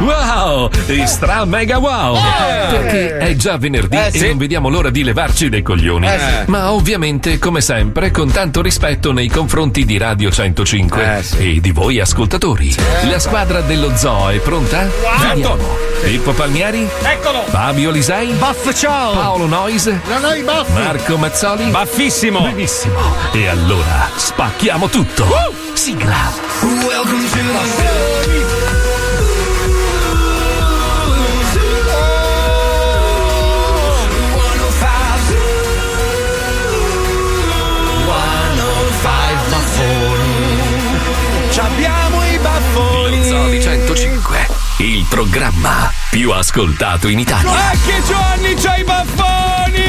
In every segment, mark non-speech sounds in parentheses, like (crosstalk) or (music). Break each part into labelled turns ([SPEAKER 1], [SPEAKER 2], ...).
[SPEAKER 1] Wow! E stra mega wow!
[SPEAKER 2] Eh!
[SPEAKER 1] Perché è già venerdì
[SPEAKER 2] Eh, sì.
[SPEAKER 1] e non vediamo l'ora di levarci dei coglioni.
[SPEAKER 2] Eh, sì.
[SPEAKER 1] Ma ovviamente, come sempre, con tanto rispetto nei confronti di Radio 105
[SPEAKER 3] Eh,
[SPEAKER 1] e di voi ascoltatori. La squadra dello zoo è pronta?
[SPEAKER 3] Certo.
[SPEAKER 1] Antonio, Pippo Palmieri,
[SPEAKER 3] Eccolo!
[SPEAKER 1] Fabio Lisei, Baff ciao! Paolo Nois,
[SPEAKER 3] Non ho i baffi!
[SPEAKER 1] Marco Mazzoli, baffissimo! Benissimo! E allora, spacchiamo tutto! Sigla!
[SPEAKER 3] Welcome to the
[SPEAKER 2] Abbiamo i baffoni!
[SPEAKER 1] Zoo di 105, il programma più ascoltato in Italia.
[SPEAKER 2] Anche Gianni c'ha i baffoni!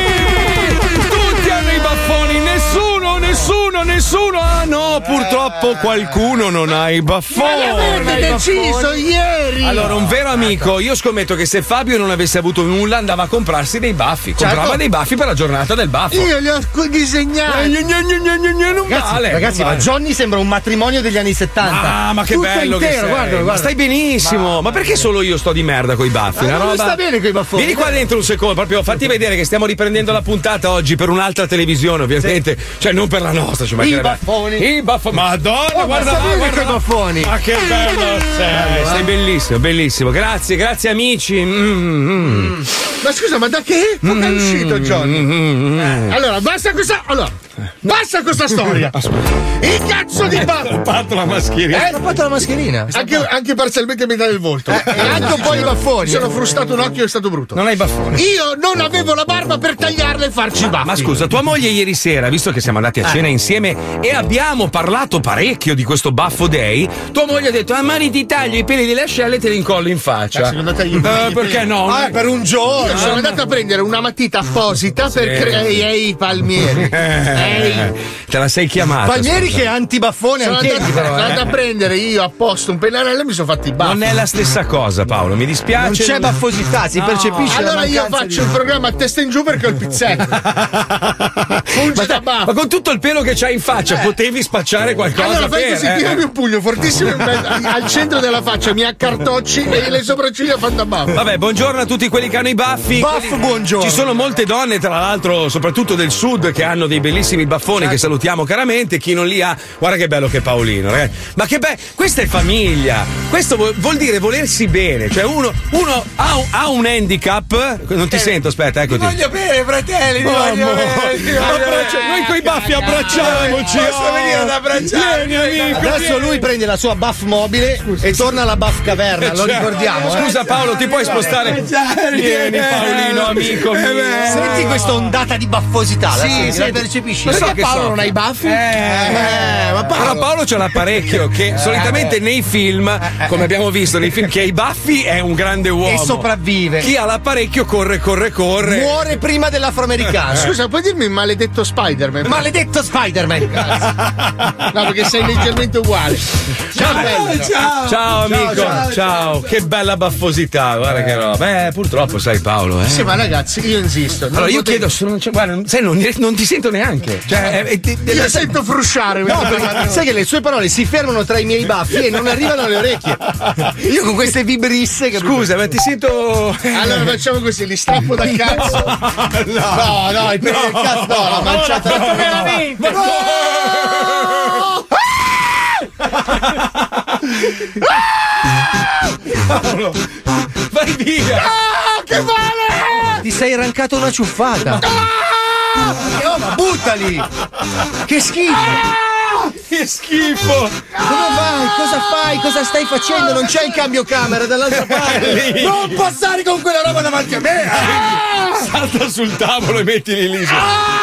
[SPEAKER 2] Tutti hanno i baffoni, nessuno, nessuno, nessuno! Ah no, purtroppo qualcuno non ha i
[SPEAKER 3] Ma
[SPEAKER 2] baffoni!
[SPEAKER 3] l'avete deciso ieri!
[SPEAKER 2] Allora, un vero amico, io scommetto che se Fabio non avesse avuto nulla andava a comprarsi dei baffi. Comprava
[SPEAKER 3] Certo.
[SPEAKER 2] dei baffi per la giornata del baffo.
[SPEAKER 3] Io li ho scu-
[SPEAKER 2] Eh,
[SPEAKER 3] disegnati.
[SPEAKER 2] Non
[SPEAKER 4] Ragazzi,
[SPEAKER 2] vale,
[SPEAKER 4] ragazzi,
[SPEAKER 2] non
[SPEAKER 4] ma
[SPEAKER 2] vale.
[SPEAKER 4] Johnny sembra un matrimonio degli anni 70.
[SPEAKER 2] Ah, ma che
[SPEAKER 4] Tutto
[SPEAKER 2] bello che
[SPEAKER 4] intero,
[SPEAKER 2] sei.
[SPEAKER 4] guarda,
[SPEAKER 2] Ma
[SPEAKER 4] guarda.
[SPEAKER 2] stai benissimo. Ma perché solo io sto di merda coi baffi?
[SPEAKER 4] Ma
[SPEAKER 2] Una
[SPEAKER 4] Ah, non
[SPEAKER 2] roba-
[SPEAKER 4] sta bene coi baffoni.
[SPEAKER 2] Vieni qua dentro un secondo, proprio fatti vedere che stiamo riprendendo la puntata oggi per un'altra televisione, ovviamente. Cioè, non per la nostra, ci
[SPEAKER 4] I
[SPEAKER 2] mancherebbe.
[SPEAKER 4] baffoni.
[SPEAKER 2] I baffoni. Madonna,
[SPEAKER 4] Oh, ma
[SPEAKER 2] guarda
[SPEAKER 4] sta
[SPEAKER 2] là,
[SPEAKER 4] bene
[SPEAKER 2] guarda
[SPEAKER 4] coi
[SPEAKER 2] là.
[SPEAKER 4] baffoni.
[SPEAKER 2] Ma che bello sei.
[SPEAKER 4] Bello, eh?
[SPEAKER 2] Sei bellissimo, bellissimo. Grazie, grazie amici. Mm, mm.
[SPEAKER 3] Ma scusa, ma da che epoca è uscito Johnny? Eh.
[SPEAKER 2] Mm, mm.
[SPEAKER 3] Allora, basta questa. Allora, basta questa storia! Il cazzo di baffo!
[SPEAKER 2] Fatto la mascherina.
[SPEAKER 4] Eh, ha fatto la mascherina. Eh,
[SPEAKER 3] Anche, anche parzialmente mi dà il volto.
[SPEAKER 4] e anche un po' i baffoni.
[SPEAKER 3] Mi sono frustato un
[SPEAKER 4] eh,
[SPEAKER 3] occhio e è stato brutto.
[SPEAKER 2] Non hai i baffoni.
[SPEAKER 3] Io non
[SPEAKER 2] Oh,
[SPEAKER 3] avevo la barba per tagliarla e farci i baffi.
[SPEAKER 2] Ma scusa, tua moglie ieri sera, visto che siamo andati a cena insieme e abbiamo parlato parecchio di questo baffo day, tua moglie ha detto: A mani ti taglio i peli delle ascelle e te li incollo in
[SPEAKER 3] Ma
[SPEAKER 2] faccia.
[SPEAKER 3] secondo te gli
[SPEAKER 2] Eh, perché no?
[SPEAKER 4] Ah, per un giorno.
[SPEAKER 3] Io sono andato a prendere una matita apposita per creare i palmieri.
[SPEAKER 2] Eh,
[SPEAKER 3] (laughs) Ehi.
[SPEAKER 2] te la sei chiamata.
[SPEAKER 4] Palmieri
[SPEAKER 2] scusa.
[SPEAKER 4] che è antibaffone
[SPEAKER 3] Ah, Sono
[SPEAKER 4] anche
[SPEAKER 3] andato, (laughs) sono
[SPEAKER 4] però.
[SPEAKER 3] andato
[SPEAKER 4] eh.
[SPEAKER 3] a prendere io apposta un pennarello e mi sono fatti i baffi.
[SPEAKER 2] Non è la stessa cosa, Paolo. Mi dispiace.
[SPEAKER 4] Non c'è baffosità, si percepisce la
[SPEAKER 3] Allora io
[SPEAKER 4] mancanza di-
[SPEAKER 3] faccio il programma a testa in giù perché ho
[SPEAKER 4] (laughs)
[SPEAKER 3] il pizzetto.
[SPEAKER 2] (laughs) ma,
[SPEAKER 3] Funge da
[SPEAKER 2] ma
[SPEAKER 3] baffo. Eh.
[SPEAKER 2] con tutto il pelo che c'hai in faccia, potevi spacciare qualcosa.
[SPEAKER 3] Allora fai
[SPEAKER 2] per,
[SPEAKER 3] così,
[SPEAKER 2] eh.
[SPEAKER 3] tirami un pugno fortissimo in mezzo- al centro della faccia, mi accartocci e le sopracciglia fanno da baffo.
[SPEAKER 2] Vabbè, buongiorno a tutti quelli che hanno i baffi.
[SPEAKER 4] Baff,
[SPEAKER 2] Quelli-
[SPEAKER 4] buongiorno.
[SPEAKER 2] Ci sono molte donne, tra l'altro, soprattutto del sud, che hanno dei bellissimi baffoni
[SPEAKER 3] Certo.
[SPEAKER 2] che salutiamo caramente. Chi non li ha, guarda che bello che è Paolino, ragazzi. Ma che bello, questa è famiglia. Questo vuol, vuol dire volersi bene. Cioè, uno, uno ha, un- ha un handicap. Non
[SPEAKER 3] Eh.
[SPEAKER 2] ti sento, aspetta, eccoti.
[SPEAKER 5] voglio bene, fratelli, ti
[SPEAKER 2] Oh,
[SPEAKER 5] voglio
[SPEAKER 2] amore.
[SPEAKER 5] bene, ti voglio
[SPEAKER 2] Abbraccia-
[SPEAKER 5] bene.
[SPEAKER 2] noi coi baffi abbracciamoci.
[SPEAKER 5] Posso
[SPEAKER 2] oh.
[SPEAKER 5] venire ad abbracciarti?
[SPEAKER 2] Vieni, amico.
[SPEAKER 4] Adesso lui prende la sua buff mobile e torna alla buff caverna, lo
[SPEAKER 2] Cioè,
[SPEAKER 4] ricordiamo. eh.
[SPEAKER 2] Scusa Paolo, ti puoi
[SPEAKER 5] Eh,
[SPEAKER 2] spostare?
[SPEAKER 5] cioè,
[SPEAKER 2] Vieni Paolino, amico mio.
[SPEAKER 4] Senti questa ondata di baffosità, la senti, la percepisci?
[SPEAKER 2] Lo so
[SPEAKER 4] Perché
[SPEAKER 2] che
[SPEAKER 4] Paolo
[SPEAKER 2] so.
[SPEAKER 4] non ha i baffi?
[SPEAKER 2] Eh, ma Paolo. Però Paolo c'ha l'apparecchio che solitamente nei film, come abbiamo visto nei film, che ha i baffi è un grande uomo.
[SPEAKER 4] E sopravvive.
[SPEAKER 2] Chi ha l'apparecchio corre, corre, corre.
[SPEAKER 4] Muore prima dell'afroamericano.
[SPEAKER 3] Scusa, puoi dirmi il maledetto Spider-Man?
[SPEAKER 4] Maledetto Spider-Man!
[SPEAKER 3] (laughs) No, perché sei leggermente uguale.
[SPEAKER 2] Ciao,
[SPEAKER 3] bello.
[SPEAKER 2] ciao. Ciao, amico, ciao, Che bella baffosità, guarda che roba. Eh, purtroppo sai Paolo, eh.
[SPEAKER 3] Sì, ma ragazzi, io insisto. non
[SPEAKER 2] Allora io
[SPEAKER 3] potete-
[SPEAKER 2] chiedo, se non c'è- guarda, sai, non, non ti sento neanche. Cioè, eh, ti-
[SPEAKER 3] Io sento frusciare.
[SPEAKER 4] No,
[SPEAKER 2] (laughs)
[SPEAKER 4] perché sai che le sue parole si fermano tra i miei baffi e non arrivano alle orecchie. Io con queste vibrisse che.
[SPEAKER 2] scusa, ma ti sento.
[SPEAKER 3] Allora facciamo così, li strappo dal cazzo.
[SPEAKER 4] No, no, il pe- il cazzo, no, la manciata.
[SPEAKER 2] Vai via!
[SPEAKER 4] Ah, Ti sei arrancato una ciuffata. No, ma buttali! Che schifo!
[SPEAKER 2] Che schifo!
[SPEAKER 4] Dove vai? Cosa fai? Cosa stai facendo? Non c'è il cambio camera dall'altra parte.
[SPEAKER 2] Lì.
[SPEAKER 4] Non passare con quella roba davanti a me!
[SPEAKER 2] Salta sul tavolo e mettili lì.
[SPEAKER 4] Ah!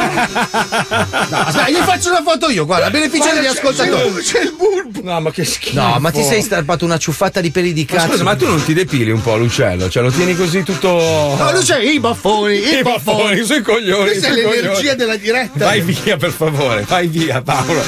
[SPEAKER 4] No, aspetta, gli faccio una foto io, guarda, a beneficio
[SPEAKER 3] Guarda,
[SPEAKER 4] degli
[SPEAKER 3] c'è-
[SPEAKER 4] ascoltatori.
[SPEAKER 3] c'è il bulbo.
[SPEAKER 2] No, ma che schifo.
[SPEAKER 4] No, ma ti sei strappato una ciuffata di peli di
[SPEAKER 2] Ma
[SPEAKER 4] cazzo.
[SPEAKER 2] Scusa, ma tu non ti depili un po' l'ucello? Cioè, lo tieni così tutto.
[SPEAKER 3] No, lui c'è i baffoni, i,
[SPEAKER 2] (laughs) I
[SPEAKER 3] baffoni.
[SPEAKER 2] baffoni sui coglioni.
[SPEAKER 3] Questa è
[SPEAKER 2] sui
[SPEAKER 3] l'energia
[SPEAKER 2] coglioni.
[SPEAKER 3] della diretta.
[SPEAKER 2] Vai via, per favore, vai via, Paolo.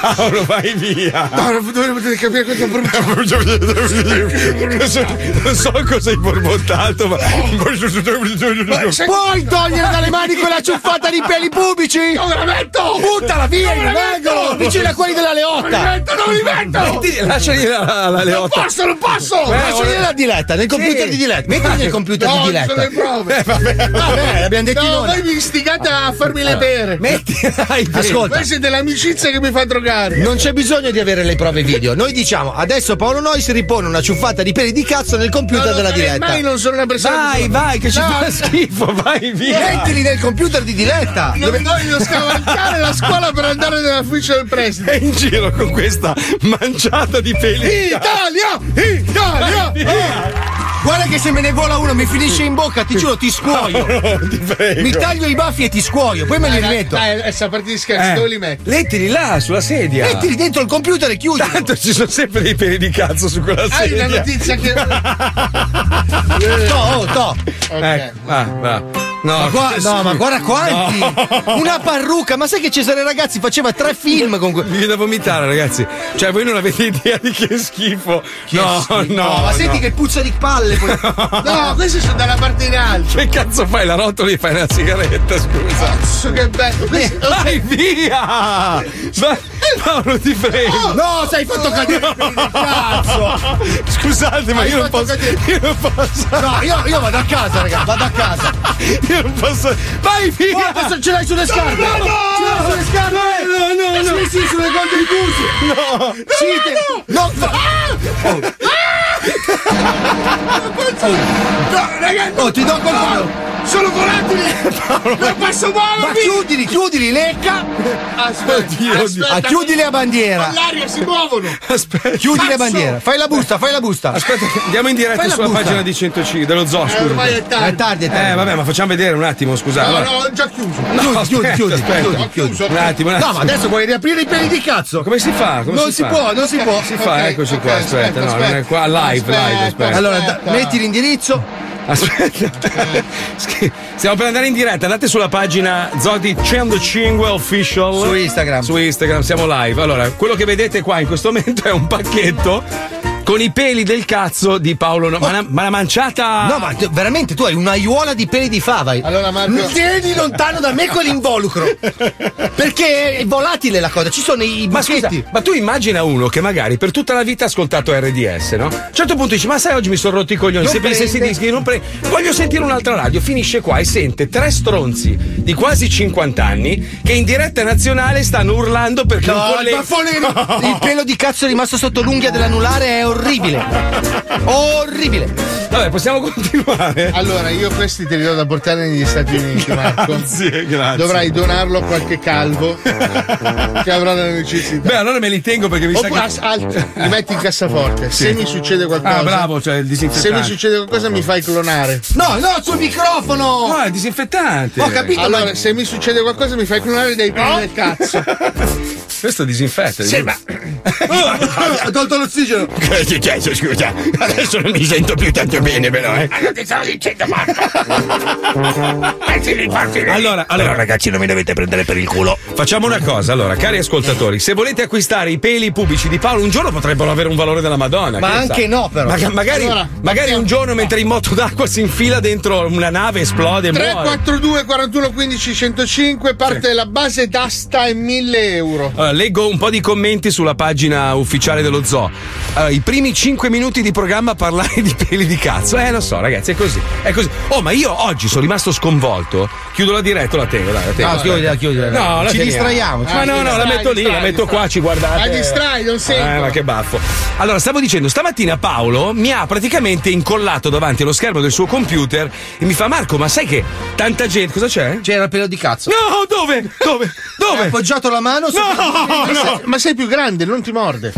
[SPEAKER 2] Paolo, vai via.
[SPEAKER 3] No, dovremmo capire cosa brutta.
[SPEAKER 2] non, so, non so cosa hai borbottato, ma.
[SPEAKER 4] Puoi togliere dalle
[SPEAKER 3] (laughs)
[SPEAKER 4] mani quella ciuffata di peli pubblici?
[SPEAKER 3] Non la metto!
[SPEAKER 4] Buttala via in
[SPEAKER 3] Non
[SPEAKER 4] un
[SPEAKER 3] me la
[SPEAKER 4] angolo,
[SPEAKER 3] metto!
[SPEAKER 4] vicino a quelli della
[SPEAKER 3] Non li
[SPEAKER 4] Leotta.
[SPEAKER 3] metto, non li metto!
[SPEAKER 2] Metti- Lasciali la, la, la
[SPEAKER 3] Non
[SPEAKER 2] leotta.
[SPEAKER 3] posso, non posso!
[SPEAKER 4] Lasciali nella diletta, nel computer di diletta. Mettili nel computer
[SPEAKER 3] No,
[SPEAKER 4] di
[SPEAKER 3] ci sono
[SPEAKER 4] diletta.
[SPEAKER 3] le prove!
[SPEAKER 4] Vabbè, l'abbiamo detto
[SPEAKER 3] No,
[SPEAKER 4] noi.
[SPEAKER 3] voi mi istigate a farmi le bere!
[SPEAKER 4] Metti.
[SPEAKER 2] Dai,
[SPEAKER 4] Ascolta.
[SPEAKER 3] Voi siete l'amicizia che mi fa drogare!
[SPEAKER 4] Non c'è bisogno di avere le prove video. Noi diciamo adesso Paolo Nois ripone una ciuffata di peli di cazzo nel computer
[SPEAKER 3] non
[SPEAKER 4] della
[SPEAKER 3] farei
[SPEAKER 4] diretta.
[SPEAKER 3] mai non sono una persona.
[SPEAKER 2] Vai, vai, che ci fa schifo, vai via.
[SPEAKER 4] Mettili nel computer di diretta.
[SPEAKER 3] Non voglio scavalcare la scuola per andare nell'ufficio del preside.
[SPEAKER 2] È in giro con questa manciata di peli.
[SPEAKER 3] Italia! Italia! Eh,
[SPEAKER 4] Guarda che se me ne vola uno mi finisce in bocca, ti giuro ti scuoio. (laughs)
[SPEAKER 2] Ti prego.
[SPEAKER 4] Mi taglio i baffi e ti scuoio, poi me li rimetto.
[SPEAKER 3] Dai, adesso a parte di scherzi,
[SPEAKER 2] Eh,
[SPEAKER 3] dove li metti?
[SPEAKER 2] Mettili là, sulla sedia.
[SPEAKER 4] Mettili dentro il computer e chiudi.
[SPEAKER 2] Tanto ci sono sempre dei peli di cazzo su quella
[SPEAKER 3] Hai
[SPEAKER 2] sedia.
[SPEAKER 3] una notizia che.
[SPEAKER 4] (laughs) To, oh, to.
[SPEAKER 3] Ok.
[SPEAKER 2] Ecco, va, va. No,
[SPEAKER 4] Ma gua-
[SPEAKER 2] sì.
[SPEAKER 4] no, ma guarda quanti!
[SPEAKER 2] Oh.
[SPEAKER 4] Una parrucca, ma sai che Cesare Ragazzi faceva tre
[SPEAKER 2] (laughs)
[SPEAKER 4] film con que-
[SPEAKER 2] Mi viene da vomitare, ragazzi. Cioè, voi non avete idea di che schifo. no, Oh, no.
[SPEAKER 4] ma senti
[SPEAKER 2] no.
[SPEAKER 4] che puzza di palle
[SPEAKER 2] (laughs)
[SPEAKER 4] poi.
[SPEAKER 3] No, questi sono dalla parte in alto.
[SPEAKER 2] Che cazzo fai? La rotoli e fai una sigaretta, scusa.
[SPEAKER 3] Cazzo, che bello. Questi-
[SPEAKER 2] Vai via! Ma- Paolo, ti prego.
[SPEAKER 4] No, sai, hai fatto cadere.
[SPEAKER 2] Scusate, ma io non,
[SPEAKER 3] fatto
[SPEAKER 2] posso,
[SPEAKER 3] cadere.
[SPEAKER 2] io non posso.
[SPEAKER 4] No, io, io vado a casa, ragazzi, vado a casa.
[SPEAKER 2] Io non posso. Vai via!
[SPEAKER 4] Guarda, se ce l'hai sulle scarpe!
[SPEAKER 2] No, no!
[SPEAKER 4] Ce l'hai sulle scarpe!
[SPEAKER 2] No, no, no, no.
[SPEAKER 4] Sì, sì, sulle golte di cursi! No! Sì, te- no,
[SPEAKER 2] Oh.
[SPEAKER 4] Ah!
[SPEAKER 3] No, ragazzi,
[SPEAKER 4] no, Oh, ti do colpito!
[SPEAKER 3] sono volatili. Non posso
[SPEAKER 4] Ma
[SPEAKER 3] muovermi.
[SPEAKER 4] chiudili, chiudili, lecca!
[SPEAKER 3] Aspetta,
[SPEAKER 2] Oddio, oddio.
[SPEAKER 4] Ah,
[SPEAKER 3] aspetta.
[SPEAKER 4] chiudi la bandiera!
[SPEAKER 3] L'aria si muovono.
[SPEAKER 2] Aspetta.
[SPEAKER 4] Chiudi la
[SPEAKER 3] Cazzo!
[SPEAKER 4] bandiera! Fai la busta, fai la busta!
[SPEAKER 2] Aspetta, che andiamo in diretta
[SPEAKER 4] Fai la
[SPEAKER 2] sulla
[SPEAKER 4] busta.
[SPEAKER 2] pagina di 105 dello zoo,
[SPEAKER 3] Eh,
[SPEAKER 2] scusa.
[SPEAKER 3] ormai è
[SPEAKER 4] È
[SPEAKER 3] tardi.
[SPEAKER 4] tardi, è tardi.
[SPEAKER 2] Eh, vabbè, ma facciamo vedere un attimo, scusa.
[SPEAKER 3] No,
[SPEAKER 2] Allora,
[SPEAKER 3] no, ho già chiuso.
[SPEAKER 4] chiudi, chiudi,
[SPEAKER 2] aspetta,
[SPEAKER 4] chiudi,
[SPEAKER 2] aspetta.
[SPEAKER 4] chiudi,
[SPEAKER 3] Ho chiuso.
[SPEAKER 2] Un attimo, un attimo.
[SPEAKER 4] No, ma adesso vuoi riaprire i peli di cazzo?
[SPEAKER 2] Come si fa? Come
[SPEAKER 4] Non si
[SPEAKER 2] fa?
[SPEAKER 4] può, non si può.
[SPEAKER 2] Si fa,
[SPEAKER 3] Ok,
[SPEAKER 2] eccoci
[SPEAKER 3] ok,
[SPEAKER 2] qua, aspetta,
[SPEAKER 3] aspetta,
[SPEAKER 2] no, non è
[SPEAKER 3] aspetta.
[SPEAKER 2] qua, live, live, aspetta.
[SPEAKER 3] Aspetta.
[SPEAKER 4] Allora, da-
[SPEAKER 3] Aspetta.
[SPEAKER 4] metti l'indirizzo.
[SPEAKER 2] Aspetta.
[SPEAKER 4] Eh.
[SPEAKER 2] (laughs) Sch- Stiamo per andare in diretta, andate sulla pagina Zodi 105 Official
[SPEAKER 4] Su Instagram.
[SPEAKER 2] Su Instagram, siamo live. Allora, quello che vedete qua in questo (laughs) momento è un pacchetto con i peli del cazzo di Paolo. No- ma, la, ma la manciata
[SPEAKER 4] No, ma te- veramente tu hai un'aiuola di peli di fava.
[SPEAKER 3] Allora, Marco-
[SPEAKER 4] tieni lontano da me quell'involucro. Perché è volatile la cosa, ci sono i i
[SPEAKER 2] Ma scusa,
[SPEAKER 4] buchetti.
[SPEAKER 2] ma tu immagina uno che magari per tutta la vita ha ascoltato RDS, no? A un certo punto dici, ma sai, oggi mi sono rotto i coglioni,
[SPEAKER 4] Non
[SPEAKER 2] sempre gli stessi
[SPEAKER 4] prende.
[SPEAKER 2] dischi, non pre- voglio sentire un'altra radio. Finisce qua e sente tre stronzi di quasi 50 anni che in diretta nazionale stanno urlando perché un
[SPEAKER 4] No,
[SPEAKER 2] collega.
[SPEAKER 4] il
[SPEAKER 2] Oh.
[SPEAKER 4] baffonero- Il pelo di cazzo rimasto sotto l'unghia dell'anulare è orribile. Orribile.
[SPEAKER 2] Vabbè, possiamo continuare.
[SPEAKER 3] Allora, io questi te li do da portare negli Stati Uniti, Marco.
[SPEAKER 2] (laughs) Grazie, grazie.
[SPEAKER 3] Dovrai donarlo a qualche calvo che avrà la necessità.
[SPEAKER 2] Beh, allora me li tengo perché mi sa
[SPEAKER 3] Oppure
[SPEAKER 2] che.
[SPEAKER 3] as- alt- li metti in cassaforte. Se mi succede qualcosa,
[SPEAKER 2] Ah, bravo, cioè il
[SPEAKER 3] se mi
[SPEAKER 2] disinfettante.
[SPEAKER 3] succede qualcosa, mi fai clonare.
[SPEAKER 4] No, no, sul microfono.
[SPEAKER 2] No, è il disinfettante.
[SPEAKER 4] Ho capito,
[SPEAKER 3] Allora, se mi succede qualcosa, mi fai clonare dei
[SPEAKER 2] Oh!
[SPEAKER 3] peli del
[SPEAKER 2] (laughs)
[SPEAKER 3] cazzo.
[SPEAKER 2] (laughs) Questo disinfetta.
[SPEAKER 4] ma ha tolto l'ossigeno.
[SPEAKER 6] Cosa è successo, scusa? Adesso non mi sento più tanto bene, però, eh. Cosa ti stavo dicendo, Marco?
[SPEAKER 2] Allora, allora,
[SPEAKER 6] Però, ragazzi, non mi dovete prendere per il culo.
[SPEAKER 2] Facciamo una cosa, allora, cari ascoltatori, se volete acquistare i peli pubblici di Paolo un giorno potrebbero avere un valore della Madonna.
[SPEAKER 4] Ma
[SPEAKER 2] che ne sa?
[SPEAKER 4] anche no, però.
[SPEAKER 2] Maga- magari
[SPEAKER 3] Allora,
[SPEAKER 2] magari
[SPEAKER 3] partiamo.
[SPEAKER 2] un giorno mentre in moto d'acqua si infila dentro una nave, esplode e muore.
[SPEAKER 3] 342 41 15 105 parte la base d'asta e 1000 euro.
[SPEAKER 2] Allora, leggo un po' di commenti sulla pagina ufficiale dello zoo. Allora, I primi 5 minuti di programma parlare di peli di cazzo. Eh, lo so, ragazzi, è così. È così. Oh, ma io oggi sono rimasto sconvolto. Chiudo la diretta, o la tengo, dai, la tengo.
[SPEAKER 4] No, chiudila, chiudila.
[SPEAKER 2] No, la
[SPEAKER 4] Ci
[SPEAKER 2] teniamo.
[SPEAKER 4] distraiamo.
[SPEAKER 2] Ma
[SPEAKER 3] Ah,
[SPEAKER 2] no, no, la
[SPEAKER 3] distrai,
[SPEAKER 2] metto lì, la
[SPEAKER 3] distrai,
[SPEAKER 2] metto qua, ci
[SPEAKER 3] Ma
[SPEAKER 2] guardate.
[SPEAKER 3] distrai, non
[SPEAKER 2] Eh,
[SPEAKER 3] sento.
[SPEAKER 2] ma che baffo. Allora, stavo dicendo, stamattina Paolo mi ha praticamente incollato davanti allo schermo del suo computer e mi fa: Marco, ma sai che tanta gente. Cosa c'è?
[SPEAKER 4] C'era il pelo di cazzo.
[SPEAKER 2] No, dove? Dove?
[SPEAKER 4] Ha
[SPEAKER 2] Dove?
[SPEAKER 4] appoggiato la mano su
[SPEAKER 2] No, no.
[SPEAKER 3] Ma sei più
[SPEAKER 2] (laughs)
[SPEAKER 3] grande, non ti morde.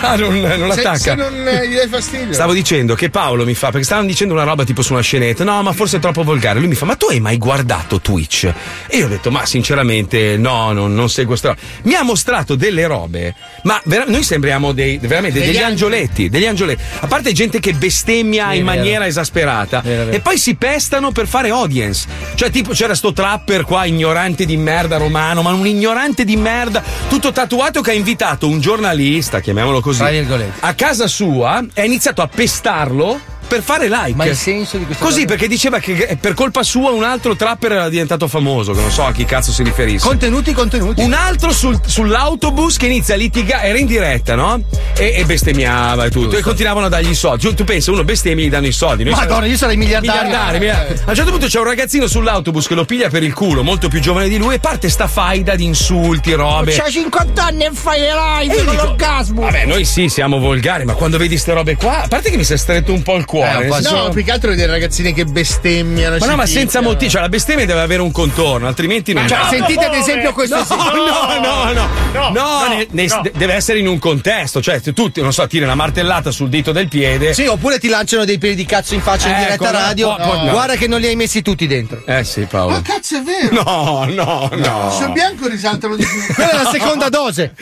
[SPEAKER 2] Ah, non, non
[SPEAKER 3] Se, se
[SPEAKER 2] l'attacca.
[SPEAKER 3] non eh, gli dai fastidio.
[SPEAKER 2] Stavo dicendo, dicendo che Paolo mi fa, perché stavano dicendo una roba tipo su una scenetta, no, ma forse è troppo volgare. Lui mi fa, ma tu hai mai guardato Twitch? E io ho detto, ma sinceramente, no, non, non seguo sta roba. Mi ha mostrato delle robe, ma vera- noi sembriamo dei, veramente
[SPEAKER 7] Degli
[SPEAKER 2] degli,
[SPEAKER 7] angeli.
[SPEAKER 2] angioletti, degli angioletti. A parte gente che bestemmia
[SPEAKER 7] Sì, è
[SPEAKER 2] ah, in
[SPEAKER 7] vero.
[SPEAKER 2] maniera esasperata
[SPEAKER 7] Vero, vero.
[SPEAKER 2] e poi si pestano per fare audience. Cioè, tipo, c'era sto trapper qua, ignorante di merda romano, ma un ignorante di merda, tutto tatuato che ha invitato un giornalista, chiamiamolo così,
[SPEAKER 8] Tra virgolette.
[SPEAKER 2] a casa sua e ha iniziato a pestarlo per fare like.
[SPEAKER 8] Ma il senso di questa
[SPEAKER 2] Così
[SPEAKER 8] cosa?
[SPEAKER 2] perché diceva che per colpa sua un altro trapper era diventato famoso, che non so a chi cazzo si riferisse.
[SPEAKER 4] Contenuti, contenuti.
[SPEAKER 2] Un altro sul- sull'autobus che inizia a litigare, era in diretta, no? E, e bestemmiava e tutto. E continuavano a dargli i soldi. Tu, tu pensa, uno bestemmia e gli danno i soldi. Noi
[SPEAKER 4] Madonna, io sarei miliardario.
[SPEAKER 2] Miliardari, miliardari. A un certo punto c'è un ragazzino sull'autobus che lo piglia per il culo, molto più giovane di lui, e parte sta faida di insulti, robe.
[SPEAKER 3] Cioè,
[SPEAKER 5] C'hai 50 anni e fai
[SPEAKER 2] E
[SPEAKER 4] Eh,
[SPEAKER 5] live
[SPEAKER 2] io
[SPEAKER 5] con
[SPEAKER 2] dico,
[SPEAKER 5] l'orgasmo.
[SPEAKER 2] Vabbè, noi sì, siamo volgari, ma quando vedi ste robe qua, a parte che mi si è stretto Eh, un po' il cuore. nel senso-
[SPEAKER 3] No, più che altro dei ragazzini che bestemmiano.
[SPEAKER 2] ma
[SPEAKER 3] si
[SPEAKER 2] no, ma
[SPEAKER 3] picchiano.
[SPEAKER 2] senza motivo, cioè la bestemmia deve avere un contorno, altrimenti non
[SPEAKER 4] cioè,
[SPEAKER 3] Ma
[SPEAKER 2] c'è.
[SPEAKER 3] no, sentite ad esempio questo
[SPEAKER 2] No,
[SPEAKER 3] sì.
[SPEAKER 2] no, no, no, no, ne- ne- de- deve essere in un contesto, cioè se tu, non so, tiri una martellata sul dito del piede.
[SPEAKER 4] Sì, oppure ti lanciano dei peli di cazzo in faccia in
[SPEAKER 2] Ecco,
[SPEAKER 4] diretta
[SPEAKER 2] no,
[SPEAKER 4] radio.
[SPEAKER 2] po- po- no.
[SPEAKER 4] Guarda che non li hai messi tutti dentro.
[SPEAKER 2] Eh sì, Paolo.
[SPEAKER 3] Ma cazzo è vero?
[SPEAKER 2] No, no, no.
[SPEAKER 3] Sul bianco risaltano di
[SPEAKER 4] (laughs)
[SPEAKER 3] più.
[SPEAKER 4] Quella è la seconda dose.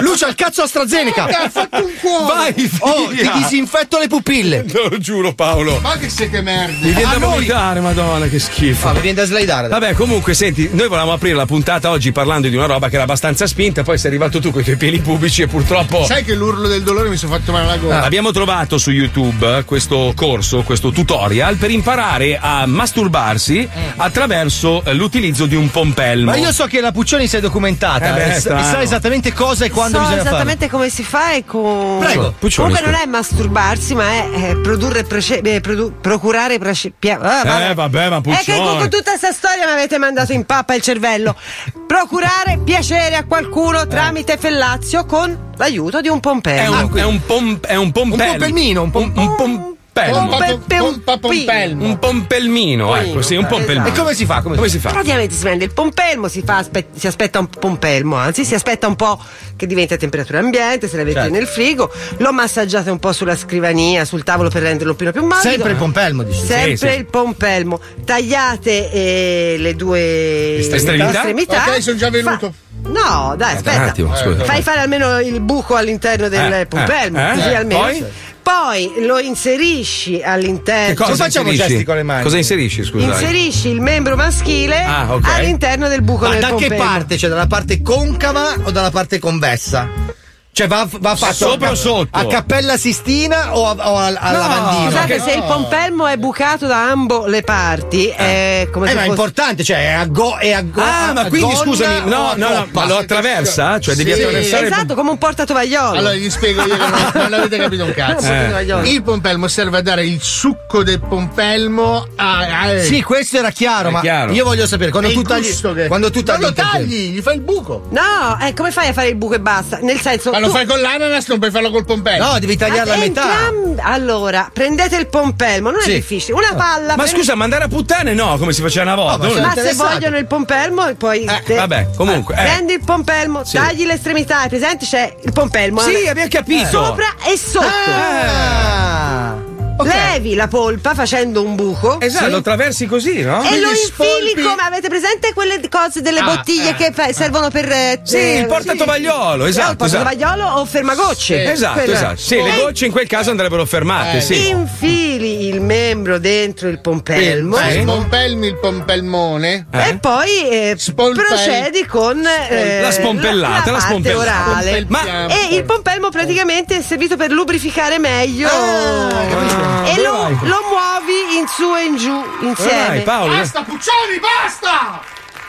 [SPEAKER 4] Lucia, il cazzo AstraZeneca.
[SPEAKER 3] Guarda, ha fatto un cuore.
[SPEAKER 2] Vai,
[SPEAKER 4] Oh, ti
[SPEAKER 2] figlia.
[SPEAKER 4] disinfetto le pupille.
[SPEAKER 2] Te lo giuro, Paolo.
[SPEAKER 3] Ma che siete
[SPEAKER 2] Mi
[SPEAKER 3] merde.
[SPEAKER 2] viene da
[SPEAKER 4] noi?
[SPEAKER 2] vomitare, madonna, che schifo.
[SPEAKER 4] Ah, mi viene da slidare.
[SPEAKER 2] Vabbè, comunque, senti, noi volevamo aprire la puntata oggi parlando di una roba che era abbastanza spinta, poi sei arrivato tu con i tuoi piedi pubblici e purtroppo.
[SPEAKER 3] Sai che l'urlo del dolore mi sono fatto male alla
[SPEAKER 4] Ah.
[SPEAKER 3] gola.
[SPEAKER 2] Abbiamo trovato su YouTube questo corso, questo tutorial per imparare a masturbarsi attraverso eh, l'utilizzo di un pompelmo.
[SPEAKER 4] Ma io so che la Puccioni si è documentata
[SPEAKER 2] Eh beh,
[SPEAKER 4] e
[SPEAKER 2] è
[SPEAKER 4] sa-
[SPEAKER 2] strano.
[SPEAKER 4] e sa esattamente cosa e quando
[SPEAKER 9] so
[SPEAKER 4] bisogna farlo.
[SPEAKER 9] esattamente come si fa e con.
[SPEAKER 4] Prego.
[SPEAKER 2] Puccioni,
[SPEAKER 9] Comunque
[SPEAKER 2] scusa.
[SPEAKER 9] non è masturbarsi, ma è, eh, produrre prece- eh, produ- procurare prece- pia- ah,
[SPEAKER 2] Eh, vabbè, ma
[SPEAKER 9] È che con
[SPEAKER 2] Puccioni.
[SPEAKER 9] con tutta questa storia mi avete mandato in pappa il cervello. Procurare piacere a qualcuno tramite fellazio con l'aiuto di un
[SPEAKER 2] Eh. È
[SPEAKER 9] pompelmo.
[SPEAKER 2] un, è un, pom- è un pompelmo.
[SPEAKER 4] pompelmino, un pom-
[SPEAKER 2] un pompelmo.
[SPEAKER 3] Pompa-
[SPEAKER 9] Pompe-
[SPEAKER 3] pompa- pompelmo.
[SPEAKER 2] Un pompelmino, ecco, sì, un pompelmino.
[SPEAKER 4] E come si fa? Come si
[SPEAKER 2] Come si fa?
[SPEAKER 9] Praticamente si prende il pompelmo, si, fa aspe- si aspetta un pompelmo, anzi si aspetta un po' che diventi a temperatura ambiente, se la metti
[SPEAKER 4] Certo.
[SPEAKER 9] nel frigo, lo massaggiate un po' sulla scrivania, sul tavolo per renderlo più più morbido.
[SPEAKER 4] Sempre il pompelmo, dici.
[SPEAKER 9] Sempre
[SPEAKER 2] Sì, sì.
[SPEAKER 9] il pompelmo. Tagliate eh, le due
[SPEAKER 2] Estremità?
[SPEAKER 3] Ok, sono già venuto.
[SPEAKER 9] Fa- No, dai, aspetta.
[SPEAKER 2] un attimo, scusa.
[SPEAKER 9] Fai fare almeno il buco all'interno del
[SPEAKER 2] Eh,
[SPEAKER 9] pompelmo,
[SPEAKER 2] eh,
[SPEAKER 9] così
[SPEAKER 2] eh,
[SPEAKER 9] almeno.
[SPEAKER 2] poi?
[SPEAKER 9] Poi lo inserisci
[SPEAKER 2] Che
[SPEAKER 9] all'interno.
[SPEAKER 2] cosa
[SPEAKER 4] Non facciamo
[SPEAKER 2] inserisci?
[SPEAKER 4] gesti con le mani.
[SPEAKER 2] Cosa inserisci, scusa?
[SPEAKER 9] Inserisci il membro maschile
[SPEAKER 2] Ah, ok.
[SPEAKER 9] all'interno del buco
[SPEAKER 4] Ma
[SPEAKER 9] del
[SPEAKER 4] da che
[SPEAKER 9] pompelmo.
[SPEAKER 4] parte? Cioè, dalla parte concava o dalla parte convessa? Cioè, va, va fatto
[SPEAKER 2] Sopra o
[SPEAKER 4] a,
[SPEAKER 2] sotto?
[SPEAKER 4] a Cappella Sistina o, a- o al, al
[SPEAKER 2] No,
[SPEAKER 4] lavandino?
[SPEAKER 2] ma
[SPEAKER 9] Scusate,
[SPEAKER 2] che-
[SPEAKER 9] se il pompelmo è bucato da ambo le parti, è come
[SPEAKER 4] Eh,
[SPEAKER 9] se
[SPEAKER 4] ma è
[SPEAKER 9] fosse-
[SPEAKER 4] importante, cioè, è a go. È a go
[SPEAKER 2] Ah,
[SPEAKER 4] a-
[SPEAKER 2] ma
[SPEAKER 4] a
[SPEAKER 2] quindi
[SPEAKER 4] gonna
[SPEAKER 2] scusami,
[SPEAKER 4] o
[SPEAKER 2] no,
[SPEAKER 4] a
[SPEAKER 2] no, no,
[SPEAKER 4] coppa?
[SPEAKER 2] ma lo attraversa? Cioè, devi
[SPEAKER 3] Sì.
[SPEAKER 2] attraversare.
[SPEAKER 9] Esatto, come un portatovagliolo.
[SPEAKER 3] Allora gli spiego io che
[SPEAKER 4] (laughs)
[SPEAKER 3] non, non avete capito un cazzo.
[SPEAKER 4] Eh.
[SPEAKER 9] Un portatovagliolo.
[SPEAKER 3] Il pompelmo serve a dare il succo del pompelmo a. a-
[SPEAKER 4] Sì, questo era chiaro,
[SPEAKER 2] È
[SPEAKER 4] ma
[SPEAKER 2] chiaro.
[SPEAKER 4] io voglio sapere
[SPEAKER 3] è
[SPEAKER 4] quando tu
[SPEAKER 3] il
[SPEAKER 4] tagli.
[SPEAKER 3] gusto che-
[SPEAKER 4] Quando tu
[SPEAKER 3] non
[SPEAKER 4] tagli.
[SPEAKER 3] lo
[SPEAKER 4] il pompelmo.
[SPEAKER 3] tagli, gli fai il buco.
[SPEAKER 9] No, eh, come fai a fare il buco e basta? Nel senso.
[SPEAKER 3] Ma lo
[SPEAKER 9] tu-
[SPEAKER 3] fai con l'ananas, non puoi farlo col pompelmo.
[SPEAKER 4] No, devi tagliarla a
[SPEAKER 9] Ah,
[SPEAKER 4] metà.
[SPEAKER 9] entram- Allora, prendete il pompelmo, non
[SPEAKER 4] Sì.
[SPEAKER 9] è difficile. Una palla.
[SPEAKER 2] Ah. Ma
[SPEAKER 9] per-
[SPEAKER 2] scusa, ma andare a puttane no, come si faceva una volta.
[SPEAKER 4] No, ma
[SPEAKER 9] Ah, Ma se
[SPEAKER 4] interessato.
[SPEAKER 9] vogliono il pompelmo, poi. te-
[SPEAKER 2] Eh, vabbè, comunque, eh.
[SPEAKER 9] Prendi il pompelmo, tagli l'estremità, è presente? C'è il pompelmo.
[SPEAKER 2] Sì, abbiamo capito.
[SPEAKER 9] Sopra e sotto.
[SPEAKER 4] Ah, ok.
[SPEAKER 9] Levi la polpa facendo un buco.
[SPEAKER 2] Esatto, lo attraversi così, no?
[SPEAKER 9] E lo
[SPEAKER 3] Quindi
[SPEAKER 9] infili
[SPEAKER 3] sfolpi-
[SPEAKER 9] come avete presente quelle di- cose delle bottiglie che fa- servono per. eh,
[SPEAKER 2] Ah, eh. Sì,
[SPEAKER 9] eh,
[SPEAKER 2] il portatovagliolo,
[SPEAKER 9] sì.
[SPEAKER 2] esatto,
[SPEAKER 9] Eh, Il portatovagliolo o fermagocce.
[SPEAKER 2] Esatto,
[SPEAKER 9] Quello-
[SPEAKER 2] esatto. Sì, le
[SPEAKER 9] E
[SPEAKER 2] gocce in quel caso andrebbero fermate,
[SPEAKER 3] Eh,
[SPEAKER 2] Ah, sì.
[SPEAKER 9] Infili il membro dentro il pompelmo.
[SPEAKER 3] Fai
[SPEAKER 2] Sì.
[SPEAKER 3] il pompelmi, Eh, il pompelmone.
[SPEAKER 2] Eh?
[SPEAKER 9] E poi eh,
[SPEAKER 3] Spolpel-
[SPEAKER 9] procedi con eh,
[SPEAKER 2] La spompellata, la
[SPEAKER 9] la, parte
[SPEAKER 2] spompellata.
[SPEAKER 9] orale.
[SPEAKER 2] Ma-
[SPEAKER 9] E il pompelmo praticamente è servito per lubrificare meglio.
[SPEAKER 3] Ah,
[SPEAKER 9] e lo,
[SPEAKER 2] Dai.
[SPEAKER 9] lo muovi in su e in giù insieme.
[SPEAKER 2] Dai, Paolo.
[SPEAKER 3] Basta, Puccioni, basta!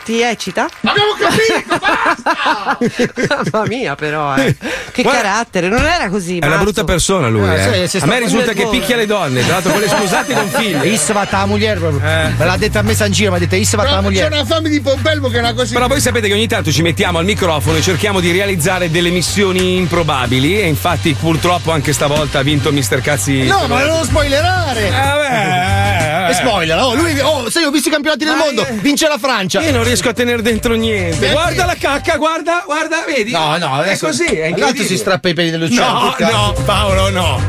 [SPEAKER 9] Ti eccita?
[SPEAKER 3] Abbiamo capito, basta!
[SPEAKER 9] (laughs) Mamma mia, però, eh. Che
[SPEAKER 2] Guarda-
[SPEAKER 9] carattere, non era così.
[SPEAKER 2] È una brutta persona lui,
[SPEAKER 4] Eh,
[SPEAKER 2] eh.
[SPEAKER 4] sì, sì,
[SPEAKER 2] A
[SPEAKER 4] sta
[SPEAKER 2] me risulta che
[SPEAKER 9] facendo il
[SPEAKER 2] picchia le donne, tra l'altro quelle sposate con
[SPEAKER 4] Eh,
[SPEAKER 2] figli.
[SPEAKER 4] Isvata la moglie proprio.
[SPEAKER 2] Eh.
[SPEAKER 4] Me l'ha detta a me San Giro, mi ha detto Isvata la
[SPEAKER 3] Però C'è
[SPEAKER 4] moglie.
[SPEAKER 3] una fame di pompelmo che è una cosa.
[SPEAKER 2] Però voi sapete che ogni tanto ci mettiamo al microfono e cerchiamo di realizzare delle missioni improbabili e infatti purtroppo anche stavolta ha vinto Mr. Cazzi.
[SPEAKER 4] No, ma non lo spoilerare!
[SPEAKER 2] Eh, vabbè, eh,
[SPEAKER 4] E spoiler, oh, lui, oh, sai, ho visto i campionati del
[SPEAKER 2] Ma
[SPEAKER 4] mondo,
[SPEAKER 2] io-
[SPEAKER 4] vince la Francia.
[SPEAKER 2] Io non riesco a tenere dentro niente.
[SPEAKER 3] Perché?
[SPEAKER 2] Guarda la cacca, guarda, guarda, vedi?
[SPEAKER 4] No, no, adesso-
[SPEAKER 2] è così, è
[SPEAKER 4] Tanto
[SPEAKER 2] incredibile.
[SPEAKER 4] si strappa i peli dell'uccello.
[SPEAKER 2] No,
[SPEAKER 4] che cazzo.
[SPEAKER 2] no, Paolo, no.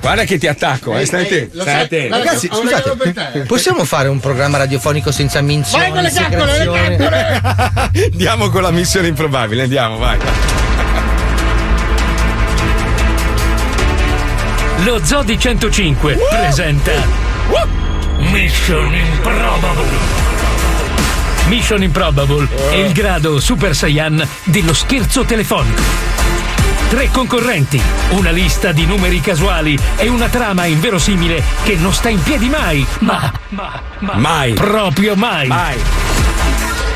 [SPEAKER 2] Guarda che ti attacco, eh. Stai attento. Stai attento.
[SPEAKER 4] Ragazzi, scusate, possiamo fare un programma radiofonico senza minzioni?
[SPEAKER 2] Vai con le caccole, le
[SPEAKER 4] secrezioni?
[SPEAKER 2] Andiamo con la missione improbabile, andiamo, vai.
[SPEAKER 8] Lo Zoo di 105 presenta Mission Improbable. Mission Improbable
[SPEAKER 1] Eh.
[SPEAKER 8] è il grado Super Saiyan dello scherzo telefonico. Tre concorrenti, una lista di numeri casuali e una trama inverosimile che non sta in piedi mai, ma, ma, ma
[SPEAKER 2] Mai.
[SPEAKER 8] proprio mai.
[SPEAKER 2] Mai.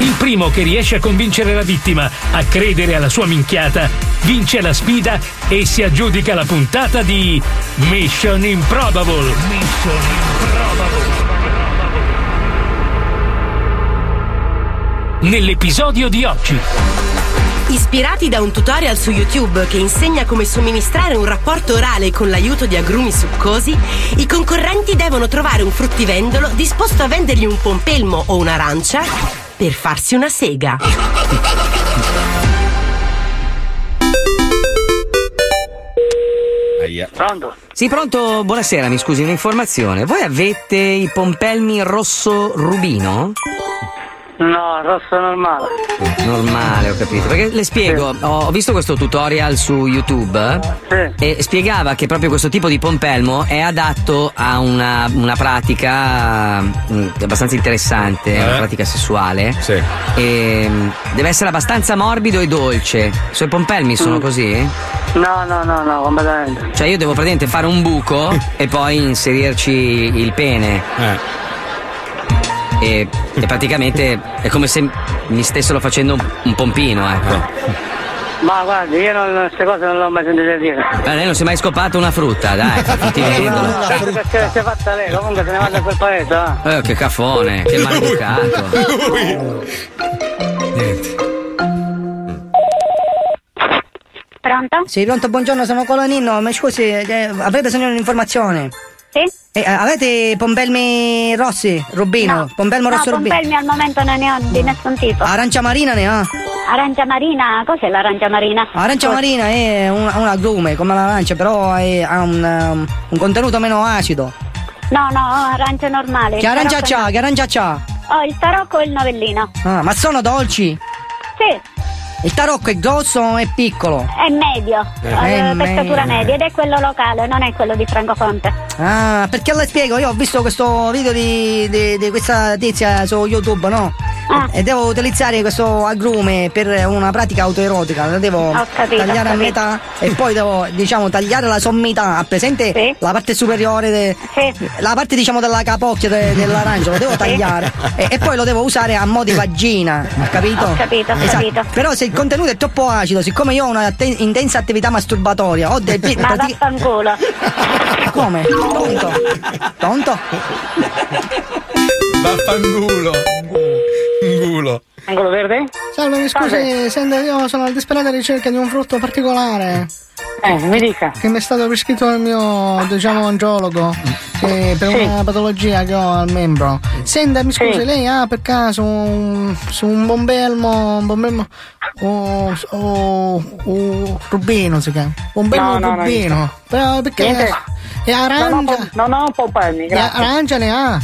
[SPEAKER 8] Il primo che riesce a convincere la vittima a credere alla sua minchiata vince la sfida e si aggiudica la puntata di Mission Improbable. Mission Improbable. Nell'episodio di oggi.
[SPEAKER 10] Ispirati da un tutorial su YouTube che insegna come somministrare un rapporto orale con l'aiuto di agrumi succosi, i concorrenti devono trovare un fruttivendolo disposto a vendergli un pompelmo o un'arancia per farsi una sega.
[SPEAKER 11] Pronto? Sì, pronto, buonasera, mi scusi, un'informazione. Voi avete i pompelmi rosso rubino?
[SPEAKER 5] No, rosso normale.
[SPEAKER 11] Normale, ho capito. Perché le spiego, ho ho visto questo tutorial su YouTube e spiegava che proprio questo tipo di pompelmo è adatto a una, una pratica mm, abbastanza interessante,
[SPEAKER 12] Eh.
[SPEAKER 11] una pratica sessuale.
[SPEAKER 2] Sì.
[SPEAKER 11] E, mm, deve essere abbastanza morbido e dolce. I suoi pompelmi sono così?
[SPEAKER 5] Mm. No, no, no, no, completamente.
[SPEAKER 11] Cioè io devo praticamente fare un buco e poi inserirci il pene. E, (laughs) e praticamente è come se mi stessero facendo un, un pompino, ecco.
[SPEAKER 5] Ma guarda, io non, queste cose non le ho mai sentite dire.
[SPEAKER 11] Ma lei non si è mai scopata una frutta, dai, (laughs) fatti vendono.
[SPEAKER 5] No, anche perché si è fatta lei, comunque se ne vada a quel paese, va.
[SPEAKER 11] Eh, che cafone, che maleducato.
[SPEAKER 13] Pronto? Sì, pronto, buongiorno, sono Colonino. Mi scusi, eh, avrei bisogno di un'informazione. Sì? avete pompelmi rossi, rubino?
[SPEAKER 14] No.
[SPEAKER 13] Pompelmo
[SPEAKER 14] No,
[SPEAKER 13] rosso rubino?
[SPEAKER 14] pompelmi al momento non ne ho di nessun tipo.
[SPEAKER 13] Arancia marina ne ha?
[SPEAKER 14] Arancia marina, cos'è l'arancia marina?
[SPEAKER 13] Arancia marina è un, un agrume, come l'arancia, però è- ha un, um, un contenuto meno acido.
[SPEAKER 14] No, no, arancia normale.
[SPEAKER 13] Che arancia
[SPEAKER 14] Tarocco-
[SPEAKER 13] c'ha? Che arancia c'ha?
[SPEAKER 14] Ho il tarocco e il novellino.
[SPEAKER 13] Ah, ma sono dolci?
[SPEAKER 14] Sì,
[SPEAKER 13] Il tarocco è grosso o è piccolo?
[SPEAKER 14] è medio,
[SPEAKER 13] Eh.
[SPEAKER 14] eh,
[SPEAKER 13] È
[SPEAKER 14] pezzatura
[SPEAKER 13] medio.
[SPEAKER 14] media ed è quello locale, non è quello di Francofonte.
[SPEAKER 13] Ah, perché le spiego, io ho visto questo video di, di- di questa tizia su YouTube, no?
[SPEAKER 14] Ah.
[SPEAKER 13] E devo utilizzare questo agrume per una pratica autoerotica, la devo
[SPEAKER 14] Ho capito,
[SPEAKER 13] tagliare
[SPEAKER 14] ho
[SPEAKER 13] a
[SPEAKER 14] capito.
[SPEAKER 13] metà e poi devo, diciamo, tagliare la sommità, ha presente la parte superiore, de- la parte, diciamo, della capocchia de- dell'arancia, lo devo tagliare e, e poi lo devo usare a mo' di vagina, ha capito? Esatto.
[SPEAKER 14] Ho capito, ho capito.
[SPEAKER 13] Però se il contenuto è troppo acido, siccome io ho una te- intensa attività masturbatoria, ho dei...
[SPEAKER 14] Ma vaffanculo.
[SPEAKER 13] (laughs) Come? Tonto? Tonto?
[SPEAKER 2] Vaffangulo. Angulo.
[SPEAKER 5] Angolo verde?
[SPEAKER 15] Salve, mi scusi, senta, io sono alla disperata ricerca di un frutto particolare.
[SPEAKER 5] Eh, mi dica.
[SPEAKER 15] Che mi è stato prescritto dal mio, diciamo, angiologo eh, per
[SPEAKER 5] Sì.
[SPEAKER 15] una patologia che ho al membro. Senta, mi scusi,
[SPEAKER 5] Sì.
[SPEAKER 15] lei ha per caso un, su un bombelmo, un bombelmo, o o- o rubino si chiama? Bombelmo
[SPEAKER 5] No, no, no,
[SPEAKER 15] rubino.
[SPEAKER 5] niente.
[SPEAKER 15] Però perché...
[SPEAKER 5] Niente.
[SPEAKER 15] E arancia?
[SPEAKER 5] No, no, pompelmi,
[SPEAKER 15] E
[SPEAKER 5] grazie.
[SPEAKER 15] arancia ne ha?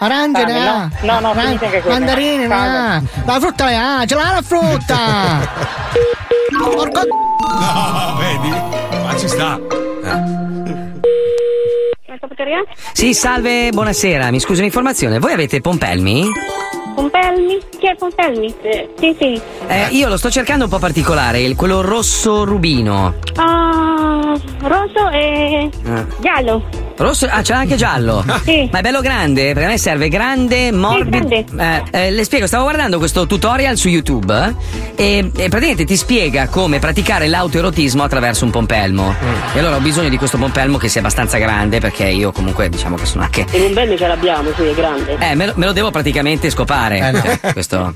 [SPEAKER 15] Arancia ne
[SPEAKER 5] Salve,
[SPEAKER 15] ha?
[SPEAKER 5] no. No, no,
[SPEAKER 15] Aran-
[SPEAKER 5] finite anche quelle.
[SPEAKER 15] Mandarini ne ha?
[SPEAKER 5] Salve.
[SPEAKER 15] La frutta ne ha? Ce l'ha la
[SPEAKER 5] (laughs)
[SPEAKER 15] frutta! Porco
[SPEAKER 2] No, vedi? Ma ci sta. Eh.
[SPEAKER 11] Sì, salve, buonasera, mi scusi un'informazione. Voi avete pompelmi?
[SPEAKER 14] Pompelmi? Chi è Pompelmi? Eh, Sì, sì.
[SPEAKER 11] Eh, io lo sto cercando un po' particolare, il- quello rosso rubino.
[SPEAKER 14] Ah, rosso e
[SPEAKER 11] Eh.
[SPEAKER 14] giallo.
[SPEAKER 11] Rosso, ah, c'è anche giallo. Ma è bello grande, perché a me serve grande, morbido. Eh, eh, le spiego, stavo guardando questo tutorial su YouTube eh, e, e praticamente ti spiega come praticare l'autoerotismo attraverso un pompelmo. E allora ho bisogno di questo pompelmo che sia abbastanza grande, perché io comunque diciamo che sono anche.
[SPEAKER 5] Il pompelmi ce l'abbiamo, sì, è grande.
[SPEAKER 11] Eh, me lo, me lo devo praticamente scopare. Cioè, questo.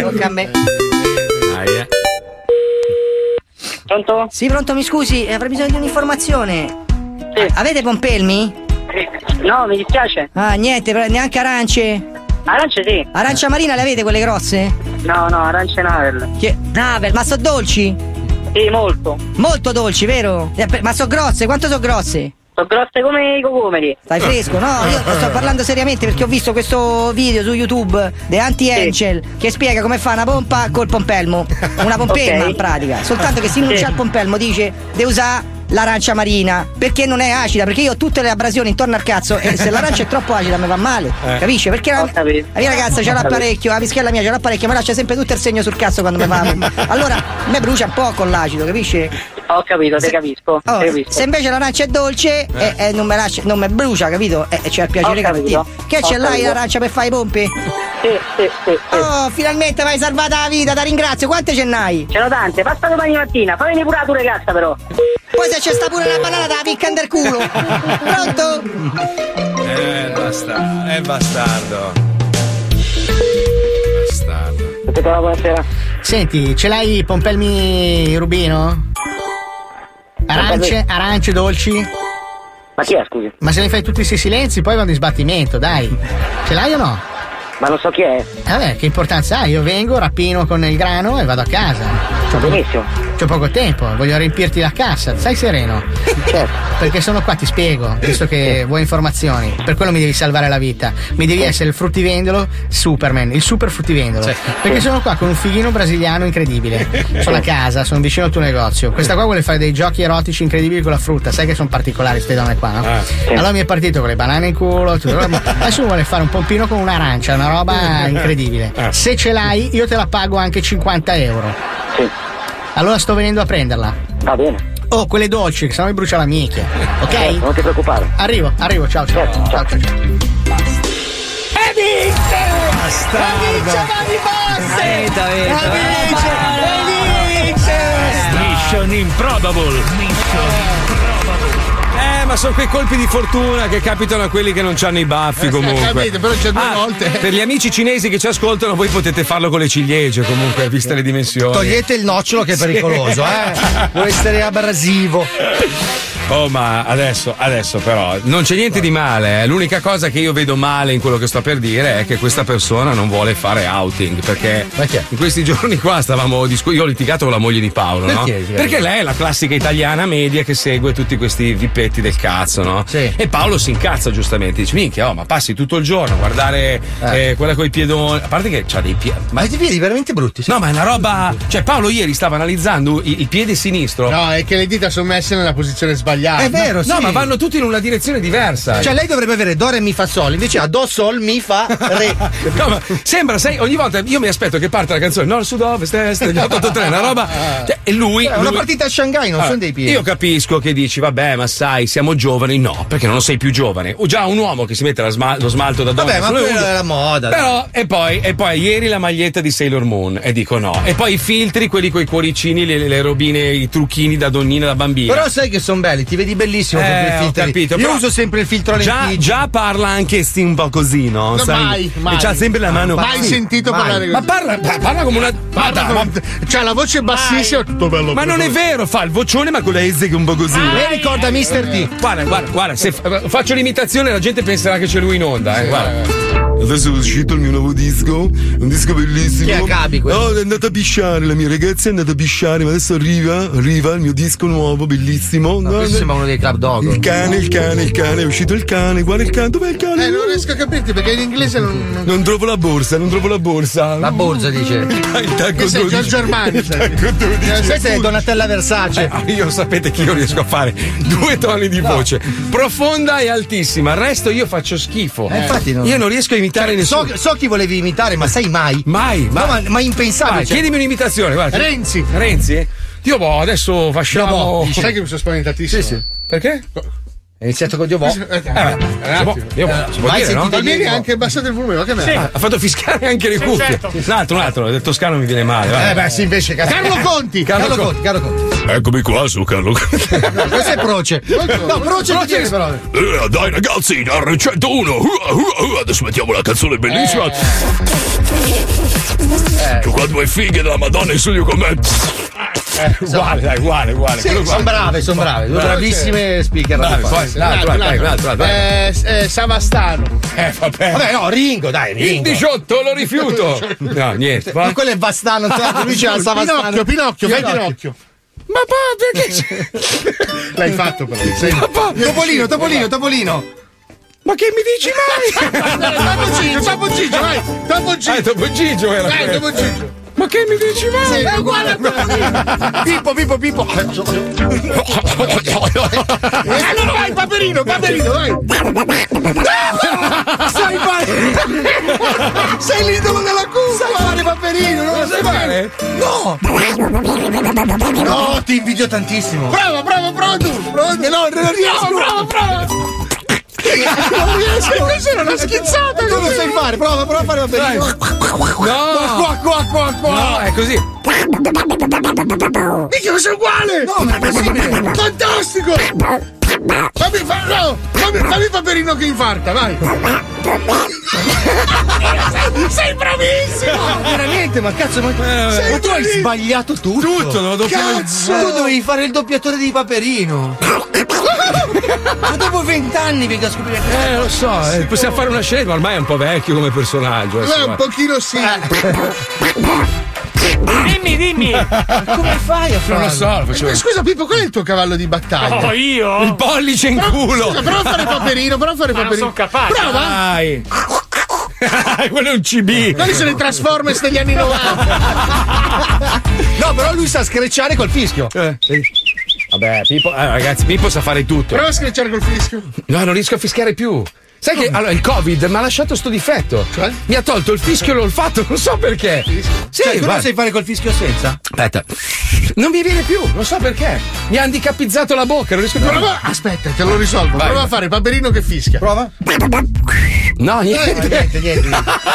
[SPEAKER 13] Tocca a me.
[SPEAKER 5] Pronto?
[SPEAKER 13] Sì, pronto, mi scusi, eh, avrei bisogno di un'informazione. A- Avete pompelmi?
[SPEAKER 5] No, mi dispiace.
[SPEAKER 13] Ah, niente, però neanche arance.
[SPEAKER 5] Arance sì.
[SPEAKER 13] Arancia marina le avete quelle grosse?
[SPEAKER 5] No, no, arancia navel.
[SPEAKER 13] Che... Navel, ma sono dolci?
[SPEAKER 16] Sì, molto.
[SPEAKER 13] Molto dolci, vero? Eh, per- Ma sono grosse, quanto sono grosse?
[SPEAKER 16] Sono grosse come i cocomeri.
[SPEAKER 13] Stai fresco? No,
[SPEAKER 16] (laughs)
[SPEAKER 13] io sto parlando seriamente perché ho visto questo video su YouTube di Anti-Angel che spiega come fa una pompa col pompelmo. Una
[SPEAKER 16] (laughs)
[SPEAKER 13] pompelma
[SPEAKER 16] Ok.
[SPEAKER 13] in pratica. Soltanto che se non
[SPEAKER 16] Sì.
[SPEAKER 13] c'è il pompelmo dice devi usare l'arancia marina perché non è acida perché io ho tutte le abrasioni intorno al cazzo e se l'arancia è troppo acida mi va male
[SPEAKER 16] Eh.
[SPEAKER 13] capisci perché la, la mia ragazza c'ha
[SPEAKER 16] Ho capito.
[SPEAKER 13] l'apparecchio la pischella mia c'ha l'apparecchio mi lascia sempre tutto il segno sul cazzo quando mi fa la pompa. allora me brucia un po' con l'acido capisci
[SPEAKER 16] Ho capito, te
[SPEAKER 13] Se-
[SPEAKER 16] capisco. te
[SPEAKER 13] Oh,
[SPEAKER 16] capisco.
[SPEAKER 13] se invece l'arancia è dolce eh, eh, non, me lascia- non me brucia, capito? Eh, c'è il piacere
[SPEAKER 16] Ho
[SPEAKER 13] garantito.
[SPEAKER 16] capito.
[SPEAKER 13] Che
[SPEAKER 16] Ho
[SPEAKER 13] ce l'hai
[SPEAKER 16] capito.
[SPEAKER 13] l'arancia per fare i pompi? Sì, sì, sì. Oh, finalmente mi hai salvata la vita, ti ringrazio. Quante ce n'hai?
[SPEAKER 16] Ce n'ho tante, passa domani mattina, fammi pure la tua ragazza però.
[SPEAKER 13] Poi se c'è sta pure la banana te la piccan del
[SPEAKER 16] (laughs)
[SPEAKER 13] culo. Pronto?
[SPEAKER 2] Eh, bastardo. È bastardo. Bastardo.
[SPEAKER 16] buonasera.
[SPEAKER 15] Senti, ce l'hai pompelmi rubino? Arance, arance dolci?
[SPEAKER 16] Ma chi è, scusi?
[SPEAKER 15] Ma se ne fai tutti questi silenzi poi vanno in sbattimento, dai. Ce l'hai o no?
[SPEAKER 16] Ma non so chi è.
[SPEAKER 15] Vabbè, che importanza ha? Io vengo, rapino con il grano e vado a casa. C'ho poco-
[SPEAKER 16] Benissimo.
[SPEAKER 15] C'ho poco tempo, voglio riempirti la cassa, stai sereno. Perché sono qua, ti spiego, visto che vuoi informazioni. Per quello mi devi salvare la vita. Mi devi essere il fruttivendolo Superman, il super fruttivendolo. Perché sono qua con un fighino brasiliano incredibile. Sono a casa, sono vicino al tuo negozio. Questa qua vuole fare dei giochi erotici incredibili con la frutta, sai che sono particolari queste donne qua, no? Allora mi è partito con le banane in culo, tutto. Allora, Adesso vuole fare un pompino con un'arancia, una roba incredibile. Se ce l'hai, io te la pago anche 50 euro. Allora sto venendo a prenderla.
[SPEAKER 16] Va bene.
[SPEAKER 15] Oh, quelle dolci, che sennò mi brucia la minchia. Ok?
[SPEAKER 16] Certo, non ti preoccupare. Certo,
[SPEAKER 15] Arrivo, arrivo, ciao, ciao. ciao, ciao, ciao.
[SPEAKER 5] E vince! E vince Mani Bosse! E vince! E vince!
[SPEAKER 8] Mission Improbable.
[SPEAKER 2] Eh, ma sono quei colpi di fortuna che capitano a quelli che non hanno i baffi comunque.
[SPEAKER 3] Eh,
[SPEAKER 2] Ah,
[SPEAKER 3] capito, però c'è due volte.
[SPEAKER 2] Per gli amici cinesi che ci ascoltano, voi potete farlo con le ciliegie comunque, viste le dimensioni.
[SPEAKER 4] Togliete il nocciolo che è
[SPEAKER 2] Sì.
[SPEAKER 4] pericoloso,
[SPEAKER 2] (laughs)
[SPEAKER 4] eh. Può essere abrasivo.
[SPEAKER 2] Oh, ma adesso, adesso però, non c'è niente di male. eh. L'unica cosa che io vedo male in quello che sto per dire è che questa persona non vuole fare outing. Perché in questi (laughs) giorni qua stavamo discu- Io ho litigato con la moglie di Paolo, no?
[SPEAKER 6] Perché?
[SPEAKER 2] Perché lei è la classica italiana media che segue tutti questi vippetti del cazzo, no? E Paolo si incazza giustamente. Dice, minchia, oh, ma passi tutto il giorno a guardare eh, quella coi piedoni. A parte che c'ha dei piedi. Ma dei piedi veramente brutti. No, ma è una roba. Cioè, Paolo ieri stava analizzando i- il piede sinistro.
[SPEAKER 3] No, è che le dita sono messe nella posizione sbagliata.
[SPEAKER 2] no, No, ma vanno tutti in una direzione diversa.
[SPEAKER 4] Cioè lei dovrebbe avere do re mi fa sol, invece ha do sol mi fa re.
[SPEAKER 2] (laughs) No, ma sembra, sai, ogni volta io mi aspetto che parte la canzone Nord, Sud, Ovest, Est, gli 883, una roba. cioè, e lui.
[SPEAKER 4] È una
[SPEAKER 2] lui-
[SPEAKER 4] partita a Shanghai, non
[SPEAKER 2] Allora,
[SPEAKER 4] sono dei piedi.
[SPEAKER 2] Io capisco che dici, vabbè, ma sai, siamo giovani. No, perché non sei più giovane. O già un uomo che si mette la sma- lo smalto da donna.
[SPEAKER 4] Vabbè, ma
[SPEAKER 2] solo
[SPEAKER 4] quella
[SPEAKER 2] uno.
[SPEAKER 4] è la moda, dai.
[SPEAKER 2] Però, e poi, e poi, ieri la maglietta di Sailor Moon. E dico no. E poi i filtri, quelli coi cuoricini, le, le robine, i trucchini da donnina da bambina.
[SPEAKER 4] Però sai che sono belli, ti vedi bellissimo con
[SPEAKER 2] Eh,
[SPEAKER 4] quei
[SPEAKER 2] ho
[SPEAKER 4] filtri.
[SPEAKER 2] capito,
[SPEAKER 4] Io
[SPEAKER 2] però-
[SPEAKER 4] uso sempre il filtro
[SPEAKER 2] Già,
[SPEAKER 4] lentiggio.
[SPEAKER 2] già parla anche sti un po' così, no?
[SPEAKER 4] No,
[SPEAKER 2] Sai?
[SPEAKER 4] mai, mai.
[SPEAKER 2] E c'ha sempre la mano.
[SPEAKER 3] Ah, Mai
[SPEAKER 2] Sì,
[SPEAKER 3] sentito
[SPEAKER 2] mai.
[SPEAKER 3] parlare così.
[SPEAKER 2] Ma parla, pa- parla come una.
[SPEAKER 3] Parla
[SPEAKER 2] ma-
[SPEAKER 3] come- Cioè, la voce è bassissima, tutto bello.
[SPEAKER 2] Ma non è vero, fa il vocione ma con la S che è un po' così.
[SPEAKER 3] Lei ricorda Mr. D.
[SPEAKER 2] Guarda, guarda, guarda, se fa- faccio l'imitazione la gente penserà che c'è lui in onda, eh. Guarda.
[SPEAKER 17] Adesso è uscito il mio nuovo disco, un disco bellissimo.
[SPEAKER 2] Chi
[SPEAKER 17] Oh,
[SPEAKER 2] è Cabi quello?
[SPEAKER 17] No, è andata a pisciare, la mia ragazza è andata a pisciare, ma adesso arriva, arriva il mio disco nuovo, bellissimo. No,
[SPEAKER 4] questo
[SPEAKER 17] no,
[SPEAKER 4] sembra uno dei Club Dog.
[SPEAKER 17] Il cane, il cane, il cane, è uscito il cane, guarda il cane, dov'è il cane?
[SPEAKER 3] Eh, non riesco a capirti perché in inglese non.
[SPEAKER 17] Non trovo la borsa, non trovo la borsa. La borsa dice. Il tacco
[SPEAKER 3] Che sei
[SPEAKER 17] 12.
[SPEAKER 3] Giorgio Armani,
[SPEAKER 17] Il tacco 12.
[SPEAKER 4] Questa è Donatella Versace.
[SPEAKER 2] Eh, io sapete che io riesco a fare due toni di voce, profonda e altissima, il resto io faccio schifo.
[SPEAKER 4] Eh, infatti non- Cioè,
[SPEAKER 2] Io non riesco a imitare nessuno.
[SPEAKER 4] So, so chi volevi imitare, ma sai mai?
[SPEAKER 2] Mai,
[SPEAKER 4] No, ma, ma impensabile.
[SPEAKER 2] Vai,
[SPEAKER 4] cioè.
[SPEAKER 2] chiedimi un'imitazione, guarda.
[SPEAKER 3] Renzi.
[SPEAKER 2] Renzi? Dio boh, adesso facciamo.
[SPEAKER 3] Sai che mi sono Eh, spaventatissimo? Sì, sì.
[SPEAKER 2] Perché?
[SPEAKER 4] È iniziato con Dio boh.
[SPEAKER 2] Eh, Dio boh, si può dire, no?
[SPEAKER 3] Balbini ha anche abbassato il volume, ma che merda.
[SPEAKER 2] Ah, ha fatto fischiare anche le
[SPEAKER 3] Sì,
[SPEAKER 2] cuffie.
[SPEAKER 3] certo.
[SPEAKER 2] Un altro, un altro, del toscano mi viene male. va.
[SPEAKER 4] Eh beh, sì, invece cazzo.
[SPEAKER 3] Carlo Conti!
[SPEAKER 4] Carlo,
[SPEAKER 2] Eh, Carlo
[SPEAKER 4] Conti, Carlo Conti.
[SPEAKER 6] Eccomi qua su Carlo.
[SPEAKER 4] No, questo è Proce. No, Proce non tiene però.
[SPEAKER 6] Eh, dai ragazzi, dal 101. Uh, uh, uh, adesso mettiamo la canzone bellissima.
[SPEAKER 4] Eh.
[SPEAKER 6] Che quando è fighe della Madonna in studio con me.
[SPEAKER 2] uguale, dai, uguale, uguale.
[SPEAKER 4] Eh, Sì, sono brave, sono brave. Due bravissime speaker.
[SPEAKER 2] Bravi, poi, un altro, un altro, un altro, un altro.
[SPEAKER 3] Eh, s- eh, Savastano.
[SPEAKER 2] Eh, vabbè.
[SPEAKER 4] Vabbè, no, Oh, Ringo, dai,
[SPEAKER 2] Il
[SPEAKER 4] Ringo.
[SPEAKER 2] 18
[SPEAKER 4] (laughs)
[SPEAKER 3] (laughs)
[SPEAKER 2] lo rifiuto. No, niente.
[SPEAKER 4] Ma quello è Bastano, certo, lui c'è la Savastano.
[SPEAKER 3] Pinocchio, Pinocchio, fai Pinocchio.
[SPEAKER 5] Ma padre,
[SPEAKER 4] (laughs)
[SPEAKER 5] che c'è?
[SPEAKER 3] L'hai fatto però. sei-
[SPEAKER 5] Papà,
[SPEAKER 4] Topolino, Topolino, Topolino.
[SPEAKER 5] Ma che mi dici (laughs) mai? Topo Gigio, Topo Gigio, vai! Topo Gigio!
[SPEAKER 2] Eh, Topo Gigio era
[SPEAKER 5] Dai,
[SPEAKER 2] quello.
[SPEAKER 5] Topo Gigio! Ma che mi dici mai? Eh,
[SPEAKER 3] Sì.
[SPEAKER 5] È uguale a Topo Gigio! Pippo, Pippo, Pippo! E allora vai, Paperino, Paperino, (laughs) vai! Sei fare! Sei l'idolo della cucca! Sai fare Paperino, non lo sai fare? No!
[SPEAKER 4] No, ti invidio tantissimo.
[SPEAKER 5] Bravo, bravo, bravo tu! Bravo, no, non riesco! Bravo, bravo! Non riesco! Questa era una schizzata!
[SPEAKER 4] Tu lo sai fare, prova, prova a fare Paperino.
[SPEAKER 5] Qua, qua, qua, qua, qua!
[SPEAKER 2] Ah. No, è così!
[SPEAKER 5] Mica sei uguale! No, ma è possibile! Fantastico! Fammi, fa- no, fammi, fammi paperino che infarta, (laughs) vai! sei bravissimo!
[SPEAKER 4] No, veramente, ma cazzo, ma,
[SPEAKER 5] Sei
[SPEAKER 4] ma tu hai
[SPEAKER 5] bravissimo.
[SPEAKER 4] sbagliato tutto.
[SPEAKER 5] Tutto, dovevo doppiare-
[SPEAKER 4] Cazzo, tu dovevi fare il doppiatore di Paperino. ma dopo vent'anni vengo a scoprire che
[SPEAKER 2] Eh, lo so, eh, possiamo fare una scelta, ma ormai è un po' vecchio come personaggio.
[SPEAKER 3] Eh, un
[SPEAKER 2] insomma.
[SPEAKER 3] pochino sì.
[SPEAKER 18] Dimmi, dimmi!
[SPEAKER 3] come fai a
[SPEAKER 2] farlo? so, lo facevo-
[SPEAKER 3] Eh, Scusa Pippo, qual è il tuo cavallo di battaglia?
[SPEAKER 2] Oh, io? Il pollice in
[SPEAKER 3] Però-
[SPEAKER 2] culo.
[SPEAKER 3] Scusa, prova a fare paperino, prova a fare
[SPEAKER 2] Ma non
[SPEAKER 3] paperino.
[SPEAKER 2] sono capace.
[SPEAKER 3] Prova!
[SPEAKER 2] Dai. Ah, (laughs) Quello è un
[SPEAKER 4] Eh,
[SPEAKER 2] CB.
[SPEAKER 3] Quelli sono i (laughs) Transformers degli anni
[SPEAKER 2] (laughs)
[SPEAKER 3] 90.
[SPEAKER 4] No, però lui sa screcciare col fischio.
[SPEAKER 2] Eh, Vabbè, Pippo, eh, ragazzi, Pippo sa fare tutto.
[SPEAKER 3] Prova a schiacciare col fischio.
[SPEAKER 2] No, non riesco a fischiare più. Sai che allora, il Covid mi ha lasciato sto difetto. Mi ha tolto il fischio e l'olfatto, (laughs) non so perché. Sì,
[SPEAKER 4] Cioè, tu
[SPEAKER 2] guarda.
[SPEAKER 4] lo sai fare col fischio senza?
[SPEAKER 2] Aspetta. Non mi viene più, non so perché. Mi ha handicapizzato la bocca, non riesco più.
[SPEAKER 3] Prova- aspetta, te lo risolvo. Prova a fare paperino che fischia.
[SPEAKER 4] Prova.
[SPEAKER 2] No, (laughs) niente.
[SPEAKER 4] niente, niente.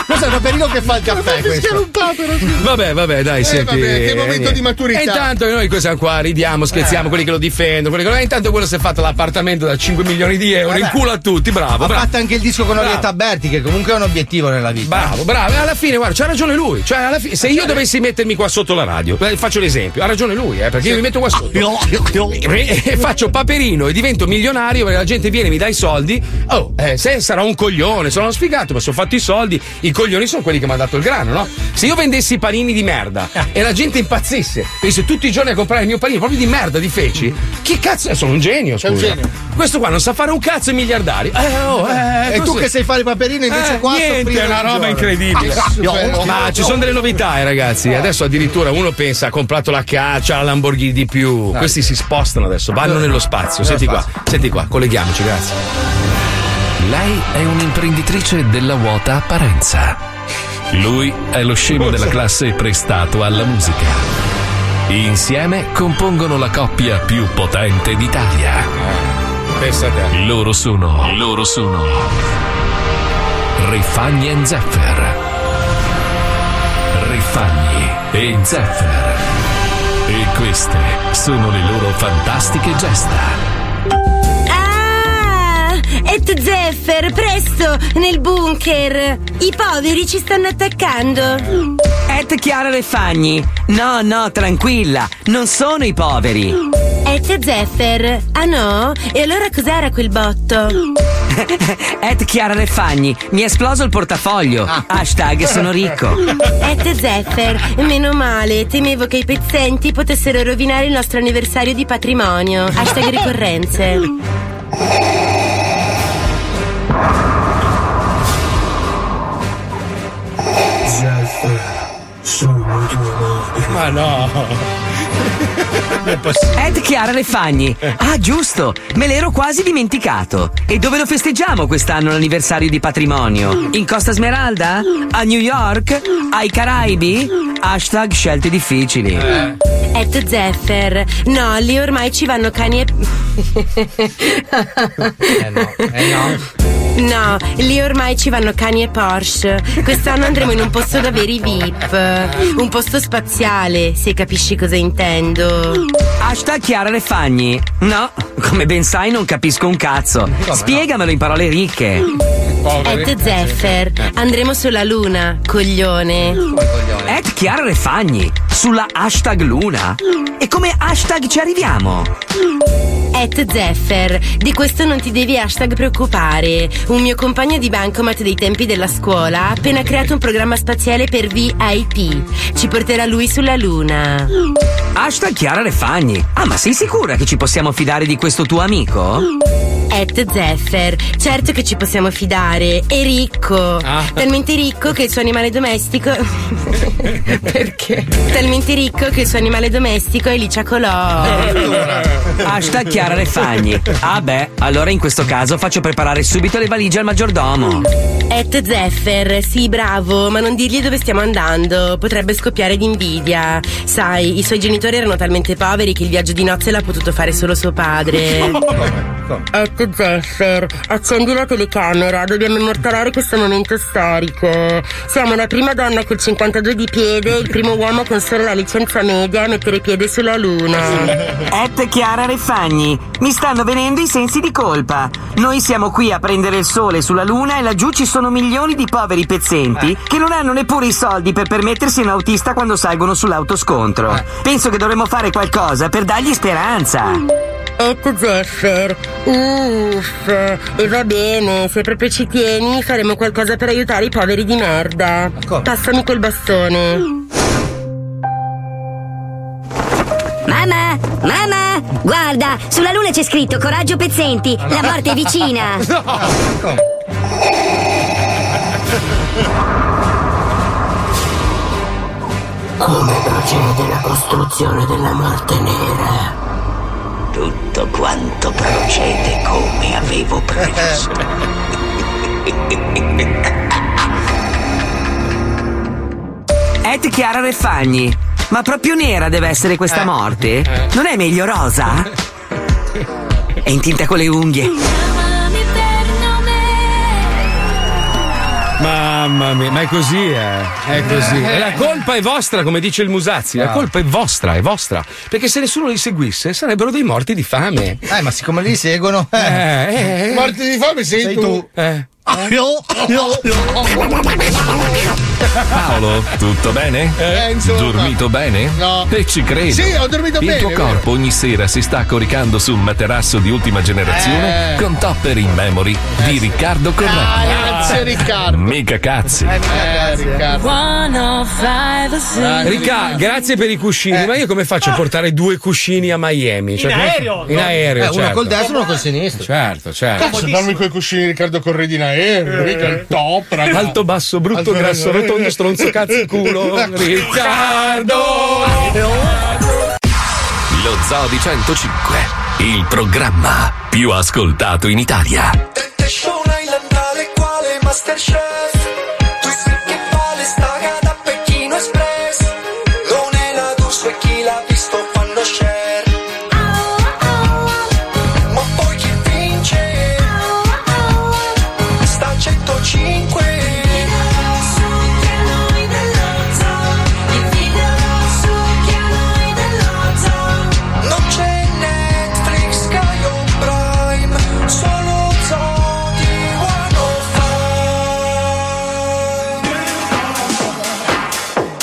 [SPEAKER 4] Questo è il Paperino che fa il caffè.
[SPEAKER 3] Fischiare un papero. scusa.
[SPEAKER 2] Vabbè, vabbè, dai,
[SPEAKER 3] Eh,
[SPEAKER 2] senti.
[SPEAKER 3] vabbè, che momento
[SPEAKER 2] niente.
[SPEAKER 3] di maturità. Eh.
[SPEAKER 2] E intanto noi cosa qua ridiamo, scherziamo, quelli che lo difendono, quelli che lo. E intanto quello si è fatto l'appartamento da 5 milioni di
[SPEAKER 3] Eh
[SPEAKER 2] euro, in
[SPEAKER 4] Vabbè.
[SPEAKER 2] culo a tutti, bravo,
[SPEAKER 4] Ha
[SPEAKER 2] bravo.
[SPEAKER 4] fatto anche il disco con
[SPEAKER 2] Bravo.
[SPEAKER 4] Orietta Berti, che comunque è un obiettivo nella vita.
[SPEAKER 2] Bravo, bravo, e alla fine, guarda, c'ha ragione lui. Cioè, alla fine, se io dovessi mettermi qua sotto la radio, eh, faccio l'esempio, ha ragione lui, eh, perché io mi metto qua sotto e e faccio paperino e divento milionario perché la gente viene e mi dà i soldi. Oh, eh, se sarò un coglione, sarò uno sfigato, ma sono fatto i soldi, i coglioni sono quelli che mi hanno dato il grano, no? Se io vendessi i panini di merda e la gente impazzisse, venisse tutti i giorni a comprare il mio panino proprio di merda, di feci, che cazzo, eh, sono un genio, scusa.
[SPEAKER 4] un genio.
[SPEAKER 2] Questo qua non sa fare un cazzo è miliardario. Eh, oh, eh,
[SPEAKER 4] e tu
[SPEAKER 2] così.
[SPEAKER 4] che sai fare Paperino invece
[SPEAKER 2] Eh,
[SPEAKER 4] qua
[SPEAKER 2] niente,
[SPEAKER 4] soffrire
[SPEAKER 2] è una
[SPEAKER 4] ogni
[SPEAKER 2] roba
[SPEAKER 4] giorno.
[SPEAKER 2] incredibile.
[SPEAKER 4] Ah, super.
[SPEAKER 2] Ma ci sono delle novità, eh, ragazzi. Adesso addirittura uno pensa ha comprato la caccia, la Lamborghini di più. Questi si spostano adesso, vanno nello spazio. Senti qua, senti qua, colleghiamoci, grazie.
[SPEAKER 1] Lei è un'imprenditrice della vuota apparenza. Lui è lo scemo della classe prestato alla musica. Insieme compongono la coppia più potente d'Italia. Loro sono. Loro sono. Rifagni e Zeffer. Rifagni e Zeffer. E queste sono le loro fantastiche gesta.
[SPEAKER 10] Ah! Et Zeffer, presto, nel bunker! I poveri ci stanno attaccando!
[SPEAKER 11] Et Chiara Refagni. No, no, tranquilla, non sono i poveri. (laughs)
[SPEAKER 10] Et Zeffer! Ah no? E allora cos'era quel botto?
[SPEAKER 11] Et Chiara Refagni, mi è esploso il portafoglio. Hashtag sono ricco.
[SPEAKER 10] Et Zeffer, meno male, temevo che i pezzenti potessero rovinare il nostro anniversario di patrimonio. Hashtag ricorrenze.
[SPEAKER 2] Ma no.
[SPEAKER 11] Ed Chiara Refagni. Ah, giusto, me l'ero quasi dimenticato. E dove lo festeggiamo quest'anno l'anniversario di patrimonio? In Costa Smeralda? A New York? Ai Caraibi? Hashtag scelte difficili.
[SPEAKER 10] Et Zeffer, no, lì ormai ci vanno cani e. No, lì ormai ci vanno cani e Porsche. Quest'anno andremo in un posto da veri VIP. Un posto spaziale, se capisci cosa intendo.
[SPEAKER 11] Hashtag Chiara Refagni. No, come ben sai non capisco un cazzo. Spiegamelo in parole ricche.
[SPEAKER 10] Et Zeffer, andremo sulla luna, coglione.
[SPEAKER 11] Eh, Ed Chiara Refagni. Sulla hashtag Luna. E come hashtag ci arriviamo?
[SPEAKER 10] at Zeffer. Di questo non ti devi hashtag preoccupare. Un mio compagno di bancomat dei tempi della scuola ha appena creato un programma spaziale per VIP. Ci porterà lui sulla Luna.
[SPEAKER 19] Hashtag Chiara Refagni. Ah, ma sei sicura che ci possiamo fidare di questo tuo amico?
[SPEAKER 10] At Zeffer, certo che ci possiamo fidare, è ricco. Talmente ricco che il suo animale domestico. Perché? Talmente ricco che il suo animale domestico è l'Iciacolò.
[SPEAKER 19] Hashtag Chiara Refagni. Ah beh, allora in questo caso faccio preparare subito le valigie al maggiordomo.
[SPEAKER 10] At Zeffer, sì, bravo, ma non dirgli dove stiamo andando, potrebbe scoppiare di invidia. Sai, i suoi genitori erano talmente poveri che il viaggio di nozze l'ha potuto fare solo suo padre.
[SPEAKER 2] Eh,
[SPEAKER 9] Ecco Zeffer, accendi la telecamera, dobbiamo immortalare questo momento storico. Siamo la prima donna col 52 di piede e il primo uomo con solo la licenza media a mettere piede sulla luna.
[SPEAKER 11] Ette Chiara Refagni, mi stanno venendo i sensi di colpa. Noi siamo qui a prendere il sole sulla luna e laggiù ci sono milioni di poveri pezzenti che non hanno neppure i soldi per permettersi un autista quando salgono sull'autoscontro. Penso che dovremmo fare qualcosa per dargli speranza.
[SPEAKER 9] Ecco Zeffer, uff, e va bene, se proprio ci tieni faremo qualcosa per aiutare i poveri di merda. Passami quel bastone.
[SPEAKER 20] Mamma, mamma, guarda, sulla luna c'è scritto coraggio pezzenti, la morte è vicina.
[SPEAKER 21] Come procede la costruzione della morte nera? Tutto quanto procede come avevo previsto.
[SPEAKER 11] Ed Chiara Refagni. Ma proprio nera deve essere questa
[SPEAKER 4] Eh.
[SPEAKER 11] morte? Non è
[SPEAKER 4] (laughs)
[SPEAKER 11] meglio rosa? È intinta con le unghie.
[SPEAKER 2] Mamma mia, ma è così, eh. È così. E la colpa è vostra, come dice il Musazzi. La
[SPEAKER 4] Ah.
[SPEAKER 2] colpa è vostra, è vostra. Perché se nessuno li seguisse sarebbero dei morti di fame.
[SPEAKER 4] Eh, ma siccome li seguono. Eh,
[SPEAKER 2] eh, eh.
[SPEAKER 4] Morti di fame sei, tu.
[SPEAKER 2] Eh.
[SPEAKER 1] Paolo, tutto bene?
[SPEAKER 3] Eh, insomma.
[SPEAKER 1] Dormito bene?
[SPEAKER 3] No.
[SPEAKER 1] E ci credo.
[SPEAKER 3] Sì, ho dormito
[SPEAKER 1] Il
[SPEAKER 3] bene,
[SPEAKER 1] tuo
[SPEAKER 3] è
[SPEAKER 1] corpo ogni sera si sta coricando su un materasso di ultima generazione
[SPEAKER 3] Eh. Ah,
[SPEAKER 1] con topper in memory di Riccardo Corrado.
[SPEAKER 3] Grazie Riccardo.
[SPEAKER 1] Mica cazzi.
[SPEAKER 3] Eh, Riccardo.
[SPEAKER 2] Ricca, grazie per i cuscini,
[SPEAKER 4] Eh.
[SPEAKER 2] ma io come faccio a
[SPEAKER 4] Ah.
[SPEAKER 2] portare due cuscini a Miami? Cioè, come- In aereo,
[SPEAKER 4] Eh, uno
[SPEAKER 2] certo.
[SPEAKER 4] col destro e uno col sinistro.
[SPEAKER 2] Certo, certo.
[SPEAKER 3] Cazzo, dammi quei cuscini Riccardo Corredi in aereo, mica il top, raga.
[SPEAKER 2] Alto, basso, brutto,
[SPEAKER 3] Alto,
[SPEAKER 2] grasso,
[SPEAKER 3] raga.
[SPEAKER 2] rotondo, stronzo, cazzo, culo.
[SPEAKER 1] Lo Zoo di 105, il programma più ascoltato in Italia.
[SPEAKER 5] Dente show nailandale quale Masterchef Tu si che vale sta da Pechino Express Non è la d'uso e chi l'ha visto fanno share Ma poi chi vince Sta a 105 Non c'è Netflix, Sky o Prime, solo Zoo di 105.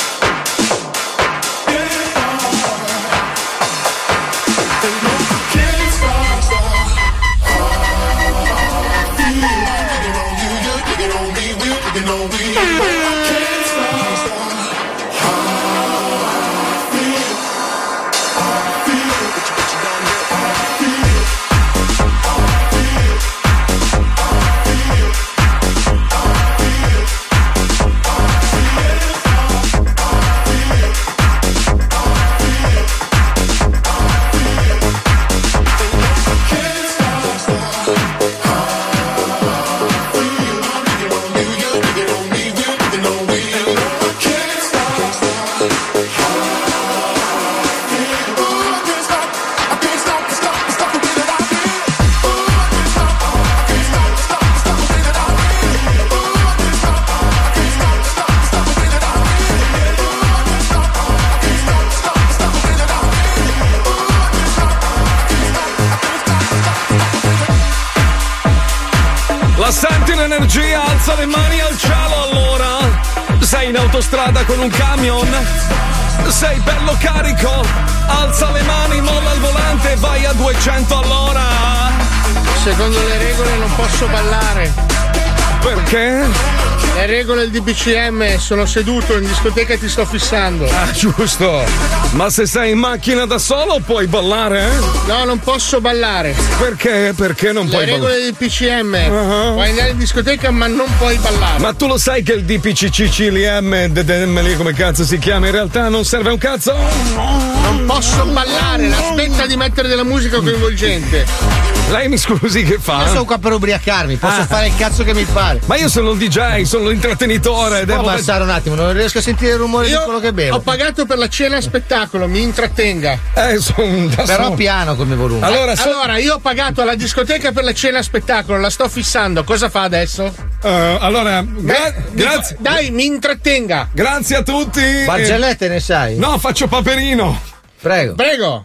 [SPEAKER 2] La senti l'energia, alza le mani al cielo allora. Sei in autostrada con un camion. Sei bello carico. alza le mani, molla il volante, vai a 200 all'ora.
[SPEAKER 3] Secondo le regole non posso ballare.
[SPEAKER 2] Perché?
[SPEAKER 3] Le regole del DPCM sono seduto in discoteca e ti sto fissando.
[SPEAKER 2] Ah, giusto. Ma se sei in macchina da solo puoi ballare? eh?
[SPEAKER 3] No, non posso ballare.
[SPEAKER 2] Perché? Perché non
[SPEAKER 3] Le
[SPEAKER 2] puoi
[SPEAKER 3] regole
[SPEAKER 2] ballare?
[SPEAKER 3] del PCM.
[SPEAKER 2] Uh-huh.
[SPEAKER 3] Puoi andare in discoteca ma non puoi ballare.
[SPEAKER 2] Ma tu lo sai che il DPCCCLM, DDM lì come cazzo si chiama, in realtà non serve a un cazzo?
[SPEAKER 3] Non posso ballare, la smetta di mettere della musica coinvolgente.
[SPEAKER 2] Lei mi scusi che fa?
[SPEAKER 4] Io sono qua per ubriacarmi, posso
[SPEAKER 2] Ah.
[SPEAKER 4] fare il cazzo che mi pare.
[SPEAKER 2] Ma io sono il DJ, sono l'intrattenitore,
[SPEAKER 4] Può
[SPEAKER 2] devo
[SPEAKER 4] abbassare un attimo, non riesco a sentire il rumore di quello che bevo.
[SPEAKER 3] Ho pagato per la cena a spettacolo, mi intrattenga.
[SPEAKER 2] Eh,
[SPEAKER 4] Però piano come volume.
[SPEAKER 3] Allora, io ho pagato alla discoteca per la cena a spettacolo, la sto fissando, cosa fa adesso?
[SPEAKER 2] Eh, allora,
[SPEAKER 3] grazie. Dai, mi intrattenga.
[SPEAKER 2] Grazie a tutti.
[SPEAKER 4] Barzellette ne sai?
[SPEAKER 2] No, faccio Paperino.
[SPEAKER 4] Prego.
[SPEAKER 3] Prego.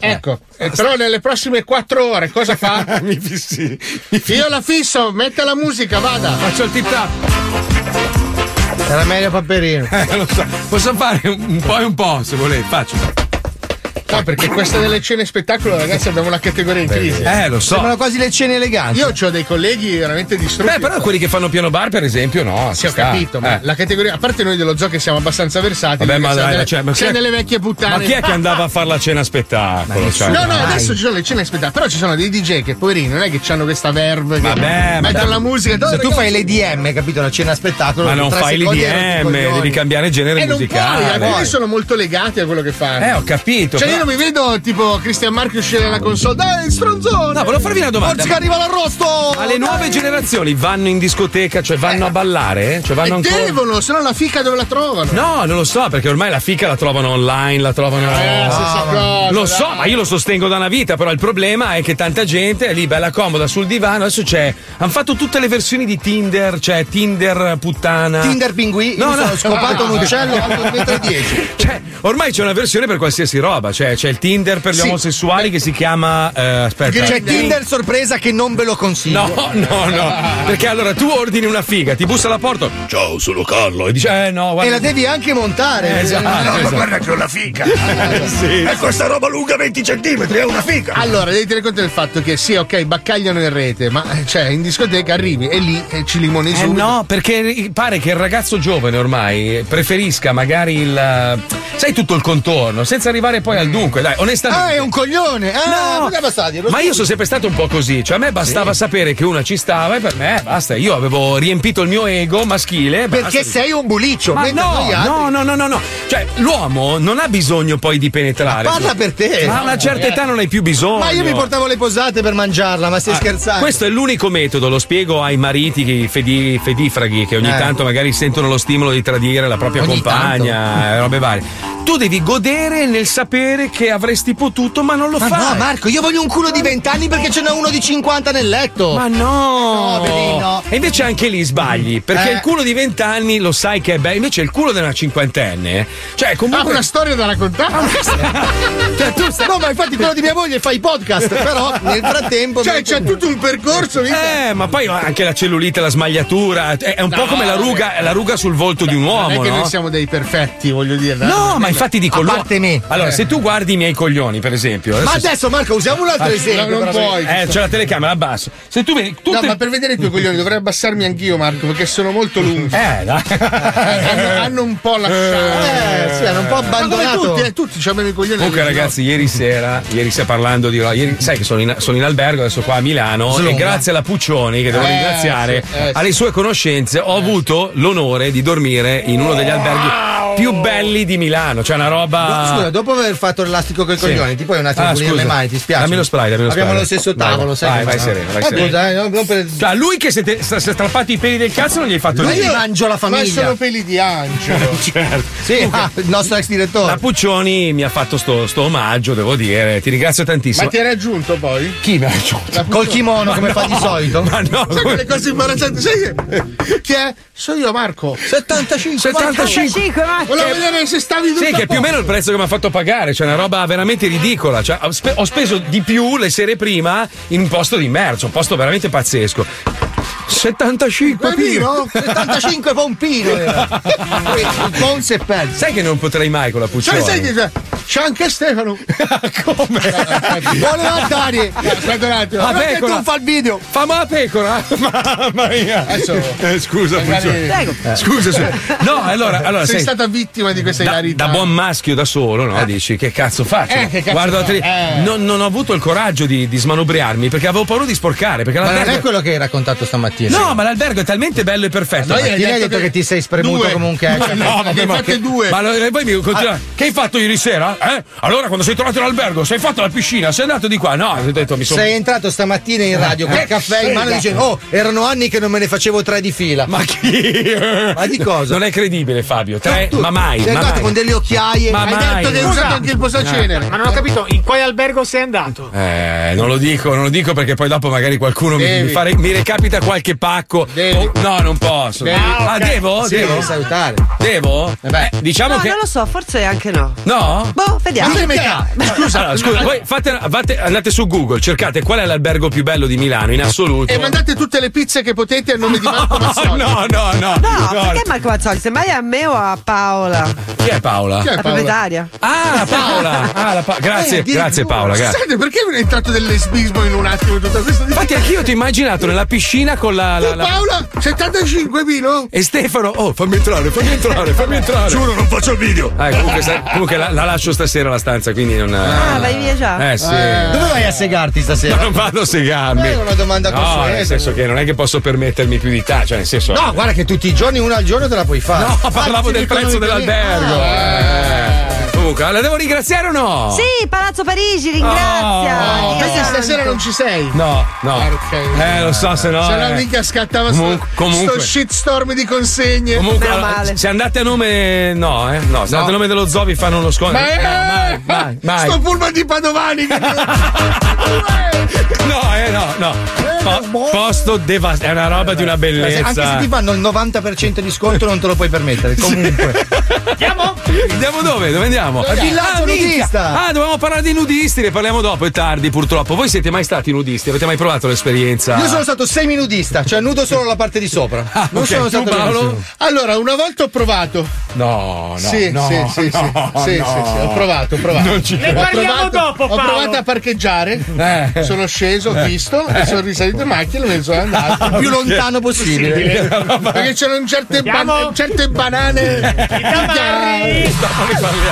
[SPEAKER 3] Ecco, eh, però nelle prossime quattro ore cosa fa?
[SPEAKER 2] (laughs) mi fissi.
[SPEAKER 3] Io la fisso, metta la musica, vada.
[SPEAKER 2] Faccio il tip tap.
[SPEAKER 4] Era meglio Paperino.
[SPEAKER 2] (laughs) Eh, lo so. Posso fare un un po' e un po', se volete, faccio.
[SPEAKER 3] No, perché questa delle cene spettacolo, ragazzi, abbiamo una categoria in crisi.
[SPEAKER 2] Eh, lo so. Sembrano
[SPEAKER 4] quasi le cene eleganti.
[SPEAKER 3] Io ho dei colleghi veramente distrutti.
[SPEAKER 2] Beh, però quelli che fanno piano bar, per esempio, no. Eh.
[SPEAKER 3] Sì, ho capito, ma la categoria. A parte noi dello zoo che siamo abbastanza versati.
[SPEAKER 2] Vabbè,
[SPEAKER 3] perché
[SPEAKER 2] ma
[SPEAKER 3] siamo
[SPEAKER 2] dai,
[SPEAKER 3] delle-
[SPEAKER 2] cioè, ma chi
[SPEAKER 3] siamo
[SPEAKER 2] è-
[SPEAKER 3] delle vecchie puttane.
[SPEAKER 2] Ma chi è
[SPEAKER 3] (laughs)
[SPEAKER 2] che andava a fare la cena a spettacolo? cioè?
[SPEAKER 3] No, no, adesso ci sono le cene spettacolo. Però ci sono dei DJ che poverini non è che hanno questa verve. che
[SPEAKER 2] Vabbè, ma
[SPEAKER 3] mettono
[SPEAKER 2] dai.
[SPEAKER 3] la musica.
[SPEAKER 4] Se tu fai le DM, capito? La cena a spettacolo.
[SPEAKER 2] Ma
[SPEAKER 4] in
[SPEAKER 2] non
[SPEAKER 4] tre
[SPEAKER 2] fai
[SPEAKER 4] secondi ero tutti
[SPEAKER 2] l'IDM,
[SPEAKER 4] coglioni.
[SPEAKER 2] eh, devi cambiare genere
[SPEAKER 3] E Eh, non
[SPEAKER 2] musicale.
[SPEAKER 3] puoi, alcuni sono molto legati a quello che fanno.
[SPEAKER 2] Eh, ho capito.
[SPEAKER 3] Cioè,
[SPEAKER 2] però-
[SPEAKER 3] io non mi vedo tipo Cristian Marchi uscire dalla console. Dai, stronzone!
[SPEAKER 2] No, volevo farvi una domanda.
[SPEAKER 3] Forza, che arriva l'arrosto!
[SPEAKER 2] Ma le nuove
[SPEAKER 3] Dai!
[SPEAKER 2] generazioni vanno in discoteca, cioè vanno a ballare? Cioè vanno
[SPEAKER 3] E
[SPEAKER 2] ancora.
[SPEAKER 3] devono, se no la fica dove la trovano?
[SPEAKER 2] No, non lo so, perché ormai la fica la trovano online, la trovano.
[SPEAKER 3] Eh, la stessa
[SPEAKER 2] No,
[SPEAKER 3] cosa,
[SPEAKER 2] Lo
[SPEAKER 3] dai.
[SPEAKER 2] so, ma io lo sostengo da una vita, però il problema è che tanta gente è lì bella comoda sul divano, adesso c'è. Hanno fatto tutte le versioni di Tinder, cioè Tinder puttana.
[SPEAKER 4] Tinder pinguì,
[SPEAKER 2] No,
[SPEAKER 4] io mi
[SPEAKER 2] no.
[SPEAKER 4] sono scopato un (laughs) uccello alto 1,10 m.
[SPEAKER 2] Cioè, ormai c'è una versione per qualsiasi roba, cioè c'è il Tinder per gli
[SPEAKER 4] Sì.
[SPEAKER 2] omosessuali che si chiama. eh, aspetta.
[SPEAKER 4] C'è Tinder sorpresa che non ve lo consiglio.
[SPEAKER 2] No, no, no. Perché allora tu ordini una figa, ti bussa alla porta. Ciao, sono Carlo. E dice, eh no, guarda.
[SPEAKER 4] E la devi anche montare.
[SPEAKER 2] Eh, esatto,
[SPEAKER 4] No,
[SPEAKER 2] esatto.
[SPEAKER 4] guarda
[SPEAKER 3] che ho la figa.
[SPEAKER 2] Sì.
[SPEAKER 3] E questa roba lunga 20 cm, è una figa. Allora, devi tenere conto del fatto che sì, ok, baccagliano in rete, ma eh, cioè in discoteca arrivi e lì eh, ci limoni
[SPEAKER 2] Eh
[SPEAKER 3] su.
[SPEAKER 2] no, perché pare che il ragazzo giovane ormai preferisca magari il. Sai tutto il contorno, senza arrivare poi al dunque, dai, onestamente.
[SPEAKER 4] Ah, è un coglione. Ah,
[SPEAKER 2] No.
[SPEAKER 4] no. passati,
[SPEAKER 2] Ma io sono sempre stato un po' così, cioè a me bastava sapere che una ci stava e per me basta, io avevo riempito il mio ego maschile.
[SPEAKER 4] Perché sei un buliccio,
[SPEAKER 2] Ma
[SPEAKER 4] mentre
[SPEAKER 2] no,
[SPEAKER 4] noi altri-
[SPEAKER 2] no, no, no, no, no. Cioè, l'uomo non ha bisogno poi di penetrare.
[SPEAKER 4] Ma parla per te.
[SPEAKER 2] Ma a una certa
[SPEAKER 4] Eh.
[SPEAKER 2] età non hai più bisogno.
[SPEAKER 4] Ma io mi portavo le posate per mangiarla, ma stai
[SPEAKER 2] Ah,
[SPEAKER 4] scherzando?
[SPEAKER 2] Questo è l'unico metodo, lo spiego ai mariti, che- i fedi- fedifraghi che ogni
[SPEAKER 4] Eh.
[SPEAKER 2] tanto magari sentono lo stimolo di tradire la propria
[SPEAKER 4] Ogni
[SPEAKER 2] compagna e robe varie. Tu devi godere nel sapere che avresti potuto, ma non lo
[SPEAKER 4] Ma
[SPEAKER 2] fai.
[SPEAKER 4] no, Marco, io voglio un culo di 20 anni perché ce n'è uno di 50 nel letto.
[SPEAKER 2] Ma no!
[SPEAKER 4] No, Belino.
[SPEAKER 2] Oh. E invece anche lì sbagli, perché
[SPEAKER 4] Eh.
[SPEAKER 2] il culo di 20 anni lo sai che è bello, invece il culo della cinquantenne, cioè comunque
[SPEAKER 3] Ha una storia da raccontare. (laughs)
[SPEAKER 4] Cioè, tu stai- No, ma infatti quello di mia moglie fa i podcast, però nel frattempo.
[SPEAKER 3] Cioè, c'è tutto un percorso.
[SPEAKER 2] Eh, ma poi anche la cellulite, la smagliatura, è è un
[SPEAKER 3] No,
[SPEAKER 2] po' come
[SPEAKER 4] eh.
[SPEAKER 2] la ruga, la ruga sul volto di un
[SPEAKER 3] Non è
[SPEAKER 2] uomo,
[SPEAKER 3] che
[SPEAKER 2] no?
[SPEAKER 3] noi siamo dei perfetti, voglio dire.
[SPEAKER 2] No, ma infatti dico l'uomo-
[SPEAKER 4] me.
[SPEAKER 2] Allora,
[SPEAKER 3] Eh.
[SPEAKER 2] se tu guardi i miei coglioni, per esempio,
[SPEAKER 4] Ma
[SPEAKER 2] adesso-
[SPEAKER 4] adesso, Marco, usiamo un altro
[SPEAKER 3] Ah,
[SPEAKER 4] esempio.
[SPEAKER 3] no, non
[SPEAKER 4] però.
[SPEAKER 3] puoi.
[SPEAKER 2] Eh, c'è la telecamera, abbasso. Se tu vedi.
[SPEAKER 3] No, ma per vedere i tuoi coglioni dovrei abbassarmi anch'io, Marco, perché sono molto lunghi.
[SPEAKER 2] Eh, dai.
[SPEAKER 3] (laughs) hanno, hanno un po' lasciato.
[SPEAKER 4] Eh, sì, hanno un po'
[SPEAKER 3] Ma come
[SPEAKER 4] abbandonato.
[SPEAKER 3] Tutti, eh, tutti ci abbiamo i coglioni.
[SPEAKER 2] Comunque ragazzi, ieri sera, ieri sera parlando di ieri, sai che sono in, sono in albergo adesso qua a Milano
[SPEAKER 4] Slonga.
[SPEAKER 2] e grazie alla Puccioni che devo
[SPEAKER 4] Eh,
[SPEAKER 2] ringraziare,
[SPEAKER 4] sì, eh, sì.
[SPEAKER 2] alle sue conoscenze ho avuto l'onore di dormire in uno degli alberghi più belli di Milano, cioè una roba
[SPEAKER 4] No, scusa, dopo aver fatto l'elastico con i
[SPEAKER 2] Sì.
[SPEAKER 4] coglioni, ti puoi un attimo
[SPEAKER 2] Ah,
[SPEAKER 4] pulire le
[SPEAKER 2] scusa.
[SPEAKER 4] mani, ti spiace?
[SPEAKER 2] Dammi lo spray, dammi lo
[SPEAKER 4] Abbiamo
[SPEAKER 2] spray.
[SPEAKER 4] lo stesso
[SPEAKER 2] Vai,
[SPEAKER 4] tavolo,
[SPEAKER 2] vai.
[SPEAKER 4] sai?
[SPEAKER 2] Vai,
[SPEAKER 4] come
[SPEAKER 2] vai
[SPEAKER 4] sarà.
[SPEAKER 2] sereno, vai
[SPEAKER 4] Eh,
[SPEAKER 2] sereno.
[SPEAKER 4] dai, no, non per-
[SPEAKER 2] Cioè, a lui che se te- sta- si è strappato i peli del cazzo non gli hai fatto
[SPEAKER 4] Ma io
[SPEAKER 2] niente.
[SPEAKER 4] mangio la
[SPEAKER 3] Ma
[SPEAKER 4] famiglia.
[SPEAKER 3] sono peli di (laughs) angelo.
[SPEAKER 2] Certo.
[SPEAKER 4] Sì,
[SPEAKER 2] Comunque,
[SPEAKER 4] ah, il nostro ex direttore.
[SPEAKER 2] La Puccioni mi ha fatto sto, sto omaggio, devo dire. Ti ringrazio tantissimo.
[SPEAKER 3] Ma ti hai raggiunto poi?
[SPEAKER 2] Chi mi ha raggiunto?
[SPEAKER 4] Col kimono,
[SPEAKER 2] Ma
[SPEAKER 4] come
[SPEAKER 2] no,
[SPEAKER 4] fa di
[SPEAKER 3] (laughs)
[SPEAKER 4] solito.
[SPEAKER 2] Ma no,
[SPEAKER 3] Sai quelle cose imbarazzanti? Sai che- chi è? Sono io Marco.
[SPEAKER 4] 75.
[SPEAKER 9] 75, ma
[SPEAKER 3] Volevo
[SPEAKER 9] che-
[SPEAKER 3] vedere se stavi tutto
[SPEAKER 2] Sì,
[SPEAKER 3] a
[SPEAKER 2] che è più o
[SPEAKER 3] posto.
[SPEAKER 2] meno il prezzo che mi ha fatto pagare, cioè una roba veramente ridicola. Cioè, ho, spe- ho speso di più le sere prima in un posto di merce, un posto veramente pazzesco. 75
[SPEAKER 4] Pino.
[SPEAKER 2] (laughs)
[SPEAKER 4] 75 pompino era.
[SPEAKER 2] Ponce Pez. Sai che non potrei mai con la
[SPEAKER 3] Cioè,
[SPEAKER 2] pucciola.
[SPEAKER 3] sai che c'è? C'è anche Stefano.
[SPEAKER 2] (laughs) Come?
[SPEAKER 3] Voleva
[SPEAKER 2] (laughs)
[SPEAKER 3] andare. Aspetta un attimo.
[SPEAKER 2] La
[SPEAKER 3] Ma perché
[SPEAKER 2] pecora.
[SPEAKER 3] tu fa il video?
[SPEAKER 2] Fammi la pecora. (laughs) Mamma mia.
[SPEAKER 3] Adesso.
[SPEAKER 2] Eh, scusa,
[SPEAKER 3] Magari-
[SPEAKER 2] pucciola.
[SPEAKER 3] Prego.
[SPEAKER 2] Eh. Scusa, scusa. No, allora, allora
[SPEAKER 3] sei
[SPEAKER 2] sai,
[SPEAKER 3] stata vittima di questa
[SPEAKER 2] da,
[SPEAKER 3] ilarità.
[SPEAKER 2] da buon maschio da solo, no? Dici Eh. che cazzo faccio?
[SPEAKER 3] Eh, che cazzo
[SPEAKER 2] Guardo la
[SPEAKER 3] fa-
[SPEAKER 2] tele-
[SPEAKER 3] eh.
[SPEAKER 2] non, non ho avuto il coraggio di, di smanobriarmi perché avevo paura di sporcare. Perché
[SPEAKER 7] Ma non
[SPEAKER 2] l'albergo-
[SPEAKER 7] è quello che hai raccontato stamattina.
[SPEAKER 2] No, ma l'albergo è talmente bello e perfetto.
[SPEAKER 7] Noi hai detto che- due.
[SPEAKER 2] Ma no, vabbè, ma che- Ma allora, e poi mi
[SPEAKER 7] Ah.
[SPEAKER 2] continuate- Che hai fatto ieri sera? Eh? Allora, quando sei tornato in albergo, sei fatto la piscina, sei andato di qua. No, ho detto mi sono. (laughs)
[SPEAKER 7] Sei entrato stamattina in radio col
[SPEAKER 2] Eh,
[SPEAKER 7] caffè in mano
[SPEAKER 2] sì,
[SPEAKER 7] e dice: Oh, erano anni che non me ne facevo tre di fila.
[SPEAKER 2] Ma chi?
[SPEAKER 7] Ma di cosa?
[SPEAKER 2] Non è credibile, Fabio. Tre, ma mai.
[SPEAKER 7] sei
[SPEAKER 2] ma
[SPEAKER 7] andato
[SPEAKER 2] mai.
[SPEAKER 7] con delle occhiaie.
[SPEAKER 2] Ma
[SPEAKER 7] Hai
[SPEAKER 2] mai.
[SPEAKER 7] detto che hai usato anche il
[SPEAKER 2] posacenere.
[SPEAKER 7] Eh.
[SPEAKER 22] Ma non ho capito, in quale albergo sei andato?
[SPEAKER 2] Eh, non lo dico, non lo dico perché poi dopo magari qualcuno mi,
[SPEAKER 22] Devi.
[SPEAKER 2] mi fare- mi recapita qualche pacco. Oh, no, non posso.
[SPEAKER 22] Devi.
[SPEAKER 2] Ah,
[SPEAKER 22] Ok.
[SPEAKER 2] devo?
[SPEAKER 9] Sì,
[SPEAKER 2] devo
[SPEAKER 9] devi
[SPEAKER 7] salutare.
[SPEAKER 2] Devo? Eh, diciamo
[SPEAKER 9] no,
[SPEAKER 2] che.
[SPEAKER 9] non lo so, forse anche no.
[SPEAKER 2] No?
[SPEAKER 9] Boh, vediamo.
[SPEAKER 2] Scusa, allora, scusa, voi fate- fate- andate su Google, cercate qual è l'albergo più bello di Milano in assoluto.
[SPEAKER 3] E mandate tutte le pizze che potete a nome di Marco
[SPEAKER 2] (laughs) No,
[SPEAKER 3] Mazzoni.
[SPEAKER 2] no, no, Ah, no.
[SPEAKER 9] No,
[SPEAKER 2] no.
[SPEAKER 9] perché Marco Mazzoli? Semmai a me o a Paola?
[SPEAKER 2] Chi è Paola?
[SPEAKER 9] La proprietaria.
[SPEAKER 2] Ah, Paola! Ah, la Pa- grazie, grazie Paola, grazie.
[SPEAKER 3] Senti, perché mi è entrato del lesbismo in un attimo tutta questa
[SPEAKER 2] Infatti anch'io ti ho immaginato nella piscina con la. la- la-
[SPEAKER 3] Paola, 75 Pino?
[SPEAKER 2] E Stefano, oh, fammi entrare, fammi entrare, fammi entrare.
[SPEAKER 3] Giuro, non faccio il video.
[SPEAKER 2] Eh, comunque, sta- comunque la, la lascio stasera la stanza, quindi non.
[SPEAKER 9] Ah, vai via già.
[SPEAKER 2] Eh sì.
[SPEAKER 7] Dove vai a segarti stasera?
[SPEAKER 2] Ma non (laughs) vado a segarmi.
[SPEAKER 7] È una domanda
[SPEAKER 2] No, eh,
[SPEAKER 7] consueta.
[SPEAKER 2] nel senso che non è che posso permettermi più di ta, cioè nel senso.
[SPEAKER 7] No, guarda che tutti i giorni, una al giorno te la puoi fare.
[SPEAKER 2] No, parlavo del prezzo dell'albergo.
[SPEAKER 7] Ah,
[SPEAKER 2] Eh. Comunque, la devo ringraziare o no?
[SPEAKER 9] Sì, Palazzo Parigi, ringrazia.
[SPEAKER 3] Oh, perché stasera non ci sei?
[SPEAKER 2] No, no. Eh, lo so, se no.
[SPEAKER 3] Se
[SPEAKER 2] eh.
[SPEAKER 3] no mica scattava
[SPEAKER 2] Comunque-
[SPEAKER 3] sto, sto
[SPEAKER 2] comunque.
[SPEAKER 3] shitstorm di consegne.
[SPEAKER 2] Comunque, allora, se andate a nome. No, eh. No, se andate a nome dello zoo vi fanno uno sconto.
[SPEAKER 3] Ma eh,
[SPEAKER 2] mai, mai.
[SPEAKER 3] sto pullman di Padovani.
[SPEAKER 23] (laughs)
[SPEAKER 3] che-
[SPEAKER 2] No, eh, no, no. Po- posto devastato. È una roba di una
[SPEAKER 7] Anche eh. se
[SPEAKER 2] Eh, bellezza.
[SPEAKER 7] ti fanno il 90% di sconto non te lo puoi
[SPEAKER 2] (laughs)
[SPEAKER 7] permettere. Comunque.
[SPEAKER 2] Andiamo dove? Dove andiamo?
[SPEAKER 7] Al villaggio
[SPEAKER 2] minchia!
[SPEAKER 7] nudista.
[SPEAKER 2] Ah, dovevamo parlare dei nudisti, ne parliamo dopo, è tardi purtroppo. Voi siete mai stati nudisti? Avete mai provato l'esperienza?
[SPEAKER 7] Io sono stato seminudista, cioè nudo solo la parte di sopra. non
[SPEAKER 2] Ah, ok.
[SPEAKER 7] sono
[SPEAKER 2] Tu,
[SPEAKER 7] stato
[SPEAKER 2] Paolo?
[SPEAKER 7] nudo.
[SPEAKER 3] Allora, una volta ho provato.
[SPEAKER 2] Oh, No, no.
[SPEAKER 3] sì,
[SPEAKER 2] no,
[SPEAKER 3] sì, sì, sì,
[SPEAKER 2] no,
[SPEAKER 3] sì, sì, sì,
[SPEAKER 2] no.
[SPEAKER 3] ho provato, ho provato.
[SPEAKER 2] Non ci
[SPEAKER 3] Ho
[SPEAKER 2] credo.
[SPEAKER 3] provato- Ho provato a parcheggiare,
[SPEAKER 2] Eh.
[SPEAKER 3] sono sceso, ho
[SPEAKER 2] Eh.
[SPEAKER 3] visto,
[SPEAKER 2] Eh.
[SPEAKER 3] e sono risalito in macchina e me ne sono andato.
[SPEAKER 2] (laughs)
[SPEAKER 7] Il più lontano possibile.
[SPEAKER 3] Perché c'erano certe, ban- certe banane.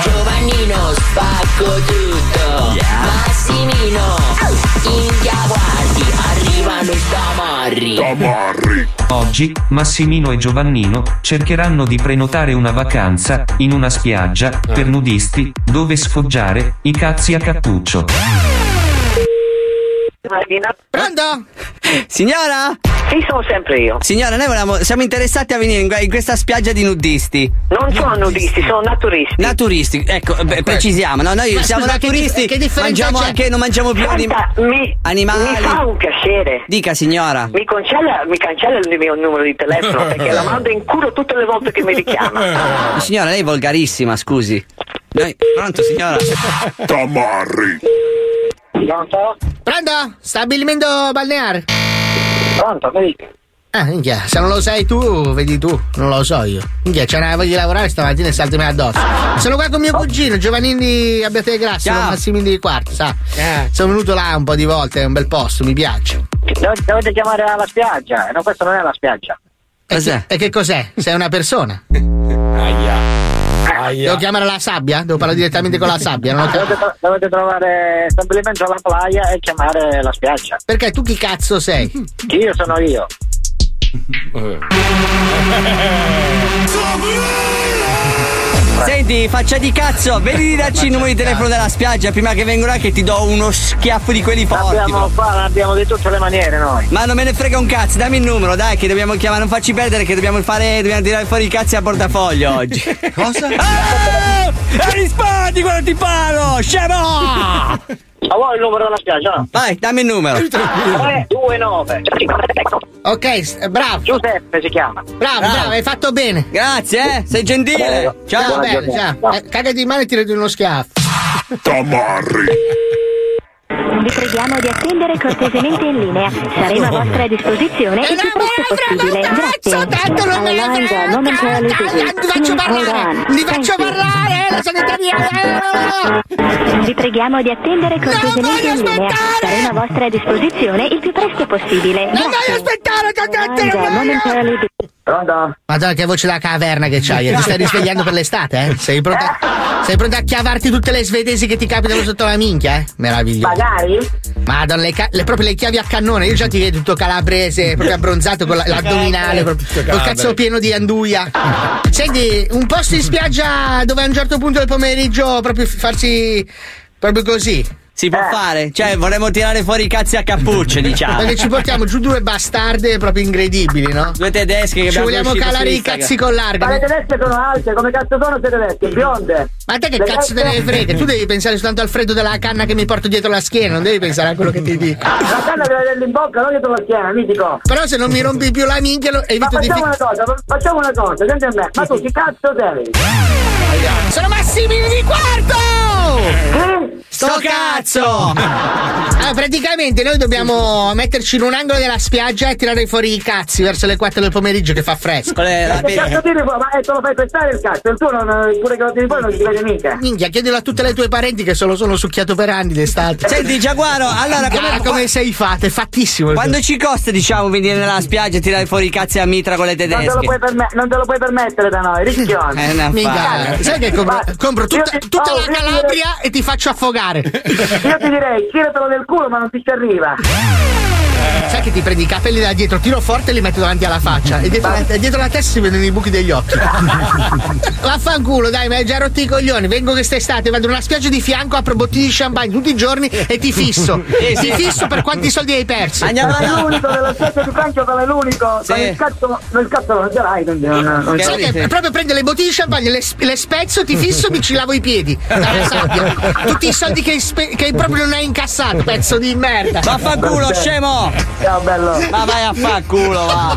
[SPEAKER 24] Giovannino spacco tutto Massimino India guardi Arrivano i tamarri
[SPEAKER 25] Oggi Massimino e Giovannino cercheranno di prenotare una vacanza in una spiaggia per nudisti dove sfoggiare i cazzi a cappuccio.
[SPEAKER 4] Pronto?
[SPEAKER 23] Signora?
[SPEAKER 4] Sì, sono sempre io.
[SPEAKER 23] Signora, noi volevamo- siamo interessati a venire in, in questa spiaggia di nudisti.
[SPEAKER 4] Non sono nudisti, sono naturisti.
[SPEAKER 23] Naturisti, ecco, beh,
[SPEAKER 4] precisiamo, no? Noi
[SPEAKER 23] Ma
[SPEAKER 4] siamo
[SPEAKER 23] scusa, che
[SPEAKER 4] naturisti,
[SPEAKER 23] dif- che differenza
[SPEAKER 4] mangiamo
[SPEAKER 23] c'è?
[SPEAKER 4] anche, non mangiamo più anim-
[SPEAKER 23] Senta,
[SPEAKER 4] animali.
[SPEAKER 23] mi fa un
[SPEAKER 4] piacere.
[SPEAKER 23] Dica signora.
[SPEAKER 4] Mi cancella, mi cancella il mio numero di
[SPEAKER 3] (laughs)
[SPEAKER 4] telefono perché la mando in culo tutte le volte che mi richiama.
[SPEAKER 23] Signora, lei è volgarissima, scusi. Noi- pronto signora?
[SPEAKER 4] Tamarri.
[SPEAKER 15] Pronto? Pronto? Stabilimento balneare.
[SPEAKER 4] Pronto, mi dica.
[SPEAKER 15] Ah, minchia, se non lo sai tu, vedi tu, non lo so io. Minchia, c'è una voglia di lavorare stamattina e saltami addosso. Sono qua con mio cugino, Giovannini Abbiate di Grasso,
[SPEAKER 4] Oh. Ciao. Eh.
[SPEAKER 15] Massimini di Quarto, sa. Sono venuto là un po' di volte, è un bel posto, mi piace.
[SPEAKER 4] Dov- dovete chiamare alla spiaggia. No, questa non è la spiaggia.
[SPEAKER 15] Cos'è? E che cos'è? Sei una persona?
[SPEAKER 4] (laughs) Aia.
[SPEAKER 15] Devo chiamare la sabbia? Devo parlare direttamente con la sabbia, non ho capito.
[SPEAKER 4] Dovete, tro- dovete trovare stabilimento alla playa e chiamare la spiaggia.
[SPEAKER 15] Perché tu chi cazzo sei?
[SPEAKER 4] Io sono io.
[SPEAKER 23] Senti, faccia di cazzo, vedi di darci il numero di telefono della spiaggia prima che vengo là che ti do uno schiaffo di quelli forti.
[SPEAKER 4] Abbiamo
[SPEAKER 23] proprio.
[SPEAKER 4] qua, abbiamo di tutte le maniere noi.
[SPEAKER 23] Ma non me ne frega un cazzo, dammi il numero, dai, che dobbiamo chiamare, non facci perdere che dobbiamo fare, dobbiamo tirare fuori i cazzi a portafoglio
[SPEAKER 15] (laughs)
[SPEAKER 23] oggi. (laughs)
[SPEAKER 4] (laughs)
[SPEAKER 23] Cosa? Ah! E rispondi quando ti parlo, scemo!
[SPEAKER 4] (laughs) Ma vuoi il numero della spiaggia? No?
[SPEAKER 23] Vai, dammi il numero.
[SPEAKER 4] 329.
[SPEAKER 15] Ok, s- eh, bravo.
[SPEAKER 4] Giuseppe si chiama.
[SPEAKER 15] Bravo, bravo, hai fatto bene.
[SPEAKER 23] Grazie, eh, sei gentile. Ciao.
[SPEAKER 15] Ciao, bello, ciao. Eh, Cagati in mano e tirati uno schiaffo.
[SPEAKER 4] Tamarri.
[SPEAKER 16] Vi preghiamo di attendere cortesemente in linea. Saremo a vostra disposizione il più presto possibile. Grazie. Tanto non me lo Vi faccio parlare! Vi faccio parlare! La
[SPEAKER 15] eh,
[SPEAKER 16] sanitaria! Vi preghiamo di attendere cortesemente in linea. Saremo a vostra disposizione il più presto possibile. Non voglio aspettare,
[SPEAKER 15] Pronto? Madonna, che voce da caverna che c'hai! eh. Ti stai risvegliando per l'estate, eh? Sei pronta, sei pronta a chiavarti tutte le svedesi che ti capitano sotto la minchia, eh? Meraviglioso. Magari? Madonna, le, ca- le- proprio le chiavi a cannone. Io già ti vedo tutto calabrese, proprio abbronzato con la- l'addominale, proprio,
[SPEAKER 3] Tutto
[SPEAKER 15] col
[SPEAKER 3] calabre.
[SPEAKER 15] cazzo pieno di anduia. Senti, un posto in spiaggia dove a un certo punto del pomeriggio proprio f- farsi. proprio così.
[SPEAKER 23] Si può fare, cioè vorremmo tirare fuori i cazzi a
[SPEAKER 15] (laughs)
[SPEAKER 23] cappucce, diciamo.
[SPEAKER 15] Perché ci portiamo giù due bastarde proprio ingredibili, no?
[SPEAKER 23] Due tedesche che
[SPEAKER 15] Ci vogliamo
[SPEAKER 23] abbiamo conosciuto su
[SPEAKER 15] calare i
[SPEAKER 23] Instagram.
[SPEAKER 15] cazzi con l'arco.
[SPEAKER 23] Ma le
[SPEAKER 15] tedesche sono alte, come cazzo sono se tedesche? Bionde. Ma te che
[SPEAKER 23] Le
[SPEAKER 15] cazzo te
[SPEAKER 23] tedesche-
[SPEAKER 15] ne frega? Tu devi pensare soltanto al freddo della canna che mi porto dietro la schiena, non devi pensare a quello che ti dico. La canna deve averla in bocca, non dietro la schiena, mitico. Però se non mi rompi più la minchia, lo evito di
[SPEAKER 5] facciamo
[SPEAKER 15] fi-
[SPEAKER 5] una cosa, facciamo una cosa, senti a me, ma tu chi cazzo sei?
[SPEAKER 15] Sono Massimiliano di
[SPEAKER 5] Eh?
[SPEAKER 15] quarto! Sto cazzo! Allora, praticamente noi dobbiamo metterci in un angolo della spiaggia e tirare fuori i cazzi verso le 4 del pomeriggio che fa fresco.
[SPEAKER 5] Ma che cazzo tiri fuori? Ma eh, te lo fai pestare il cazzo, il tuo non, eh, pure che lo tiri fuori non si vede mica.
[SPEAKER 15] Minchia, chiedilo a tutte le tue parenti che solo sono succhiato per anni d'estate.
[SPEAKER 23] Senti, Giaguaro, allora, come-
[SPEAKER 15] come, come sei fatta? È fattissimo.
[SPEAKER 23] Quando ci costa, diciamo, venire nella spiaggia e tirare fuori i cazzi a mitra con le
[SPEAKER 5] Non te, lo puoi
[SPEAKER 23] tedesche?
[SPEAKER 5] perme- non te lo puoi permettere da noi, rischione.
[SPEAKER 23] (laughs) Eh, una Minchia, falla.
[SPEAKER 15] sai che compro, compro tutta, tutta
[SPEAKER 5] oh,
[SPEAKER 15] la
[SPEAKER 5] io ti
[SPEAKER 15] Calabria e ti faccio affogare.
[SPEAKER 5] Io ti direi, tiratelo nel culo ma non ti ci arriva.
[SPEAKER 15] Sai che ti prendi i capelli da dietro, tiro forte e li metto davanti alla faccia. E dietro, e dietro la testa si vedono i buchi degli
[SPEAKER 5] (laughs)
[SPEAKER 15] occhi. Vaffanculo, dai, mi hai già rotto i coglioni. Vengo quest'estate, vado nella spiaggia di fianco, apro botti di champagne tutti i giorni e ti fisso.
[SPEAKER 23] Eh,
[SPEAKER 5] Sì, sì.
[SPEAKER 15] Ti fisso per quanti soldi hai perso.
[SPEAKER 5] Sei l'unico della specie di Francio, sei l'unico. Con il cazzo, con il cazzo non ce l'hai, quindi non, non, non
[SPEAKER 15] Sai che proprio prendo le bottiglie di champagne, le, le spezzo, ti fisso, mi ci lavo i piedi. Dalla sabbia. Tutti i soldi che, hai spe- che proprio non hai incassato, pezzo di merda.
[SPEAKER 23] Vaffanculo, scemo!
[SPEAKER 5] Ciao, bello!
[SPEAKER 23] Ma vai a fanculo, va!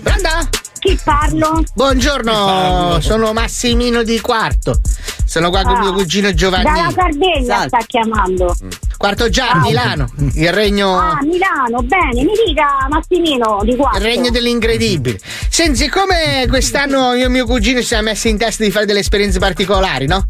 [SPEAKER 15] Pronto? Chi parlo? Buongiorno, sono Massimino di Quarto. Sono qua con mio cugino Giovanni. Mm.
[SPEAKER 13] Dalla Sardegna sta chiamando.
[SPEAKER 15] Quarto già, a
[SPEAKER 13] Ah.
[SPEAKER 15] Milano. Il regno.
[SPEAKER 13] Ah, Milano, bene, mi dica Massimino di qua.
[SPEAKER 15] Il regno dell'incredibile. Senti, siccome quest'anno io e mio cugino ci siamo messi in testa di fare delle esperienze particolari, no?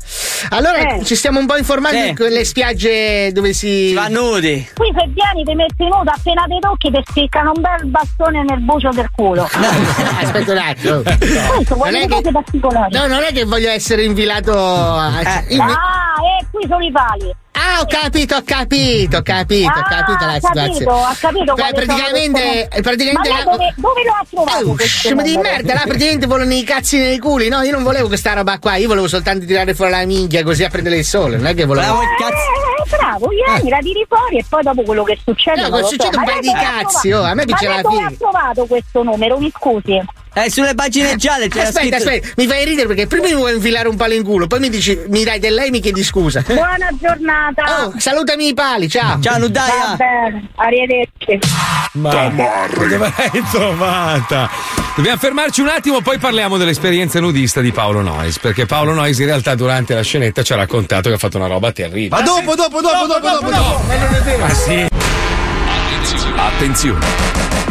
[SPEAKER 15] Allora
[SPEAKER 13] Eh.
[SPEAKER 15] ci stiamo un po' informando
[SPEAKER 23] Sì.
[SPEAKER 15] di quelle spiagge dove si.
[SPEAKER 23] Eh. Va nudi!
[SPEAKER 13] Qui se vieni ti metti nudo appena ti tocchi ti spiccano un bel bastone nel bucio del culo.
[SPEAKER 15] Ah, Aspetta un
[SPEAKER 23] (laughs)
[SPEAKER 15] attimo.
[SPEAKER 23] Eh,
[SPEAKER 13] Questo
[SPEAKER 15] Non
[SPEAKER 13] vuol
[SPEAKER 15] è
[SPEAKER 13] dire
[SPEAKER 15] che-
[SPEAKER 13] cose particolari.
[SPEAKER 15] No, non è che voglio essere invilato
[SPEAKER 23] Eh.
[SPEAKER 15] a. cioè, in-
[SPEAKER 13] Ah,
[SPEAKER 16] eh,
[SPEAKER 13] e qui sono i pali.
[SPEAKER 15] Ah, ho capito, ho capito, ho capito, ho
[SPEAKER 13] Ah,
[SPEAKER 15] capito la
[SPEAKER 13] ho
[SPEAKER 15] situazione.
[SPEAKER 13] capito, ho capito
[SPEAKER 15] Beh,
[SPEAKER 13] quali sono
[SPEAKER 15] praticamente,
[SPEAKER 13] queste-
[SPEAKER 15] praticamente
[SPEAKER 13] Ma lei dove- dove lo ha trovato
[SPEAKER 15] Eh,
[SPEAKER 13] questo
[SPEAKER 15] scemo di
[SPEAKER 13] numero?
[SPEAKER 15] merda, là praticamente volano i cazzi nei culi. No, io non volevo questa roba qua, io volevo soltanto tirare fuori la minchia così a prendere il sole, non è che volevo.
[SPEAKER 13] Eh, eh, bravo, Iani, la tiri fuori e poi dopo quello che succede.
[SPEAKER 15] Ah. No,
[SPEAKER 13] non lo
[SPEAKER 15] succede
[SPEAKER 13] so.
[SPEAKER 15] un
[SPEAKER 13] Ma
[SPEAKER 15] paio
[SPEAKER 13] lei
[SPEAKER 15] di
[SPEAKER 13] dove ha
[SPEAKER 15] cazzi,
[SPEAKER 13] trovato-
[SPEAKER 15] oh, a me piace
[SPEAKER 13] Ma
[SPEAKER 15] la
[SPEAKER 13] lei dove ha
[SPEAKER 15] fine.
[SPEAKER 13] trovato questo numero? Mi scusi.
[SPEAKER 23] Eh, sulle pagine gialle c'era
[SPEAKER 15] Aspetta,
[SPEAKER 23] scritto-
[SPEAKER 15] aspetta, mi fai ridere perché prima mi vuoi infilare un palo in culo, poi mi dici, mi dai del lei e mi chiedi scusa.
[SPEAKER 13] Buona giornata.
[SPEAKER 15] Oh, salutami i pali, ciao.
[SPEAKER 23] Ciao,
[SPEAKER 13] Va bene, arrivederci.
[SPEAKER 2] Dove l'hai trovata? Dobbiamo fermarci un attimo, poi parliamo dell'esperienza nudista di Paolo Noyes. Perché Paolo Noyes in realtà durante la scenetta ci ha raccontato che ha fatto una roba terribile.
[SPEAKER 1] Ma dopo, dopo, dopo, dopo, dopo,
[SPEAKER 7] Ah,
[SPEAKER 2] Ma sì.
[SPEAKER 1] Attenzione!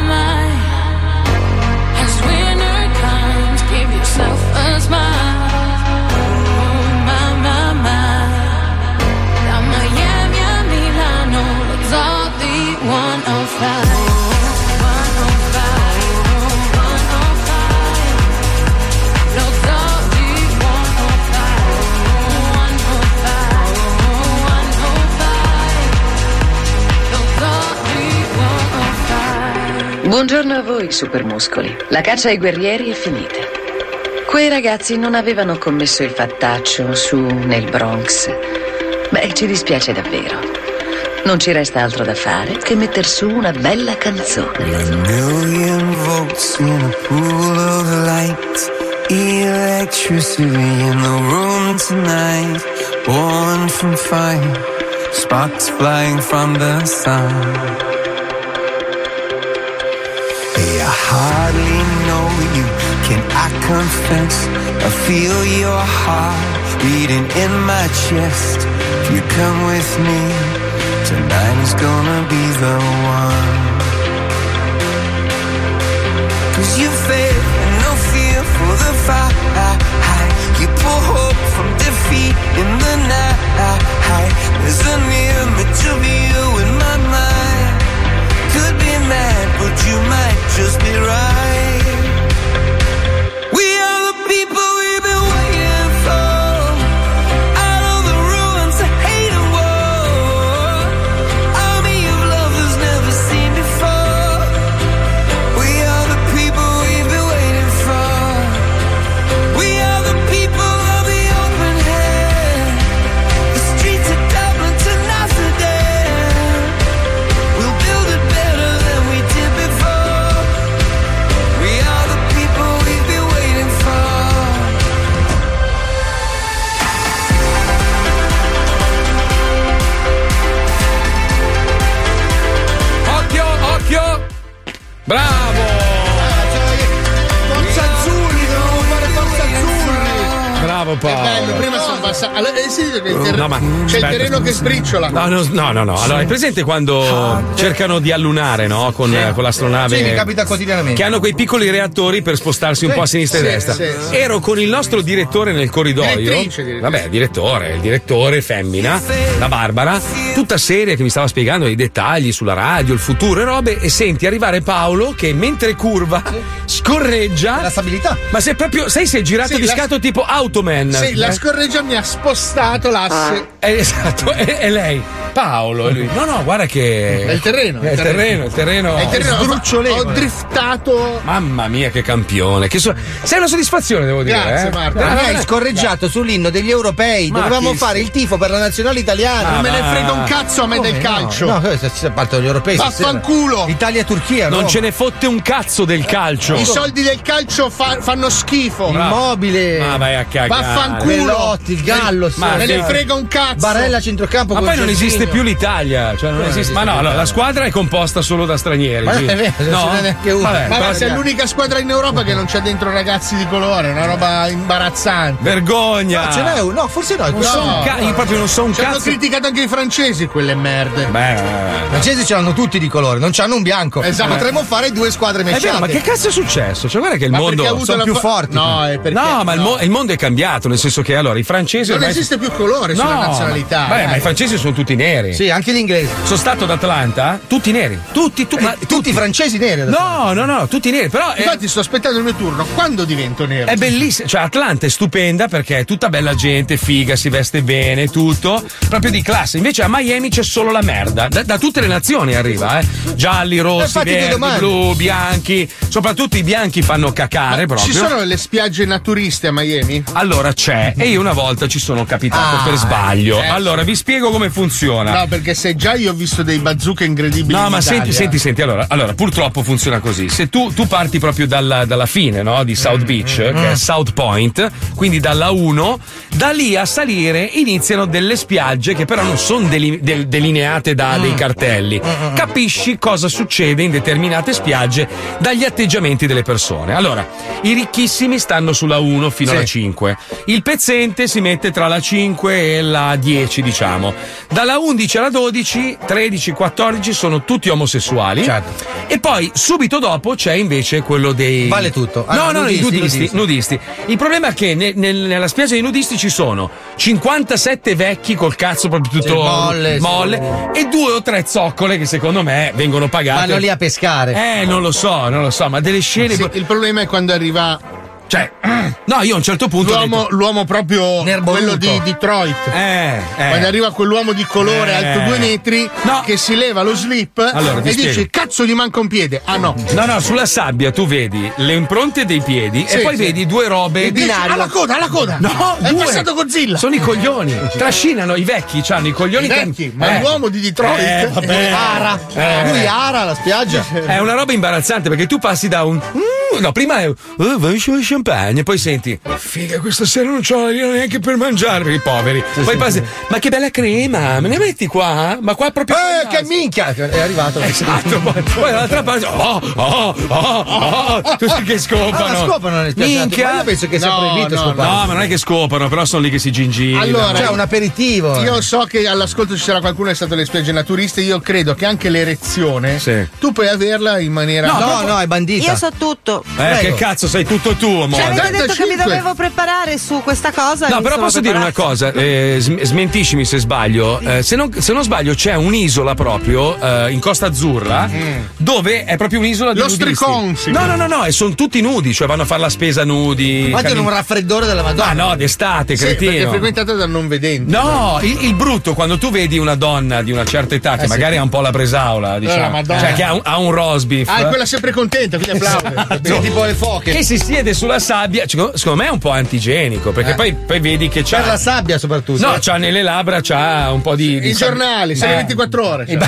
[SPEAKER 14] my, as winter comes, give yourself a smile. Oh my my my, da Miami a Milano, let's all be one on fire. One on fire, one on fire. Let's all be one on fire, one on fire, one on fire. Let's all be one on fire.
[SPEAKER 26] Buongiorno a voi, supermuscoli. La caccia ai guerrieri è finita.
[SPEAKER 9] Quei ragazzi non avevano commesso il fattaccio su nel Bronx. Beh, ci dispiace davvero. Non ci resta altro da fare che metter su una bella canzone.
[SPEAKER 5] A million volts in a pool of light. Electricity in the room tonight. Born from fire. Sparks flying from the sun. Hey, I hardly know you. Can I confess? I feel your heart beating in my chest. If you come with me, tonight is gonna be the one. Cause you fail and no fear for the fight. You pull hope from defeat in the night. There's an image of you in my mind. Could be mad, but you might just be right. We are the people we've been waiting for. Out of the ruins of hate and war. Army of lovers never seen before. We are the people we've been waiting for. We are the people of the open hand. The streets of Dublin to Notre Dame. We'll build it better than we did before. We are the people we've been waiting for.
[SPEAKER 2] Occhio, occhio! Bravo!
[SPEAKER 3] Forza azzurri, dobbiamo fare forza azzurri.
[SPEAKER 2] Bravo Paolo.
[SPEAKER 3] È bello, prima sono passati. Allora, hai sentito che il terreno-
[SPEAKER 2] No, ma
[SPEAKER 3] c'è
[SPEAKER 2] aspetta.
[SPEAKER 3] il terreno che sbriciola.
[SPEAKER 2] No, no, no, no, no. Allora, hai presente quando cercano di allunare, no? Con, con l'astronave.
[SPEAKER 4] Sì, mi capita quotidianamente.
[SPEAKER 2] Che hanno quei piccoli reattori per spostarsi un
[SPEAKER 4] Sì,
[SPEAKER 2] po' a sinistra
[SPEAKER 4] sì,
[SPEAKER 2] e a destra.
[SPEAKER 4] sì, sì.
[SPEAKER 2] Ero con il nostro direttore nel corridoio.
[SPEAKER 4] Direttrice, direttrice.
[SPEAKER 2] Vabbè, direttore, il direttore femmina, la Barbara, tutta seria che mi stava spiegando i dettagli sulla radio, il futuro e robe. E senti arrivare Paolo che mentre curva scorreggia. La stabilità. Ma se proprio, sai, si è girato
[SPEAKER 3] Sì,
[SPEAKER 2] di
[SPEAKER 3] la-
[SPEAKER 2] scatto tipo Automan.
[SPEAKER 3] Sì, la Ah.
[SPEAKER 2] Eh?
[SPEAKER 3] scorreggia mi ha spostato l'asse.
[SPEAKER 2] Eh, esatto, e, e lei, Paolo, e lui. No, no, guarda che.
[SPEAKER 3] È il terreno,
[SPEAKER 2] È il terreno, il terreno.
[SPEAKER 3] È il terreno, ho driftato.
[SPEAKER 2] Mamma mia, che campione. Che so- Sei una soddisfazione, devo dire. eh.
[SPEAKER 4] Ah,
[SPEAKER 2] Dai,
[SPEAKER 4] hai scorreggiato sull'inno degli europei.
[SPEAKER 2] Ma Ah,
[SPEAKER 4] Dovevamo
[SPEAKER 2] chi
[SPEAKER 4] fare
[SPEAKER 2] se-
[SPEAKER 4] il tifo per la nazionale italiana.
[SPEAKER 2] Ma Non me ne va. frega un cazzo
[SPEAKER 3] a me del calcio.
[SPEAKER 4] No, no se si parte degli europei.
[SPEAKER 3] Vaffanculo.
[SPEAKER 4] Italia-Turchia.
[SPEAKER 2] Non
[SPEAKER 4] no?
[SPEAKER 2] ce ne fotte un cazzo del calcio.
[SPEAKER 3] I soldi del calcio fa- fanno schifo.
[SPEAKER 2] Bravo. Ah,
[SPEAKER 4] Immobile.
[SPEAKER 2] Ma vai a cagare.
[SPEAKER 3] Vaffanculo.
[SPEAKER 4] Bellotti, il Gallo,
[SPEAKER 2] Ma
[SPEAKER 3] Me
[SPEAKER 2] sì.
[SPEAKER 3] ne frega un cazzo.
[SPEAKER 4] Barella centrocampo
[SPEAKER 2] Ma
[SPEAKER 4] con
[SPEAKER 2] poi non
[SPEAKER 4] Jorginho.
[SPEAKER 2] esiste più l'Italia. Cioè non
[SPEAKER 4] Come non
[SPEAKER 2] esiste-
[SPEAKER 4] esiste
[SPEAKER 2] Ma
[SPEAKER 4] più
[SPEAKER 2] no, no, la
[SPEAKER 4] l'Italia?
[SPEAKER 2] squadra è composta solo da stranieri.
[SPEAKER 4] Ma è
[SPEAKER 2] Gino.
[SPEAKER 4] vero, non
[SPEAKER 2] no?
[SPEAKER 3] eh?
[SPEAKER 4] ce n'è neanche uno.
[SPEAKER 2] Vabbè,
[SPEAKER 3] Ma
[SPEAKER 2] però-
[SPEAKER 3] sei l'unica squadra in Europa che non c'è dentro ragazzi di colore, una roba imbarazzante.
[SPEAKER 2] Vergogna!
[SPEAKER 3] No, ce n'è uno,
[SPEAKER 4] no, forse no.
[SPEAKER 3] No,
[SPEAKER 4] è quello.
[SPEAKER 3] no. Ci hanno criticato anche i francesi quelle merde.
[SPEAKER 2] eh.
[SPEAKER 4] I francesi ce l'hanno tutti di colore, non c'hanno un bianco.
[SPEAKER 3] Esatto.
[SPEAKER 4] Potremmo fare due squadre
[SPEAKER 2] È
[SPEAKER 4] mesciate.
[SPEAKER 2] vero, Eh. ma che cazzo è successo? Cioè, guarda che il
[SPEAKER 4] Ma
[SPEAKER 2] mondo
[SPEAKER 4] perché ha avuto
[SPEAKER 2] sono
[SPEAKER 4] la
[SPEAKER 2] più
[SPEAKER 4] fa-
[SPEAKER 2] forti.
[SPEAKER 4] No, è perché-
[SPEAKER 2] No, ma il, mo- il mondo è cambiato, nel senso che allora i francesi
[SPEAKER 3] Non
[SPEAKER 2] ormai-
[SPEAKER 3] esiste più colore
[SPEAKER 2] No,
[SPEAKER 3] sulla nazionalità. Eh.
[SPEAKER 2] Ma, vabbè,
[SPEAKER 3] dai.
[SPEAKER 2] ma i francesi sono tutti neri.
[SPEAKER 4] Sì, ah. anche gli inglesi.
[SPEAKER 2] Sono stato ad Atlanta, tutti neri. Tutti, tu, ma,
[SPEAKER 4] tutti i francesi neri.
[SPEAKER 2] No, no, no, tutti neri, però è,
[SPEAKER 3] Infatti sto aspettando il mio turno. Quando divento nero?
[SPEAKER 2] è bellissimo. Cioè, Atlanta è stupenda perché è tutta bella gente, figa, si veste bene, tutto. Proprio di classe. Invece a Miami c'è solo la merda. Da, da tutte le nazioni arriva, eh. Gialli, rossi,
[SPEAKER 3] infatti ti
[SPEAKER 2] verdi,
[SPEAKER 3] domando.
[SPEAKER 2] blu, bianchi. Soprattutto i bianchi fanno cacare proprio.
[SPEAKER 3] Ci sono le spiagge naturiste a Miami?
[SPEAKER 2] Allora c'è, e io una volta ci sono capitato
[SPEAKER 3] Ah,
[SPEAKER 2] per sbaglio.
[SPEAKER 3] eh.
[SPEAKER 2] Allora vi spiego come funziona.
[SPEAKER 3] No, perché se già io ho visto dei bazooka incredibili.
[SPEAKER 2] No,
[SPEAKER 3] in
[SPEAKER 2] ma senti,
[SPEAKER 3] Italia-
[SPEAKER 2] senti, senti, allora, allora, purtroppo funziona così. Se tu, tu parti proprio dalla, dalla fine, no? Di
[SPEAKER 3] Mm,
[SPEAKER 2] South Beach, che è South Point, quindi dalla 1, da lì a salire iniziano delle spiagge che però non sono delineate da
[SPEAKER 3] Mm.
[SPEAKER 2] dei cartelli. Capisci cosa succede in determinate spiagge dagli atteggiamenti delle persone. Allora, i ricchissimi stanno sulla 1 fino
[SPEAKER 27] Sì.
[SPEAKER 2] alla 5. Il pezzente si mette tra la 5 e la 10, diciamo. Dalla 11 alla 12, 13, 14 sono tutti omosessuali.
[SPEAKER 4] Certo.
[SPEAKER 2] E poi subito dopo c'è invece quello dei.
[SPEAKER 4] Vale tutto.
[SPEAKER 2] no,
[SPEAKER 4] Ah,
[SPEAKER 2] no, no, i
[SPEAKER 4] nudisti,
[SPEAKER 2] nudisti, nudisti.
[SPEAKER 4] nudisti.
[SPEAKER 2] Il problema è che ne- nel- nella spiaggia dei nudisti ci sono 57 vecchi col cazzo proprio tutto
[SPEAKER 4] Sì, molle, sì.
[SPEAKER 2] molle, e due o tre zoccole che secondo me vengono pagate.
[SPEAKER 4] Vanno lì a pescare.
[SPEAKER 2] Eh, non lo so, non lo so, ma delle scene.
[SPEAKER 3] Sì, il problema è quando arriva Cioè,
[SPEAKER 2] (clears throat) no, io a un certo punto.
[SPEAKER 3] L'uomo, l'uomo proprio quello di Detroit.
[SPEAKER 2] eh.
[SPEAKER 3] Quando arriva quell'uomo di colore
[SPEAKER 2] Eh.
[SPEAKER 3] alto due metri che si leva lo slip
[SPEAKER 2] Allora, ti
[SPEAKER 3] e
[SPEAKER 2] spiego.
[SPEAKER 3] dice cazzo gli manca un piede. Ah no.
[SPEAKER 2] No, no, sulla sabbia tu vedi le impronte dei piedi
[SPEAKER 3] Sì,
[SPEAKER 2] e poi
[SPEAKER 3] sì.
[SPEAKER 2] vedi due robe.
[SPEAKER 3] Il binario. Alla coda, alla coda.
[SPEAKER 2] No,
[SPEAKER 3] È
[SPEAKER 2] due.
[SPEAKER 3] passato Godzilla.
[SPEAKER 2] Sono i coglioni. Trascinano i vecchi, hanno i coglioni.
[SPEAKER 3] I
[SPEAKER 2] che-
[SPEAKER 3] vecchi, ma l'uomo di Detroit
[SPEAKER 2] Eh, vabbè. Eh.
[SPEAKER 3] è ara. Lui è ara
[SPEAKER 2] la spiaggia. Cioè, È una roba imbarazzante perché tu passi da un. "Mm", no, prima è. "Oh, vai su champagne, poi senti. Figa, questa sera non c'ho la lira neanche per mangiare per i poveri. poi passi. Ma che bella crema, me ne metti qua? Ma qua proprio. Eh, che minchia! È arrivato. Esatto, poi, poi dall'altra parte. Oh, oh, oh, oh, tutti che scopano.
[SPEAKER 7] Ah, ma scopano nelle spiaggiate.
[SPEAKER 2] Minchia!
[SPEAKER 7] Ma io penso che sia proibito
[SPEAKER 2] no,
[SPEAKER 7] scopare.
[SPEAKER 2] No, ma non è che scopano, però sono lì che si gingivano.
[SPEAKER 3] aperitivo. Io so che all'ascolto ci sarà qualcuno che è stato alle spiagge naturiste. Io credo che anche l'erezione
[SPEAKER 2] Sì.
[SPEAKER 3] tu puoi averla in maniera.
[SPEAKER 2] No, No, proprio- no, è
[SPEAKER 3] bandito.
[SPEAKER 9] Io so tutto.
[SPEAKER 2] Eh, che cazzo, sei tutto tuo, amore.
[SPEAKER 9] Cioè, avete detto che mi dovevo preparare su questa cosa.
[SPEAKER 2] No,
[SPEAKER 9] mi
[SPEAKER 2] però
[SPEAKER 9] sono
[SPEAKER 2] posso dire una
[SPEAKER 9] preparata.
[SPEAKER 2] cosa, eh, sm- smentiscimi se sbaglio. Eh, se, non, se non sbaglio, c'è un'isola proprio eh, in Costa Azzurra dove è proprio un'isola di
[SPEAKER 7] Lo
[SPEAKER 2] nudisti.
[SPEAKER 7] Stricon, sì.
[SPEAKER 2] No, no, no, no, e sono tutti nudi, cioè vanno a fare la spesa nudi.
[SPEAKER 7] Infatti
[SPEAKER 2] cammin-
[SPEAKER 7] hanno un raffreddore della
[SPEAKER 2] Ma
[SPEAKER 7] Madonna.
[SPEAKER 2] no, d'estate,
[SPEAKER 7] Sì,
[SPEAKER 3] perché è
[SPEAKER 2] cretino.
[SPEAKER 3] frequentata da non vedenti. Ah,
[SPEAKER 2] No, il, il brutto quando tu vedi una donna di una certa età che
[SPEAKER 3] Eh, sì.
[SPEAKER 2] magari ha un po' la presaula,
[SPEAKER 3] la
[SPEAKER 2] diciamo,
[SPEAKER 3] Madonna.
[SPEAKER 2] cioè che ha un, ha un roast beef,
[SPEAKER 3] Ah, è quella sempre contenta, quindi applaude.
[SPEAKER 2] (laughs)
[SPEAKER 3] Perché tipo le foche.
[SPEAKER 2] che si siede sulla sabbia, secondo secondo me è un po' antigenico,
[SPEAKER 3] Eh.
[SPEAKER 2] perché poi, poi vedi che c'ha
[SPEAKER 7] Per la sabbia soprattutto.
[SPEAKER 2] No, c'ha nelle labbra, c'ha un po' di. di
[SPEAKER 3] I giornali, sono
[SPEAKER 2] Eh.
[SPEAKER 3] 24 ore. cioè.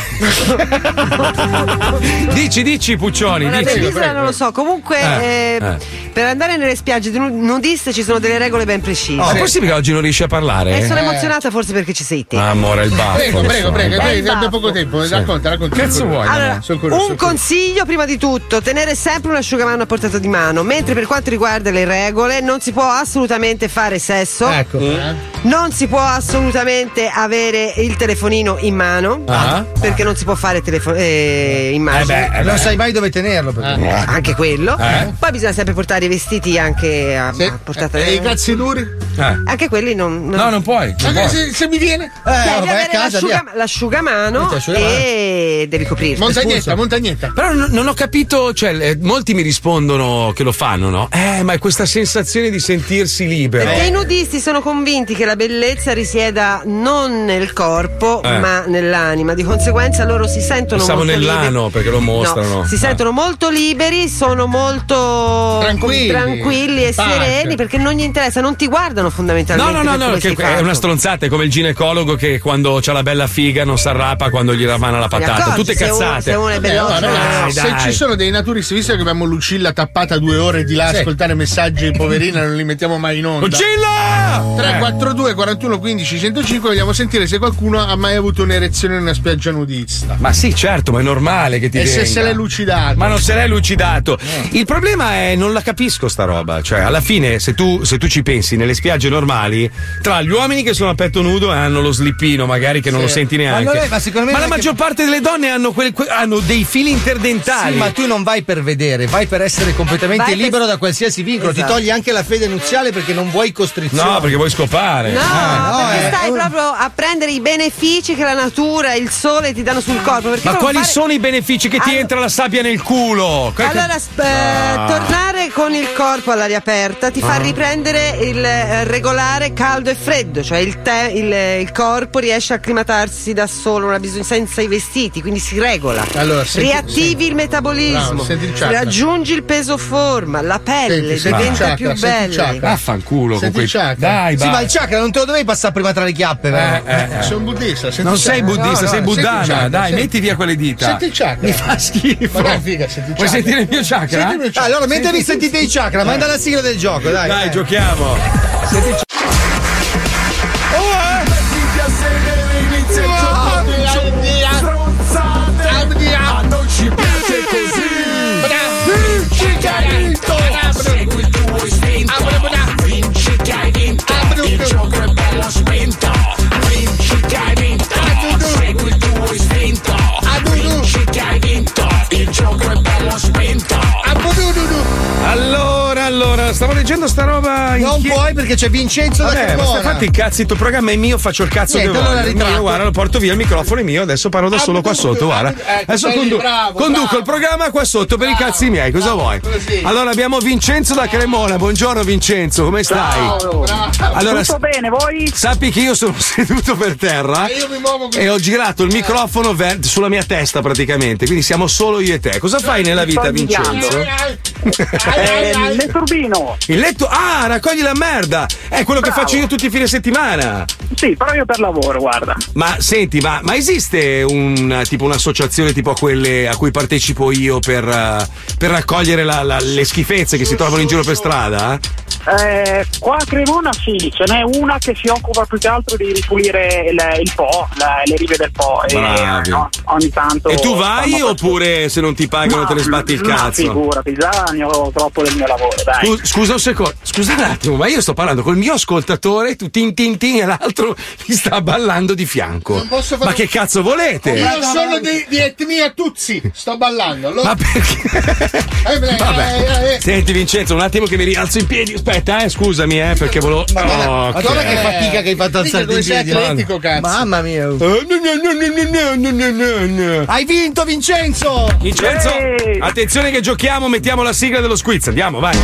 [SPEAKER 2] Dici, dici, Puccioni,
[SPEAKER 9] Guarda,
[SPEAKER 2] dici.
[SPEAKER 9] dell'isola non lo so. Comunque,
[SPEAKER 2] Eh,
[SPEAKER 9] eh,
[SPEAKER 2] eh.
[SPEAKER 9] per andare nelle spiagge nu- nudiste ci sono delle regole ben precise.
[SPEAKER 2] Oh, è possibile che oggi non riesci a parlare?
[SPEAKER 9] E Eh, sono emozionata forse perché ci sei te.
[SPEAKER 2] Ah, amore, il baffo.
[SPEAKER 3] Prego,
[SPEAKER 2] lo
[SPEAKER 3] prego,
[SPEAKER 2] so,
[SPEAKER 3] prego.
[SPEAKER 2] il
[SPEAKER 3] noi
[SPEAKER 2] baffo.
[SPEAKER 3] Abbiamo poco tempo.
[SPEAKER 2] Sì.
[SPEAKER 3] Racconta, racconta.
[SPEAKER 2] Cazzo vuoi?
[SPEAKER 9] Allora,
[SPEAKER 3] Sono curioso, sono
[SPEAKER 9] un
[SPEAKER 3] curioso.
[SPEAKER 9] consiglio prima di tutto, tenere sempre un asciugamano a portata di mano, mentre per quanto riguarda le regole non si può assolutamente fare sesso,
[SPEAKER 7] Ecco. Eh.
[SPEAKER 9] non si può assolutamente avere il telefonino in mano,
[SPEAKER 7] Ah.
[SPEAKER 9] perché non si può fare telefo- eh, in mano.
[SPEAKER 7] non sai mai dove tenerlo.
[SPEAKER 2] Ah.
[SPEAKER 7] perché-
[SPEAKER 9] Anche quello.
[SPEAKER 7] Eh.
[SPEAKER 9] Poi bisogna sempre portare i vestiti anche a, a portata
[SPEAKER 3] E i
[SPEAKER 9] di mano.
[SPEAKER 3] cazzi duri?
[SPEAKER 9] Anche quelli non.
[SPEAKER 2] Eh.
[SPEAKER 9] Cioè,
[SPEAKER 2] No, non puoi. non
[SPEAKER 3] Ma
[SPEAKER 2] puoi.
[SPEAKER 3] se, se mi viene? Eh,
[SPEAKER 9] devi avere l'asciuga- l'asciugamano
[SPEAKER 2] Metti l'asciugamano.
[SPEAKER 9] e devi coprirti.
[SPEAKER 3] Montagnetta, montagnetta.
[SPEAKER 2] Però non, non ho capito, cioè, eh, molti mi rispondono che lo fanno, no? Eh, ma è questa sensazione di sentirsi libero.
[SPEAKER 9] Perché i nudisti sono convinti che la bellezza risieda non nel corpo,
[SPEAKER 2] Eh.
[SPEAKER 9] ma nell'anima. Di conseguenza loro si sentono
[SPEAKER 2] Pensavo
[SPEAKER 9] molto
[SPEAKER 2] nell'ano
[SPEAKER 9] liberi.
[SPEAKER 2] perché lo mostrano.
[SPEAKER 9] No, si
[SPEAKER 2] Eh.
[SPEAKER 9] sentono molto liberi, sono molto
[SPEAKER 3] Tranquilli.
[SPEAKER 9] tranquilli e
[SPEAKER 3] Pace.
[SPEAKER 9] sereni perché non gli interessa, non ti guardano
[SPEAKER 2] No,
[SPEAKER 9] fondamentalmente.
[SPEAKER 2] no, no,
[SPEAKER 9] per
[SPEAKER 2] no,
[SPEAKER 9] come
[SPEAKER 2] che
[SPEAKER 9] sei
[SPEAKER 2] è
[SPEAKER 9] fatto.
[SPEAKER 2] una stronzata, è come il ginecologo che quando c'ha la bella figa non s'arrapa quando gli ravana la patata.
[SPEAKER 9] accorgi
[SPEAKER 2] Tutte
[SPEAKER 9] se uno-
[SPEAKER 2] cazzate.
[SPEAKER 9] se uno è bello-
[SPEAKER 3] Allora,
[SPEAKER 2] Dai,
[SPEAKER 3] ragazzi, se
[SPEAKER 2] dai.
[SPEAKER 3] ci sono dei naturisti, visto che abbiamo Lucilla tappata due ore di là a
[SPEAKER 2] Sì.
[SPEAKER 3] ascoltare messaggi, poverina, non li mettiamo mai in onda.
[SPEAKER 2] Lucilla! Eh.
[SPEAKER 3] 342 41 15 105, vogliamo sentire se qualcuno ha mai avuto un'erezione in una spiaggia nudista.
[SPEAKER 2] Ma sì, certo, ma è normale che ti
[SPEAKER 3] e se
[SPEAKER 2] venga.
[SPEAKER 3] se l'è Eh. lucidata.
[SPEAKER 2] Ma non se l'è lucidato. Il problema è non la capisco sta roba. Cioè, alla fine, se tu, se tu ci pensi, nelle spiagge normali, tra gli uomini che sono a petto nudo e hanno lo slippino, magari che non
[SPEAKER 7] Sì.
[SPEAKER 2] lo senti
[SPEAKER 7] Ma
[SPEAKER 2] neanche.
[SPEAKER 7] non è- ma secondo me
[SPEAKER 2] Ma la
[SPEAKER 7] non è che-
[SPEAKER 2] maggior parte delle donne hanno, quel- que- hanno dei fili interdentali.
[SPEAKER 7] Sì, ma tu non vai per vedere, vai per essere completamente
[SPEAKER 2] Vai per-
[SPEAKER 7] libero da qualsiasi vincolo.
[SPEAKER 2] Esatto.
[SPEAKER 7] Ti togli anche la fede nuziale perché non vuoi costrizione.
[SPEAKER 2] No, perché vuoi scopare.
[SPEAKER 9] No,
[SPEAKER 7] Ah, no,
[SPEAKER 9] perché
[SPEAKER 7] eh.
[SPEAKER 9] stai proprio a prendere i benefici che la natura, il sole ti danno sul corpo. perché
[SPEAKER 2] Ma
[SPEAKER 9] non
[SPEAKER 2] quali
[SPEAKER 9] fare-
[SPEAKER 2] sono i benefici che ti
[SPEAKER 9] Allora-
[SPEAKER 2] entra la sabbia nel culo? Que-
[SPEAKER 9] Allora, sp-
[SPEAKER 2] Ah.
[SPEAKER 9] eh, tornare con il corpo all'aria aperta ti fa
[SPEAKER 2] Ah.
[SPEAKER 9] riprendere il eh, regolare caldo e freddo, cioè il, te- il- il corpo riesce a acclimatarsi da solo, non ha bisogno- senza i vestiti, quindi si regola.
[SPEAKER 3] Allora, senti-
[SPEAKER 9] Riattivi
[SPEAKER 3] senti.
[SPEAKER 9] il metabolismo,
[SPEAKER 3] Bravo, senti il chakra.
[SPEAKER 9] raggiungi il peso forma, la pelle
[SPEAKER 3] Senti, senti il
[SPEAKER 9] diventa
[SPEAKER 3] chakra,
[SPEAKER 9] più
[SPEAKER 3] senti il
[SPEAKER 9] bella.
[SPEAKER 3] chakra.
[SPEAKER 2] Vaffanculo
[SPEAKER 3] Senti il chakra.
[SPEAKER 2] Dai,
[SPEAKER 7] Sì,
[SPEAKER 2] vai.
[SPEAKER 7] ma il chakra non te lo dovevi passare prima tra le chiappe, vero?
[SPEAKER 2] eh, eh.
[SPEAKER 3] Sono buddista. senti
[SPEAKER 2] Non
[SPEAKER 3] il
[SPEAKER 2] sei
[SPEAKER 3] chakra.
[SPEAKER 2] buddista,
[SPEAKER 3] No, no,
[SPEAKER 2] sei
[SPEAKER 3] senti il
[SPEAKER 2] buddana.
[SPEAKER 3] chakra,
[SPEAKER 2] dai,
[SPEAKER 3] senti-
[SPEAKER 2] metti via quelle dita.
[SPEAKER 3] Senti il chakra.
[SPEAKER 2] Mi fa schifo.
[SPEAKER 3] Ma dai, figa, senti il
[SPEAKER 2] Vuoi
[SPEAKER 3] chakra.
[SPEAKER 2] sentire il mio chakra?
[SPEAKER 3] Senti il mio chakra. Eh.
[SPEAKER 7] Allora, mentre vi
[SPEAKER 3] Senti-
[SPEAKER 7] sentite i chakra, manda la sigla del gioco, dai.
[SPEAKER 2] Dai,
[SPEAKER 3] eh.
[SPEAKER 2] giochiamo. Senti il
[SPEAKER 5] A noi ci piace così Vinci che hai vinto Segui il tuo istinto Vinci che hai vinto Il gioco è bello spinto Vinci che hai vinto Segui il tuo istinto Vinci che hai vinto Il gioco è bello spinto
[SPEAKER 2] Allora, allora, stavo leggendo facendo sta roba in
[SPEAKER 4] Non
[SPEAKER 2] chie-
[SPEAKER 4] puoi perché c'è Vincenzo da
[SPEAKER 2] Vabbè, ma stai
[SPEAKER 4] Cremona.
[SPEAKER 2] fatti il cazzo, il tuo programma è mio, faccio il cazzo
[SPEAKER 4] Niente,
[SPEAKER 2] che voglio.
[SPEAKER 4] allora
[SPEAKER 2] Il
[SPEAKER 4] ritratto. Ah,
[SPEAKER 2] mio, guarda, lo porto via, il microfono è mio, adesso parlo da solo qua sotto, guarda.
[SPEAKER 4] ecco,
[SPEAKER 2] Adesso
[SPEAKER 4] sei lì,
[SPEAKER 2] condu-
[SPEAKER 4] bravo,
[SPEAKER 2] conduco il programma qua sotto per i cazzi miei, cosa vuoi?
[SPEAKER 4] così.
[SPEAKER 2] Allora abbiamo Vincenzo da Cremona, buongiorno Vincenzo, come stai? Allora,
[SPEAKER 28] Tutto bene, voi?
[SPEAKER 2] Sappi che io sono (laughs) seduto per terra
[SPEAKER 4] Eh,
[SPEAKER 28] E io mi muovo così.
[SPEAKER 2] e ho girato il microfono ver- sulla mia testa praticamente, quindi siamo solo io e te. Cosa fai nella vita,
[SPEAKER 28] Sto
[SPEAKER 2] Vincenzo?
[SPEAKER 28] Eh, nel turbino.
[SPEAKER 2] Il letto. Ah, raccogli la merda! È Eh, quello che faccio io tutti i fine settimana.
[SPEAKER 28] Sì, però io per lavoro, guarda.
[SPEAKER 2] Ma senti, ma, ma esiste un tipo un'associazione tipo a quelle a cui partecipo io per, eh, per raccogliere la- la- le schifezze che si trovano in giro per strada?
[SPEAKER 28] Eh, qua a Cremona sì, ce n'è una che si occupa più che altro di ripulire il, il Po, la- le rive del Po. E,
[SPEAKER 2] Bravi.
[SPEAKER 28] no, ogni tanto.
[SPEAKER 2] E tu vai
[SPEAKER 28] stanno-
[SPEAKER 2] oppure se non ti pagano te ne sbatti il
[SPEAKER 28] ma
[SPEAKER 2] cazzo?
[SPEAKER 28] figurati, già ne ho troppo del mio lavoro,
[SPEAKER 2] (laughs)
[SPEAKER 28] dai.
[SPEAKER 2] Scu- Scusa un secondo, scusa un attimo, ma io sto parlando col mio ascoltatore, tu tin tin tin e l'altro (laughs) mi sta ballando di fianco.
[SPEAKER 3] posso fare-
[SPEAKER 2] Ma che cazzo volete?
[SPEAKER 3] Io sono di, di etnia Tuzzi, sto ballando. Eh, Allora... Ma perché?
[SPEAKER 2] Vabbè.
[SPEAKER 3] eh.
[SPEAKER 2] Senti Vincenzo, un attimo che mi rialzo in piedi. Aspetta, eh, scusami, eh, perché volevo. Oh, ok.
[SPEAKER 3] Madonna che fatica che hai fatto
[SPEAKER 2] Mica
[SPEAKER 3] alzarti
[SPEAKER 2] come
[SPEAKER 3] in
[SPEAKER 2] sei
[SPEAKER 3] piedi.
[SPEAKER 2] atletico,
[SPEAKER 3] cazzo. Mamma mia.
[SPEAKER 4] Hai vinto Vincenzo!
[SPEAKER 2] Vincenzo, attenzione che giochiamo, mettiamo la sigla dello squiz. Andiamo, vai.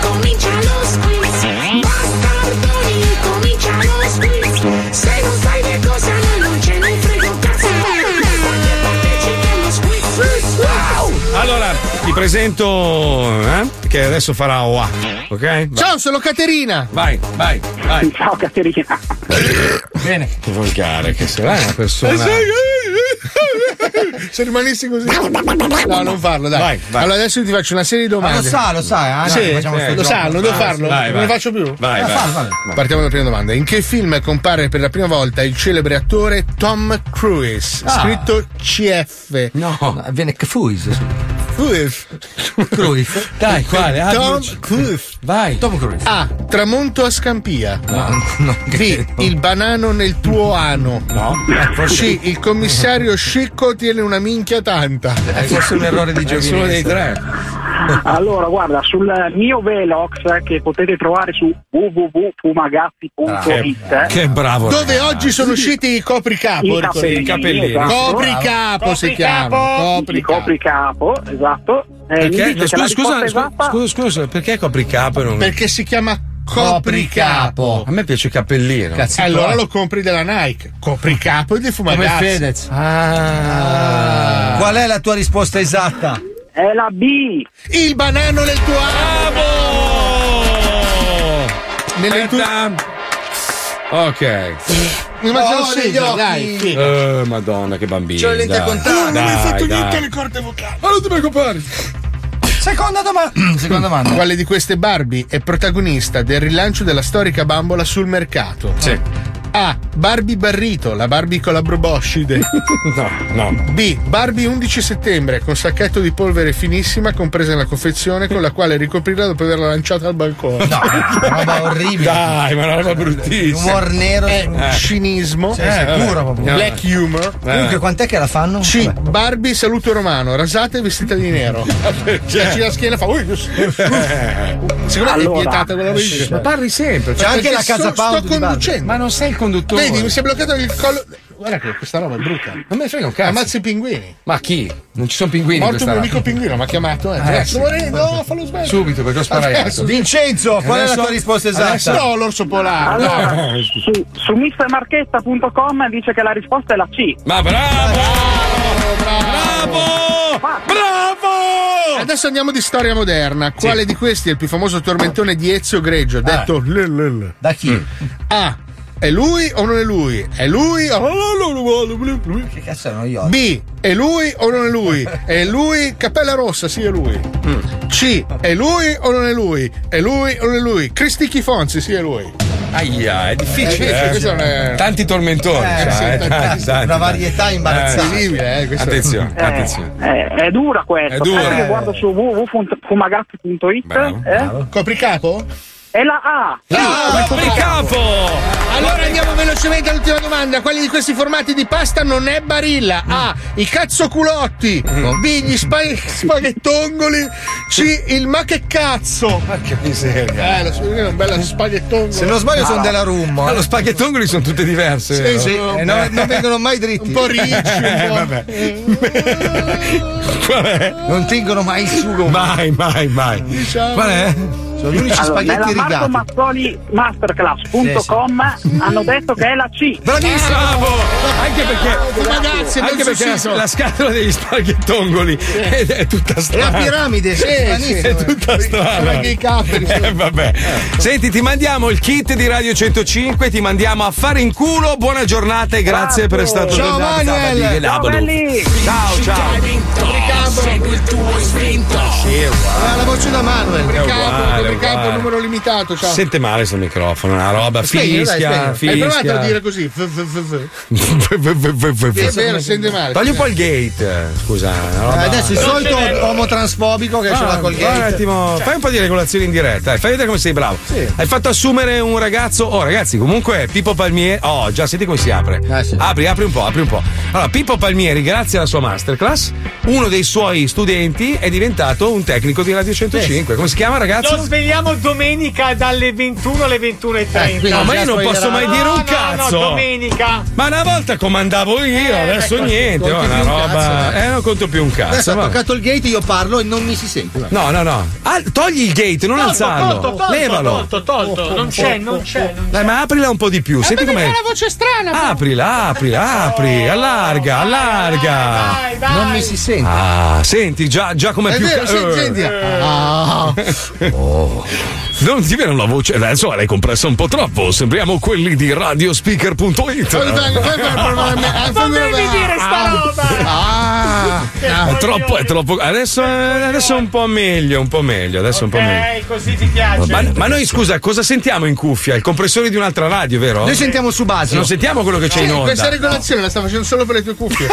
[SPEAKER 5] Comincia lo squiz. Bastardoni, comincia lo squiz. Se non sai che cosa noi non ce ne frega un cazzo. Voglio partecipi allo squiz. Wow!
[SPEAKER 2] Allora, ti presento. eh, che adesso farà OA. Ok? Vai.
[SPEAKER 3] Ciao, sono Caterina.
[SPEAKER 2] Vai, vai, vai.
[SPEAKER 28] Ciao Caterina.
[SPEAKER 2] Bene.
[SPEAKER 3] Eh,
[SPEAKER 2] Che volgare che sarai una persona.
[SPEAKER 3] Se rimanessi così. No, non farlo, dai.
[SPEAKER 2] Vai, vai.
[SPEAKER 3] Allora adesso ti faccio una serie di domande.
[SPEAKER 2] Ah, lo sa, lo sa, ah, no,
[SPEAKER 3] Sì,
[SPEAKER 2] che facciamo
[SPEAKER 3] sì,
[SPEAKER 2] sto
[SPEAKER 3] lo
[SPEAKER 2] gioco.
[SPEAKER 3] sa, non
[SPEAKER 7] Ah,
[SPEAKER 3] devo
[SPEAKER 2] Vai,
[SPEAKER 3] farlo.
[SPEAKER 2] vai,
[SPEAKER 3] non
[SPEAKER 2] vai.
[SPEAKER 3] lo faccio più.
[SPEAKER 2] Vai,
[SPEAKER 7] Eh,
[SPEAKER 3] Ah,
[SPEAKER 2] vai.
[SPEAKER 3] fallo, fallo. Partiamo dalla prima domanda. In che film compare per la prima volta il celebre attore Tom Cruise?
[SPEAKER 7] Ah.
[SPEAKER 3] Scritto CF. No, viene Cruise. Cruise. Cruise.
[SPEAKER 2] Dai, quale? Ah,
[SPEAKER 3] Tom
[SPEAKER 2] non-
[SPEAKER 3] Cruise.
[SPEAKER 2] Vai.
[SPEAKER 3] Tom Cruise. A. Tramonto a Scampia. B. Il banano nel tuo ano. No. C. Il commissario Scicco tiene una minchia tanta.
[SPEAKER 7] È forse un errore di Giovinezza.
[SPEAKER 3] Sono dei tre.
[SPEAKER 28] Allora, guarda, sul mio Velox che potete trovare su www.pumagazzi.it
[SPEAKER 2] Ah, Che bravo.
[SPEAKER 3] Dove
[SPEAKER 2] ragazzi.
[SPEAKER 3] oggi sono usciti i copricapo.
[SPEAKER 28] I capellini,
[SPEAKER 3] ricordi?
[SPEAKER 28] esatto.
[SPEAKER 3] Copricapo si
[SPEAKER 28] Copricapo.
[SPEAKER 3] chiama.
[SPEAKER 28] Il copricapo, esatto. Eh, mi
[SPEAKER 2] Perché?
[SPEAKER 28] dice
[SPEAKER 2] No,
[SPEAKER 28] che la
[SPEAKER 2] scusa, scusa,
[SPEAKER 28] risposta
[SPEAKER 2] scusa,
[SPEAKER 28] esatta-
[SPEAKER 2] scusa, scusa, perché copricapo? e Non...
[SPEAKER 3] Perché si chiama copricapo.
[SPEAKER 2] A me piace il cappellino.
[SPEAKER 3] Cazzo, allora lo compri della Nike. Copricapo Ah. e defumagazzi.
[SPEAKER 7] Come Fedez.
[SPEAKER 4] Qual è la tua risposta esatta?
[SPEAKER 28] È la B.
[SPEAKER 3] Il banano nel tuo Nelle tue...
[SPEAKER 2] Ok.
[SPEAKER 3] Mi
[SPEAKER 5] Oh,
[SPEAKER 3] immagino
[SPEAKER 5] negli
[SPEAKER 3] sempre,
[SPEAKER 5] occhi.
[SPEAKER 3] dai. figa.
[SPEAKER 2] Eh, madonna, che bambino.
[SPEAKER 3] Ce l'ho lente a contare.
[SPEAKER 2] dai,
[SPEAKER 3] Non ho mai fatto
[SPEAKER 2] dai.
[SPEAKER 3] niente alle
[SPEAKER 4] Corte vocale.
[SPEAKER 3] Ma non ti preoccupare. Seconda
[SPEAKER 5] (clears throat)
[SPEAKER 3] domanda. Seconda domanda. Mm. Quale di queste Barbie è protagonista del rilancio della storica bambola sul mercato? Sì. A. Barbie Barrito, la Barbie con la proboscide. (laughs) no, no. B. Barbie 11 settembre con sacchetto di polvere finissima compresa nella confezione con la quale ricoprirla dopo averla lanciata al balcone. No, roba orribile.
[SPEAKER 2] Dai, ma una roba bruttissima.
[SPEAKER 3] Umor nero. È un
[SPEAKER 2] Eh.
[SPEAKER 3] cinismo.
[SPEAKER 2] Sì, sicuro, proprio.
[SPEAKER 3] Black humor.
[SPEAKER 2] Comunque,
[SPEAKER 3] quant'è che la fanno? Sì, Barbie saluto romano, rasata e vestita di
[SPEAKER 2] (laughs)
[SPEAKER 3] nero.
[SPEAKER 2] Perché?
[SPEAKER 3] Cioè, gira la schiena e fa. "Ui, uff". Secondo me è
[SPEAKER 2] Allora. eh,
[SPEAKER 3] vietata quella roba lì.
[SPEAKER 2] Ma parli sempre. cioè,
[SPEAKER 3] C'è anche la casa
[SPEAKER 2] Paolo.
[SPEAKER 3] Sto conducendo. Ma
[SPEAKER 2] non sei il conduttore.
[SPEAKER 3] Vedi, mi si è bloccato il collo. Guarda che questa roba è brutta. Non me ne frega un cazzo. Ammazzi i pinguini.
[SPEAKER 2] Ma chi? Non ci sono pinguini. in
[SPEAKER 3] Morto un mio
[SPEAKER 2] questa radio.
[SPEAKER 3] amico pinguino, mi ha chiamato. Eh.
[SPEAKER 2] Ah,
[SPEAKER 3] Cazzo,
[SPEAKER 2] sì.
[SPEAKER 3] vorrei- no, fallo sbaglio.
[SPEAKER 2] Subito, perché ho sparaiato. Oh,
[SPEAKER 4] Vincenzo, qual è la
[SPEAKER 28] Adesso-
[SPEAKER 4] tua risposta esatta?
[SPEAKER 28] adesso-
[SPEAKER 3] No, l'orso polare. Eh,
[SPEAKER 28] Allora, su, su mistermarchetta.com dice che la risposta è la C.
[SPEAKER 2] Ma bravo! Bravo! Bravo!
[SPEAKER 3] Adesso andiamo di storia moderna. Quale di questi è il più famoso tormentone di Ezio Greggio? Detto Da
[SPEAKER 5] Mm.
[SPEAKER 3] chi? A. È lui o non è lui? È lui o. Che cazzo è io? B. È lui o non è (laughs) lui? È lui. Cappella rossa, sì, è lui. C. È lui o non è lui? È lui o non è lui? Cristi Chifonzi, sì, è lui.
[SPEAKER 2] Aia, è
[SPEAKER 3] Eh, sì,
[SPEAKER 2] difficile. eh.
[SPEAKER 3] questo non è-
[SPEAKER 2] Tanti tormentoni.
[SPEAKER 3] Eh,
[SPEAKER 2] cioè,
[SPEAKER 3] sì,
[SPEAKER 2] eh,
[SPEAKER 3] tanti,
[SPEAKER 2] tanti,
[SPEAKER 3] una
[SPEAKER 2] tanti.
[SPEAKER 3] varietà imbarazzante.
[SPEAKER 2] Eh, sì,
[SPEAKER 3] eh, questo-
[SPEAKER 2] attenzione,
[SPEAKER 28] Eh,
[SPEAKER 2] attenzione.
[SPEAKER 28] eh, è dura questa.
[SPEAKER 2] È dura.
[SPEAKER 28] Sai che guardo su www.fumagazzi.it. Eh?
[SPEAKER 3] Copricapo?
[SPEAKER 28] È la A.
[SPEAKER 3] Ah,
[SPEAKER 2] capo!
[SPEAKER 3] Allora andiamo velocemente all'ultima domanda. Quali di questi formati di pasta non è Barilla?
[SPEAKER 2] Mm.
[SPEAKER 3] A. I cazzoculotti. B. Gli spa- spaghettongoli. C. Il ma che cazzo. Ma che miseria. Eh, lo so, è un bello spaghettongolo.
[SPEAKER 2] Se non sbaglio sono della
[SPEAKER 3] Rummo. eh.
[SPEAKER 2] Ma Ah, lo spaghettongoli sono tutte diverse.
[SPEAKER 3] Sì,
[SPEAKER 2] vero?
[SPEAKER 3] sì. Eh, no, non vengono mai dritti.
[SPEAKER 2] Un po' ricci, un
[SPEAKER 3] Eh,
[SPEAKER 2] po'.
[SPEAKER 3] vabbè.
[SPEAKER 2] Non tengono mai il sugo. Mai, mai, mai.
[SPEAKER 3] Diciamo.
[SPEAKER 2] Qual è?
[SPEAKER 3] Sono
[SPEAKER 28] Allora, nella Marco Mazzoli Masterclass.com hanno detto che è la C.
[SPEAKER 2] Bravissimo! Anche perché,
[SPEAKER 3] Ragazzi,
[SPEAKER 2] anche perché la, la scatola degli spaghettongoli è, è tutta
[SPEAKER 3] È la
[SPEAKER 2] strana.
[SPEAKER 3] piramide, sì, sì.
[SPEAKER 2] è tutta strana.
[SPEAKER 3] Anche i capri, sì.
[SPEAKER 2] Eh, vabbè. Senti, ti mandiamo il kit di Radio 105, ti mandiamo a fare in culo. Buona giornata e grazie per essere stato
[SPEAKER 5] Ciao,
[SPEAKER 2] con noi.
[SPEAKER 5] Manuel.
[SPEAKER 2] Ciao, belli. Ciao, ciao.
[SPEAKER 5] Segui il tuo istinto.
[SPEAKER 3] Ah, la voce da Manuel.
[SPEAKER 2] È uguale,
[SPEAKER 3] Bricampo,
[SPEAKER 2] uguale.
[SPEAKER 3] Bricampo, numero limitato. Ciao.
[SPEAKER 4] Eh,
[SPEAKER 2] Sente male sul microfono, una roba
[SPEAKER 3] Spegnilo, dai,
[SPEAKER 2] fischia,
[SPEAKER 3] spegnilo. Hai provato a dire
[SPEAKER 2] (laughs) fischia.
[SPEAKER 3] così? V, v, v, v.
[SPEAKER 2] È
[SPEAKER 3] È vero, sente male.
[SPEAKER 2] Togli un po' il gate, scusa. una roba- Ah,
[SPEAKER 3] Eh, adesso
[SPEAKER 15] il solito
[SPEAKER 3] omotransfobico
[SPEAKER 15] che ce l'ha col
[SPEAKER 2] guarda un
[SPEAKER 15] gate.
[SPEAKER 2] attimo,
[SPEAKER 22] Certo.
[SPEAKER 2] fai un po' di regolazioni in diretta, eh, fai vedere come sei bravo. Hai fatto assumere un ragazzo. Oh, ragazzi, comunque Pippo Palmieri. Oh, già senti come si apre.
[SPEAKER 22] Eh,
[SPEAKER 2] Apri, apri un po', apri un po'. Allora, Pippo Palmieri, grazie alla sua masterclass, uno dei suoi studenti è diventato un tecnico di Radio 105. Come si chiama, ragazzo?
[SPEAKER 22] Lo svegliamo domenica dalle 21 alle 21.30.
[SPEAKER 2] Eh, quindi No, ma io non posso spoilerà. mai dire un
[SPEAKER 22] No, no,
[SPEAKER 2] cazzo.
[SPEAKER 22] No, domenica.
[SPEAKER 2] Ma una volta comandavo
[SPEAKER 4] Eh,
[SPEAKER 2] io, adesso
[SPEAKER 22] ecco,
[SPEAKER 2] niente, oh,
[SPEAKER 22] conti
[SPEAKER 2] una
[SPEAKER 22] più un
[SPEAKER 2] roba.
[SPEAKER 22] cazzo,
[SPEAKER 2] eh, non conto più un
[SPEAKER 4] Adesso
[SPEAKER 2] cazzo.
[SPEAKER 4] ha
[SPEAKER 2] vabbè.
[SPEAKER 4] toccato il gate, io parlo e non mi si sente.
[SPEAKER 2] No, no, no. Ah, togli il gate, non alzarlo.
[SPEAKER 4] tolto, tolto,
[SPEAKER 2] Levalo.
[SPEAKER 4] tolto, tolto.
[SPEAKER 22] Non c'è, non c'è. non-
[SPEAKER 2] Dai, ma aprila un po' di
[SPEAKER 22] Eh,
[SPEAKER 2] più. Senti com'è.
[SPEAKER 3] voce strana.
[SPEAKER 5] Ah.
[SPEAKER 2] Aprila, aprila, apri, allarga, allarga.
[SPEAKER 4] Non mi si sente.
[SPEAKER 2] Ah, senti già, già com'è
[SPEAKER 4] È
[SPEAKER 2] più
[SPEAKER 4] vero,
[SPEAKER 2] ca-
[SPEAKER 4] senti,
[SPEAKER 2] eh.
[SPEAKER 4] senti.
[SPEAKER 2] (laughs) Oh. Non ti viene la voce, adesso l'hai compressa un po' troppo. Sembriamo quelli di radiospeaker.it.
[SPEAKER 5] Non devi dire sta roba.
[SPEAKER 15] Ah.
[SPEAKER 2] (laughs) È troppo, è troppo. Adesso, adesso è un po' meglio, un po' meglio, adesso è un po' meglio.
[SPEAKER 22] Ok, Eh, così ti piace.
[SPEAKER 2] Ma, ma noi scusa, cosa sentiamo in cuffia? Il compressore di un'altra radio, vero?
[SPEAKER 3] Noi sentiamo
[SPEAKER 2] su base. Non sentiamo quello che c'è
[SPEAKER 3] Sì,
[SPEAKER 2] in onda.
[SPEAKER 3] Questa regolazione la sta facendo solo per le tue
[SPEAKER 2] (laughs)
[SPEAKER 3] cuffie.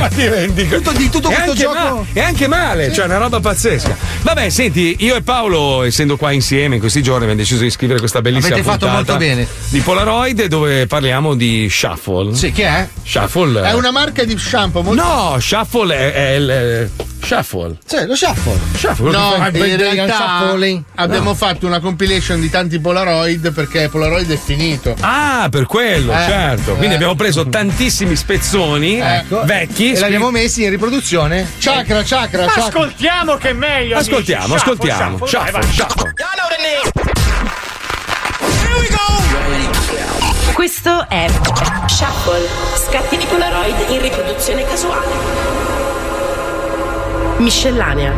[SPEAKER 2] Ma ti rendi conto?
[SPEAKER 3] Tutto- di tutto
[SPEAKER 2] E
[SPEAKER 3] questo
[SPEAKER 2] anche
[SPEAKER 3] gioco-
[SPEAKER 2] ma- e anche male, cioè una roba pazzesca. Vabbè, senti, io e Paolo, essendo qua insieme in questi giorni, abbiamo deciso di scrivere questa bellissima
[SPEAKER 4] Avete fatto
[SPEAKER 2] puntata
[SPEAKER 4] molto bene.
[SPEAKER 2] di Polaroid dove parliamo di Shuffle. Sì,
[SPEAKER 3] che è?
[SPEAKER 2] Shuffle.
[SPEAKER 3] È una marca di shampoo molto.
[SPEAKER 2] No, Shuffle è, è il eh, Shuffle.
[SPEAKER 3] Cioè, lo shuffle.
[SPEAKER 2] Shuffle,
[SPEAKER 3] No,
[SPEAKER 2] quello che fai-
[SPEAKER 3] in
[SPEAKER 2] fai-
[SPEAKER 3] realtà
[SPEAKER 2] shuffling.
[SPEAKER 3] abbiamo
[SPEAKER 2] No.
[SPEAKER 3] fatto una compilation di tanti Polaroid perché Polaroid è finito.
[SPEAKER 2] Ah, per quello,
[SPEAKER 3] Eh,
[SPEAKER 2] certo. Quindi
[SPEAKER 3] eh.
[SPEAKER 2] abbiamo preso tantissimi spezzoni
[SPEAKER 3] Ecco.
[SPEAKER 2] vecchi.
[SPEAKER 3] E l'abbiamo
[SPEAKER 2] messi in riproduzione.
[SPEAKER 3] Chakra, chakra,
[SPEAKER 22] Ma
[SPEAKER 3] chakra.
[SPEAKER 22] ascoltiamo che è meglio. amici.
[SPEAKER 2] Ascoltiamo,
[SPEAKER 22] Shuffle,
[SPEAKER 2] ascoltiamo.
[SPEAKER 22] shuffle, vai,
[SPEAKER 2] Shuffle,
[SPEAKER 22] vai.
[SPEAKER 2] shuffle.
[SPEAKER 10] Questo è Shuffle, scatti di Polaroid in riproduzione casuale. Miscellanea.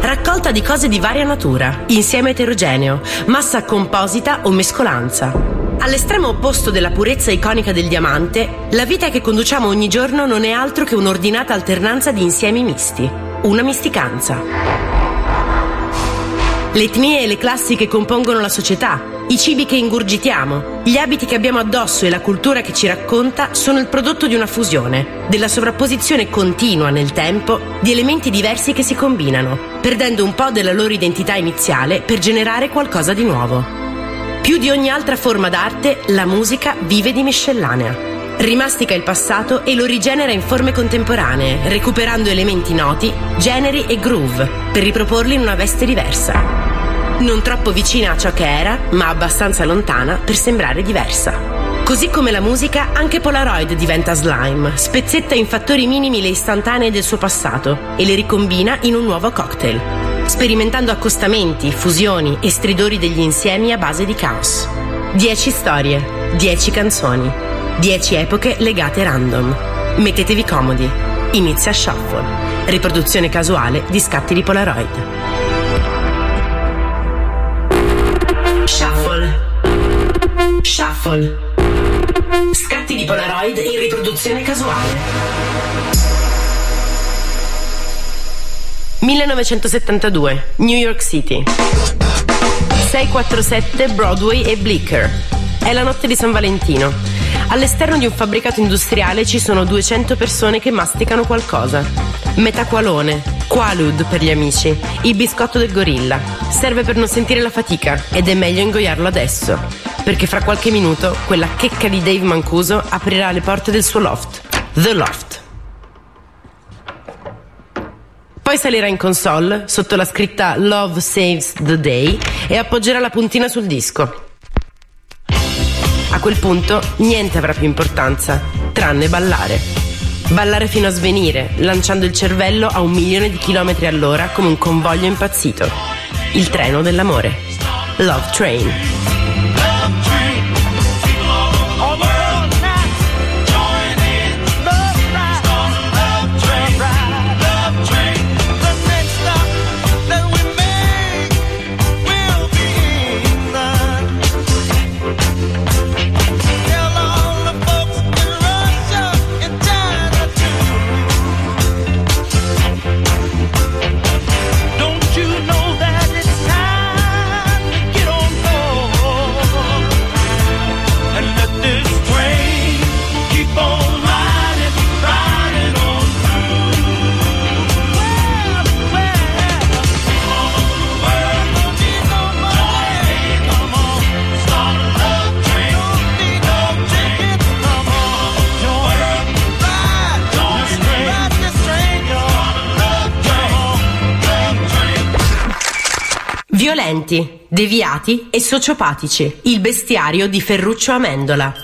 [SPEAKER 10] Raccolta di cose di varia natura, insieme eterogeneo, massa composita o mescolanza. All'estremo opposto della purezza iconica del diamante, la vita che conduciamo ogni giorno non è altro che un'ordinata alternanza di insiemi misti, una misticanza. Le etnie e le classi che compongono la società, i cibi che ingurgitiamo, gli abiti che abbiamo addosso e la cultura che ci racconta sono il prodotto di una fusione, della sovrapposizione continua nel tempo di elementi diversi che si combinano, perdendo un po' della loro identità iniziale per generare qualcosa di nuovo. Più di ogni altra forma d'arte, la musica vive di miscellanea. Rimastica il passato e lo rigenera in forme contemporanee, recuperando elementi noti, generi e groove, per riproporli in una veste diversa. Non troppo vicina a ciò che era, ma abbastanza lontana per sembrare diversa. Così come la musica, anche Polaroid diventa slime, spezzetta in fattori minimi le istantanee del suo passato e le ricombina in un nuovo cocktail, sperimentando accostamenti, fusioni e stridori degli insiemi a base di caos. 10 storie, 10 canzoni, 10 epoche legate random. Mettetevi comodi. Inizia Shuffle, riproduzione casuale di scatti di Polaroid. Shuffle. Shuffle. Scatti di Polaroid in riproduzione casuale. 1972, New York City. 647 Broadway e Blicker. È la notte di San Valentino. All'esterno di un fabbricato industriale ci sono 200 persone che masticano qualcosa. Metaqualone, Qualud per gli amici, il biscotto del gorilla. Serve per non sentire la fatica ed è meglio ingoiarlo adesso, perché fra qualche minuto quella checca di Dave Mancuso aprirà le porte del suo loft, The Loft. Poi salirà in console sotto la scritta Love Saves the Day e appoggerà la puntina sul disco. A quel punto niente avrà più importanza, tranne ballare. Ballare fino a svenire, lanciando il cervello a un milione di chilometri all'ora come un convoglio impazzito. Il treno dell'amore. Love Train.
[SPEAKER 5] Don't you know that it's time to get on board and let this train keep on riding, riding on
[SPEAKER 10] Violenti, deviati e sociopatici. Il bestiario di Ferruccio Amendola.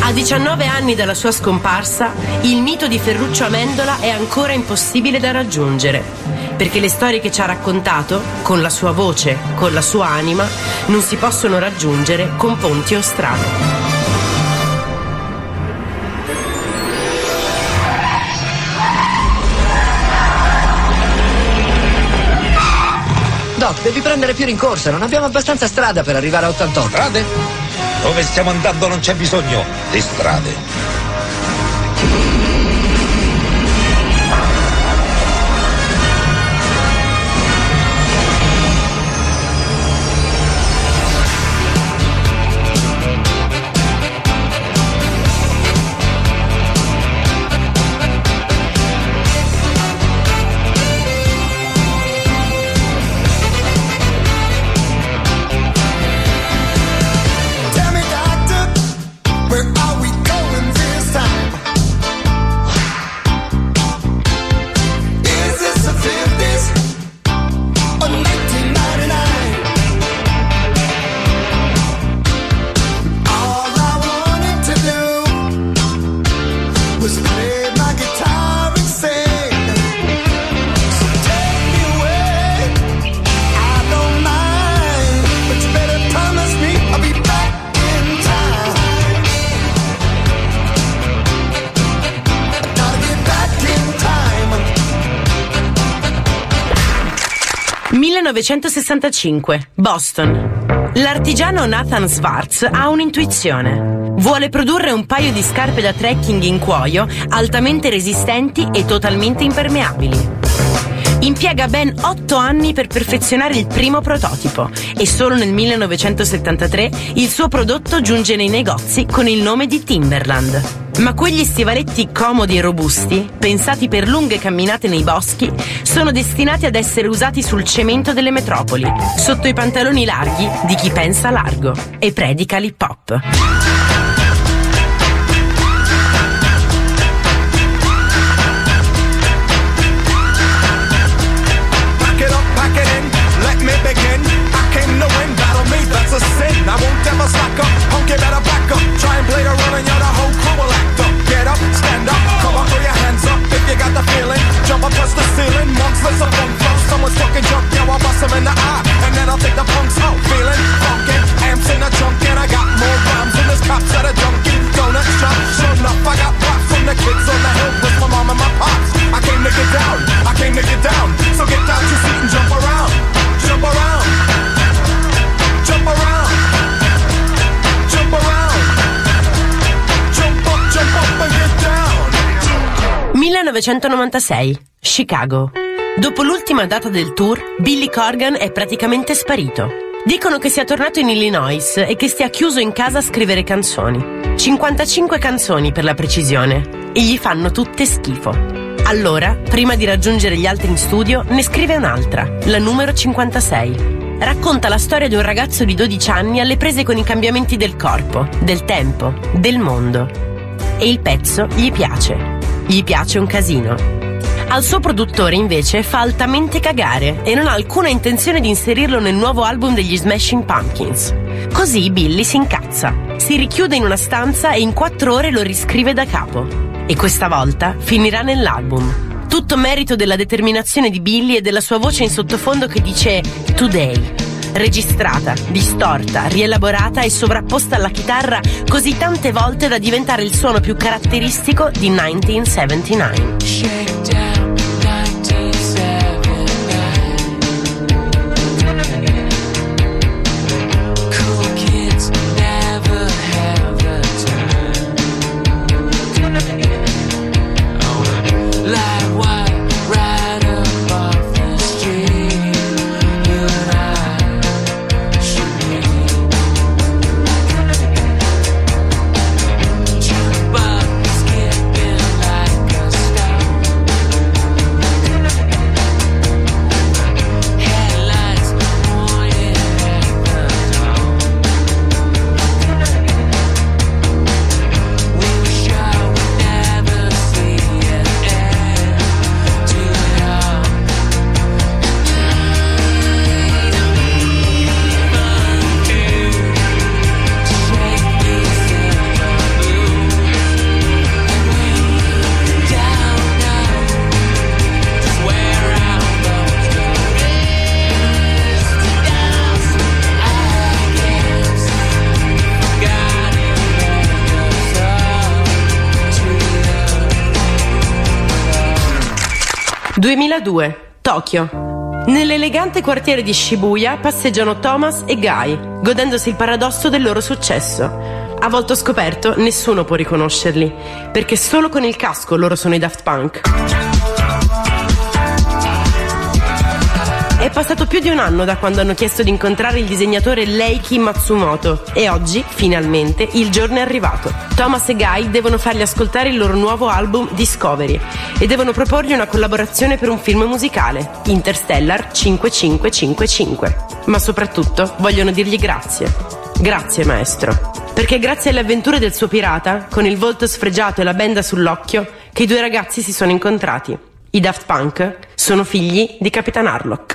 [SPEAKER 10] A 19 anni dalla sua scomparsa, il mito di Ferruccio Amendola è ancora impossibile da raggiungere, perché le storie che ci ha raccontato, con la sua voce, con la sua anima, non si possono raggiungere con ponti o strade.
[SPEAKER 17] Doc, devi prendere più rincorsa, non abbiamo abbastanza strada per arrivare a 88. Strade?
[SPEAKER 29] Dove stiamo andando non c'è bisogno di strade.
[SPEAKER 5] Tell me, doctor, where are we going this time? Is this a 50s or 1999? All I wanted to do was play my guitar and sing. So take me away, I don't mind, but you better promise me I'll be back in time. Gotta be back in time.
[SPEAKER 10] 1965, Boston. L'artigiano Nathan Schwartz ha un'intuizione. Vuole produrre un paio di scarpe da trekking in cuoio altamente resistenti e totalmente impermeabili. Impiega ben 8 anni per perfezionare il primo prototipo e solo nel 1973 il suo prodotto giunge nei negozi con il nome di Timberland. Ma quegli stivaletti comodi e robusti, pensati per lunghe camminate nei boschi, sono destinati ad essere usati sul cemento delle metropoli, sotto i pantaloni larghi di chi pensa largo e predica l'hip hop.
[SPEAKER 5] Pack it up, pack it in, let me begin. I came to win, battle me, that's a sin. I won't ever slack up, punk, you better back up. Try and play the role and you're the whole crew will act up. Get up, stand up, come on, throw your hands up if you got the feeling. Jump up, touch the ceiling, monks, let's up on flow. Someone's fucking drunk, yo, I bust him in the eye. And then I'll take the punks out, feeling funky. Amps in a trunk and I got more rhymes than this cops at a Dunkin' Donuts shop. Sure enough, I got props from the kids on the hill with my mom and my pops. I came to get down, I came to get down. So get out your seat and jump around, jump around, jump around, jump around, jump up, jump up and get down.
[SPEAKER 10] 1996, Chicago. Dopo l'ultima data del tour, Billy Corgan è praticamente sparito. Dicono che sia tornato in Illinois e che stia chiuso in casa a scrivere canzoni. 55 canzoni per la precisione. E gli fanno tutte schifo. Allora, prima di raggiungere gli altri in studio, ne scrive un'altra, la numero 56. Racconta la storia di un ragazzo di 12 anni alle prese con i cambiamenti del corpo, del tempo, del mondo. E il pezzo gli piace. Gli piace un casino. Al suo produttore invece fa altamente cagare e non ha alcuna intenzione di inserirlo nel nuovo album degli Smashing Pumpkins. Così Billy si incazza, si richiude in una stanza e in quattro ore lo riscrive da capo. E questa volta finirà nell'album. Tutto merito della determinazione di Billy e della sua voce in sottofondo che dice Today. Registrata, distorta, rielaborata e sovrapposta alla chitarra così tante volte da diventare il suono più caratteristico di 1979.
[SPEAKER 5] Shakedown 1979. Cool kids never have a turn. Live wire right up off the street. You and I should meet. Jukebox skipping like a star. Headlights pointed at the door. We were sure we'd never see an end to it all. They don't even care. Shake these silver blues. And when down, down, swear out those words. Down, I guess God led us all to love.
[SPEAKER 10] 2002, Tokyo. Nell'elegante quartiere di Shibuya passeggiano Thomas e Guy, godendosi il paradosso del loro successo. A volto scoperto, nessuno può riconoscerli, perché solo con il casco loro sono i Daft Punk. È passato più di un anno da quando hanno chiesto di incontrare il disegnatore Leiki Matsumoto e oggi, finalmente, il giorno è arrivato. Thomas e Guy devono fargli ascoltare il loro nuovo album Discovery e devono proporgli una collaborazione per un film musicale, Interstellar 5555. Ma soprattutto vogliono dirgli grazie. Grazie maestro. Perché grazie alle avventure del suo pirata, con il volto sfregiato e la benda sull'occhio, che i due ragazzi si sono incontrati. I Daft Punk sono figli di Capitan Harlock.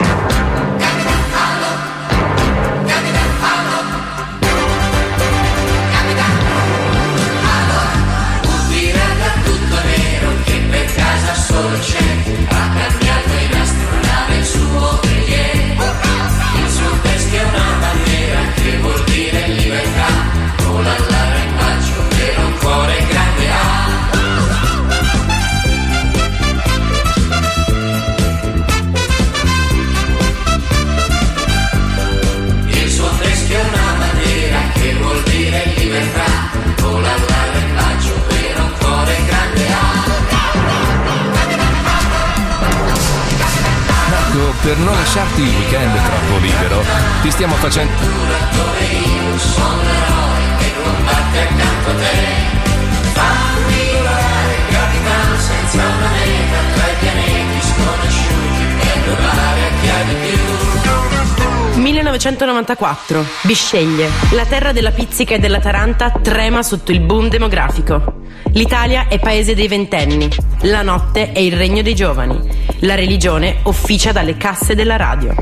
[SPEAKER 5] Pirata tutto nero che per casa solo c'è Ha cambiato in astronave il suo briglie Il suo teschio è una bandiera che vuol dire libertà Con all'ara in braccio che un cuore grande ha Il suo teschio è una bandiera che vuol dire libertà Con all'ara in braccio che un cuore grande ha
[SPEAKER 1] Marco, per non lasciarti il weekend troppo libero, ti stiamo facendo.
[SPEAKER 5] dove io sono l'eroe che combatte accanto a te. Fammi volare, capitano, senza una meta, tra i pianeti sconosciuti per provare a chi ha di più.
[SPEAKER 10] 1994. Bisceglie. La terra della pizzica e della taranta trema sotto il boom demografico. L'Italia è paese dei ventenni. La notte è il regno dei giovani. La religione officia dalle casse della radio.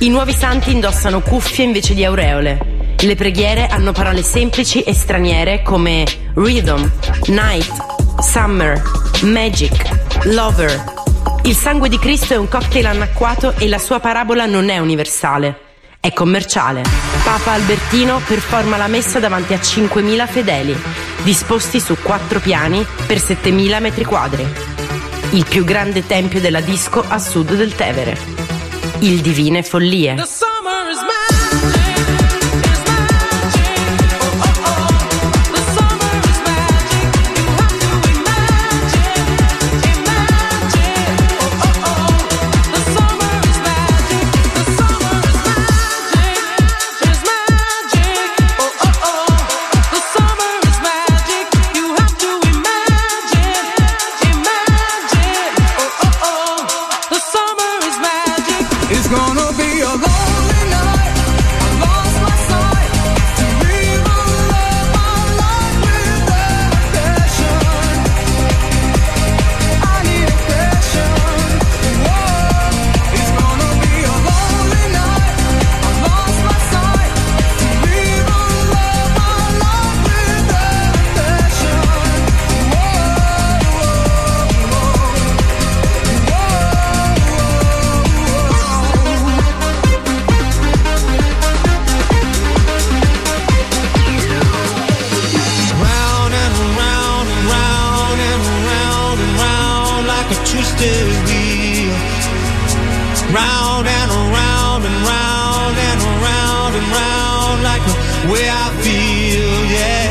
[SPEAKER 10] I nuovi santi indossano cuffie invece di aureole. Le preghiere hanno parole semplici e straniere come rhythm, night, summer, magic, lover. Il sangue di Cristo è un cocktail anacquato e la sua parabola non è universale. È commerciale. Papa Albertino performa la messa davanti a 5.000 fedeli, disposti su quattro piani per 7.000 metri quadri. Il più grande tempio della disco a sud del Tevere. Il Divine Follie.
[SPEAKER 5] Summer is mine. Oh, It's gonna be a lonely night. I lost my sight. To live a love I love without affection. I need affection. Whoa. It's gonna be a lonely night. I lost my sight. To live a love I love without affection.
[SPEAKER 11] Round and round and round and round and round like a twisted wheel. Round and around and round and around and round like the way I feel, yeah.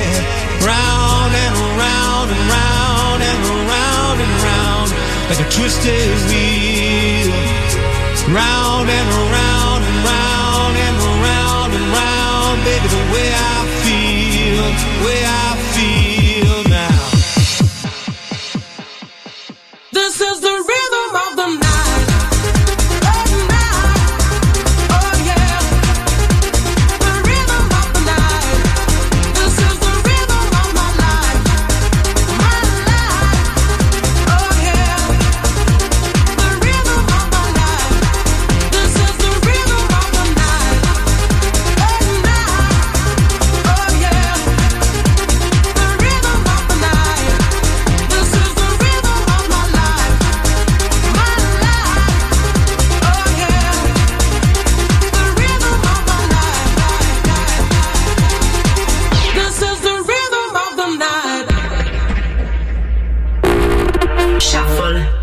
[SPEAKER 11] Round and around and round and around and round like a twisted wheel. Round and around and round and around and round, baby, the way I feel, way I feel now.
[SPEAKER 5] This is the rhythm of the night. Oh, Oh, Oh, This is the rhythm of the night.
[SPEAKER 10] Shuffle.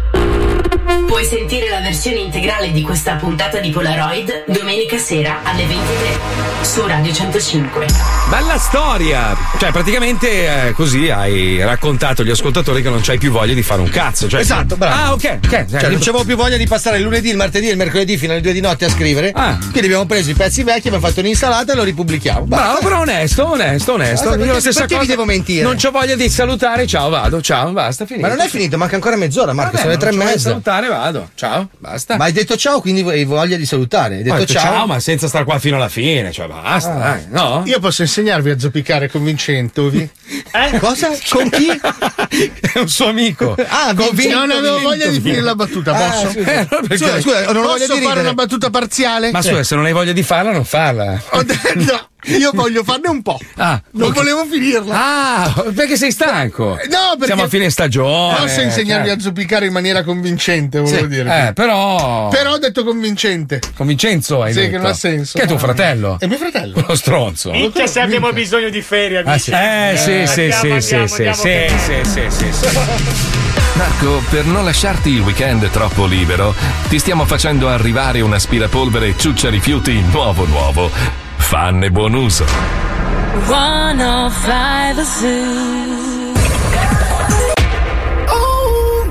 [SPEAKER 10] Puoi sentire la versione integrale di questa puntata di Polaroid domenica sera alle 23 su Radio 105.
[SPEAKER 2] Bella storia! Cioè, praticamente eh, così hai raccontato agli ascoltatori che non c'hai più voglia di fare un cazzo. Cioè,
[SPEAKER 4] Esatto, bravo.
[SPEAKER 2] Ah, ok. ok.
[SPEAKER 4] Cioè, non c'avevo più voglia di passare il lunedì, il martedì e il mercoledì fino alle due di notte a scrivere.
[SPEAKER 2] Ah.
[SPEAKER 4] Quindi abbiamo preso i pezzi vecchi, abbiamo fatto un'insalata e lo ripubblichiamo.
[SPEAKER 2] Bravo, però onesto, onesto, onesto.
[SPEAKER 4] Basta,
[SPEAKER 2] Io la
[SPEAKER 4] Esatto, perché-
[SPEAKER 2] stessa
[SPEAKER 4] perché vi
[SPEAKER 2] cosa.
[SPEAKER 4] devo mentire?
[SPEAKER 2] Non c'ho voglia di salutare, ciao, vado, ciao, basta, finito.
[SPEAKER 4] Ma non è finito, manca ancora mezz'ora, Marco.
[SPEAKER 2] Vabbè,
[SPEAKER 4] sono le
[SPEAKER 2] non
[SPEAKER 4] tre e
[SPEAKER 2] ci voglio
[SPEAKER 4] mezza.
[SPEAKER 2] salutare, vado. Ciao, basta.
[SPEAKER 4] Ma hai detto ciao, quindi hai voglia di salutare. Hai detto
[SPEAKER 2] Ho detto
[SPEAKER 4] ciao. Ah,
[SPEAKER 2] ciao, ma senza star qua fino alla fine, cioè basta, dai, no?
[SPEAKER 3] Io posso insegnarvi a zoppicare con Vincentovi.
[SPEAKER 4] Eh? Cosa? Con chi?
[SPEAKER 2] (laughs) È un suo amico.
[SPEAKER 3] Ah,
[SPEAKER 4] Con
[SPEAKER 3] Vincenzo,
[SPEAKER 4] Vincenzo,
[SPEAKER 3] non avevo
[SPEAKER 4] Vincenzo.
[SPEAKER 3] voglia di finire la battuta,
[SPEAKER 4] Ah,
[SPEAKER 3] posso?
[SPEAKER 4] scusa. Eh, no, perché- Scusa, scusa, non ho
[SPEAKER 3] posso
[SPEAKER 4] voglia di
[SPEAKER 3] fare
[SPEAKER 4] ridere.
[SPEAKER 3] una battuta
[SPEAKER 4] eh,
[SPEAKER 3] parziale?
[SPEAKER 2] Ma scusa, se non hai voglia di farla, non farla.
[SPEAKER 3] Ho detto, io voglio farne un po'.
[SPEAKER 2] Ah,
[SPEAKER 3] non
[SPEAKER 2] Eh. ok.
[SPEAKER 3] volevo finirla.
[SPEAKER 2] Ah, perché sei stanco?
[SPEAKER 4] Eh,
[SPEAKER 3] No, perché
[SPEAKER 2] Siamo a fine stagione.
[SPEAKER 3] Posso insegnarvi
[SPEAKER 2] cioè.
[SPEAKER 3] a zoppicare in maniera convincente, volevo
[SPEAKER 2] Sì,
[SPEAKER 3] dire.
[SPEAKER 2] eh, però-
[SPEAKER 3] Però ho detto convincente.
[SPEAKER 2] Con Vincenzo hai
[SPEAKER 3] Sì, che
[SPEAKER 2] detto.
[SPEAKER 3] non ha senso. Ah.
[SPEAKER 2] Che è tuo fratello?
[SPEAKER 4] Eh,
[SPEAKER 3] È mio fratello.
[SPEAKER 2] Quello stronzo.
[SPEAKER 22] Minchia, Cioè, se abbiamo bisogno di ferie,
[SPEAKER 2] Ah,
[SPEAKER 22] amici.
[SPEAKER 2] sì. Eh, sì, sì,
[SPEAKER 22] andiamo,
[SPEAKER 2] sì,
[SPEAKER 22] andiamo,
[SPEAKER 2] sì,
[SPEAKER 22] andiamo,
[SPEAKER 2] sì,
[SPEAKER 22] andiamo.
[SPEAKER 2] sì, sì, sì, sì, sì.
[SPEAKER 1] Marco, per non lasciarti il weekend troppo libero, ti stiamo facendo arrivare un aspirapolvere ciuccia rifiuti nuovo nuovo. Fanne buon uso.
[SPEAKER 14] 105 The Zoo.
[SPEAKER 5] Oh,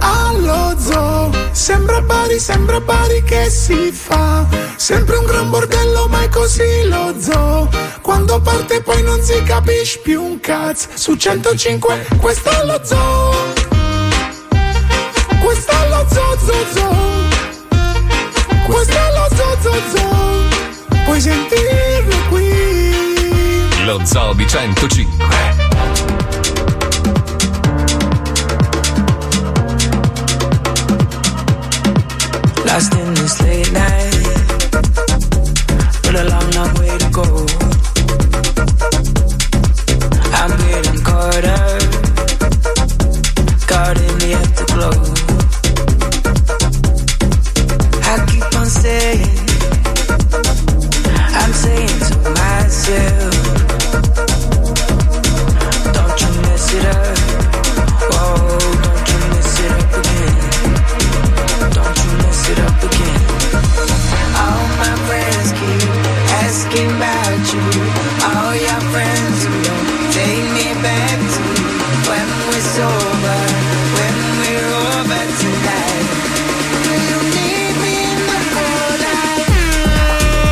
[SPEAKER 5] allo zoo, sembra Bari, sembra Bari che si fa. Sempre un gran bordello, ma è così lo zoo. Quando parte poi non si capisce più un cazzo. Su 105, questo è lo zoo. Questo è lo zoo, zoo, zoo. Questo è lo zoo, zoo, zoo. Puoi sentirlo qui.
[SPEAKER 1] Lo Zoo di 105.
[SPEAKER 5] Lost in this late night With a long, long way to go I'm getting caught up Caught in the afterglow I keep on saying I'm saying to myself Don't you mess it up Oh, don't you mess it up again Don't you mess it up again all my friends keep asking about you. All your friends who don't take me back to when we're sober, when we're over tonight. You need me in the cold, I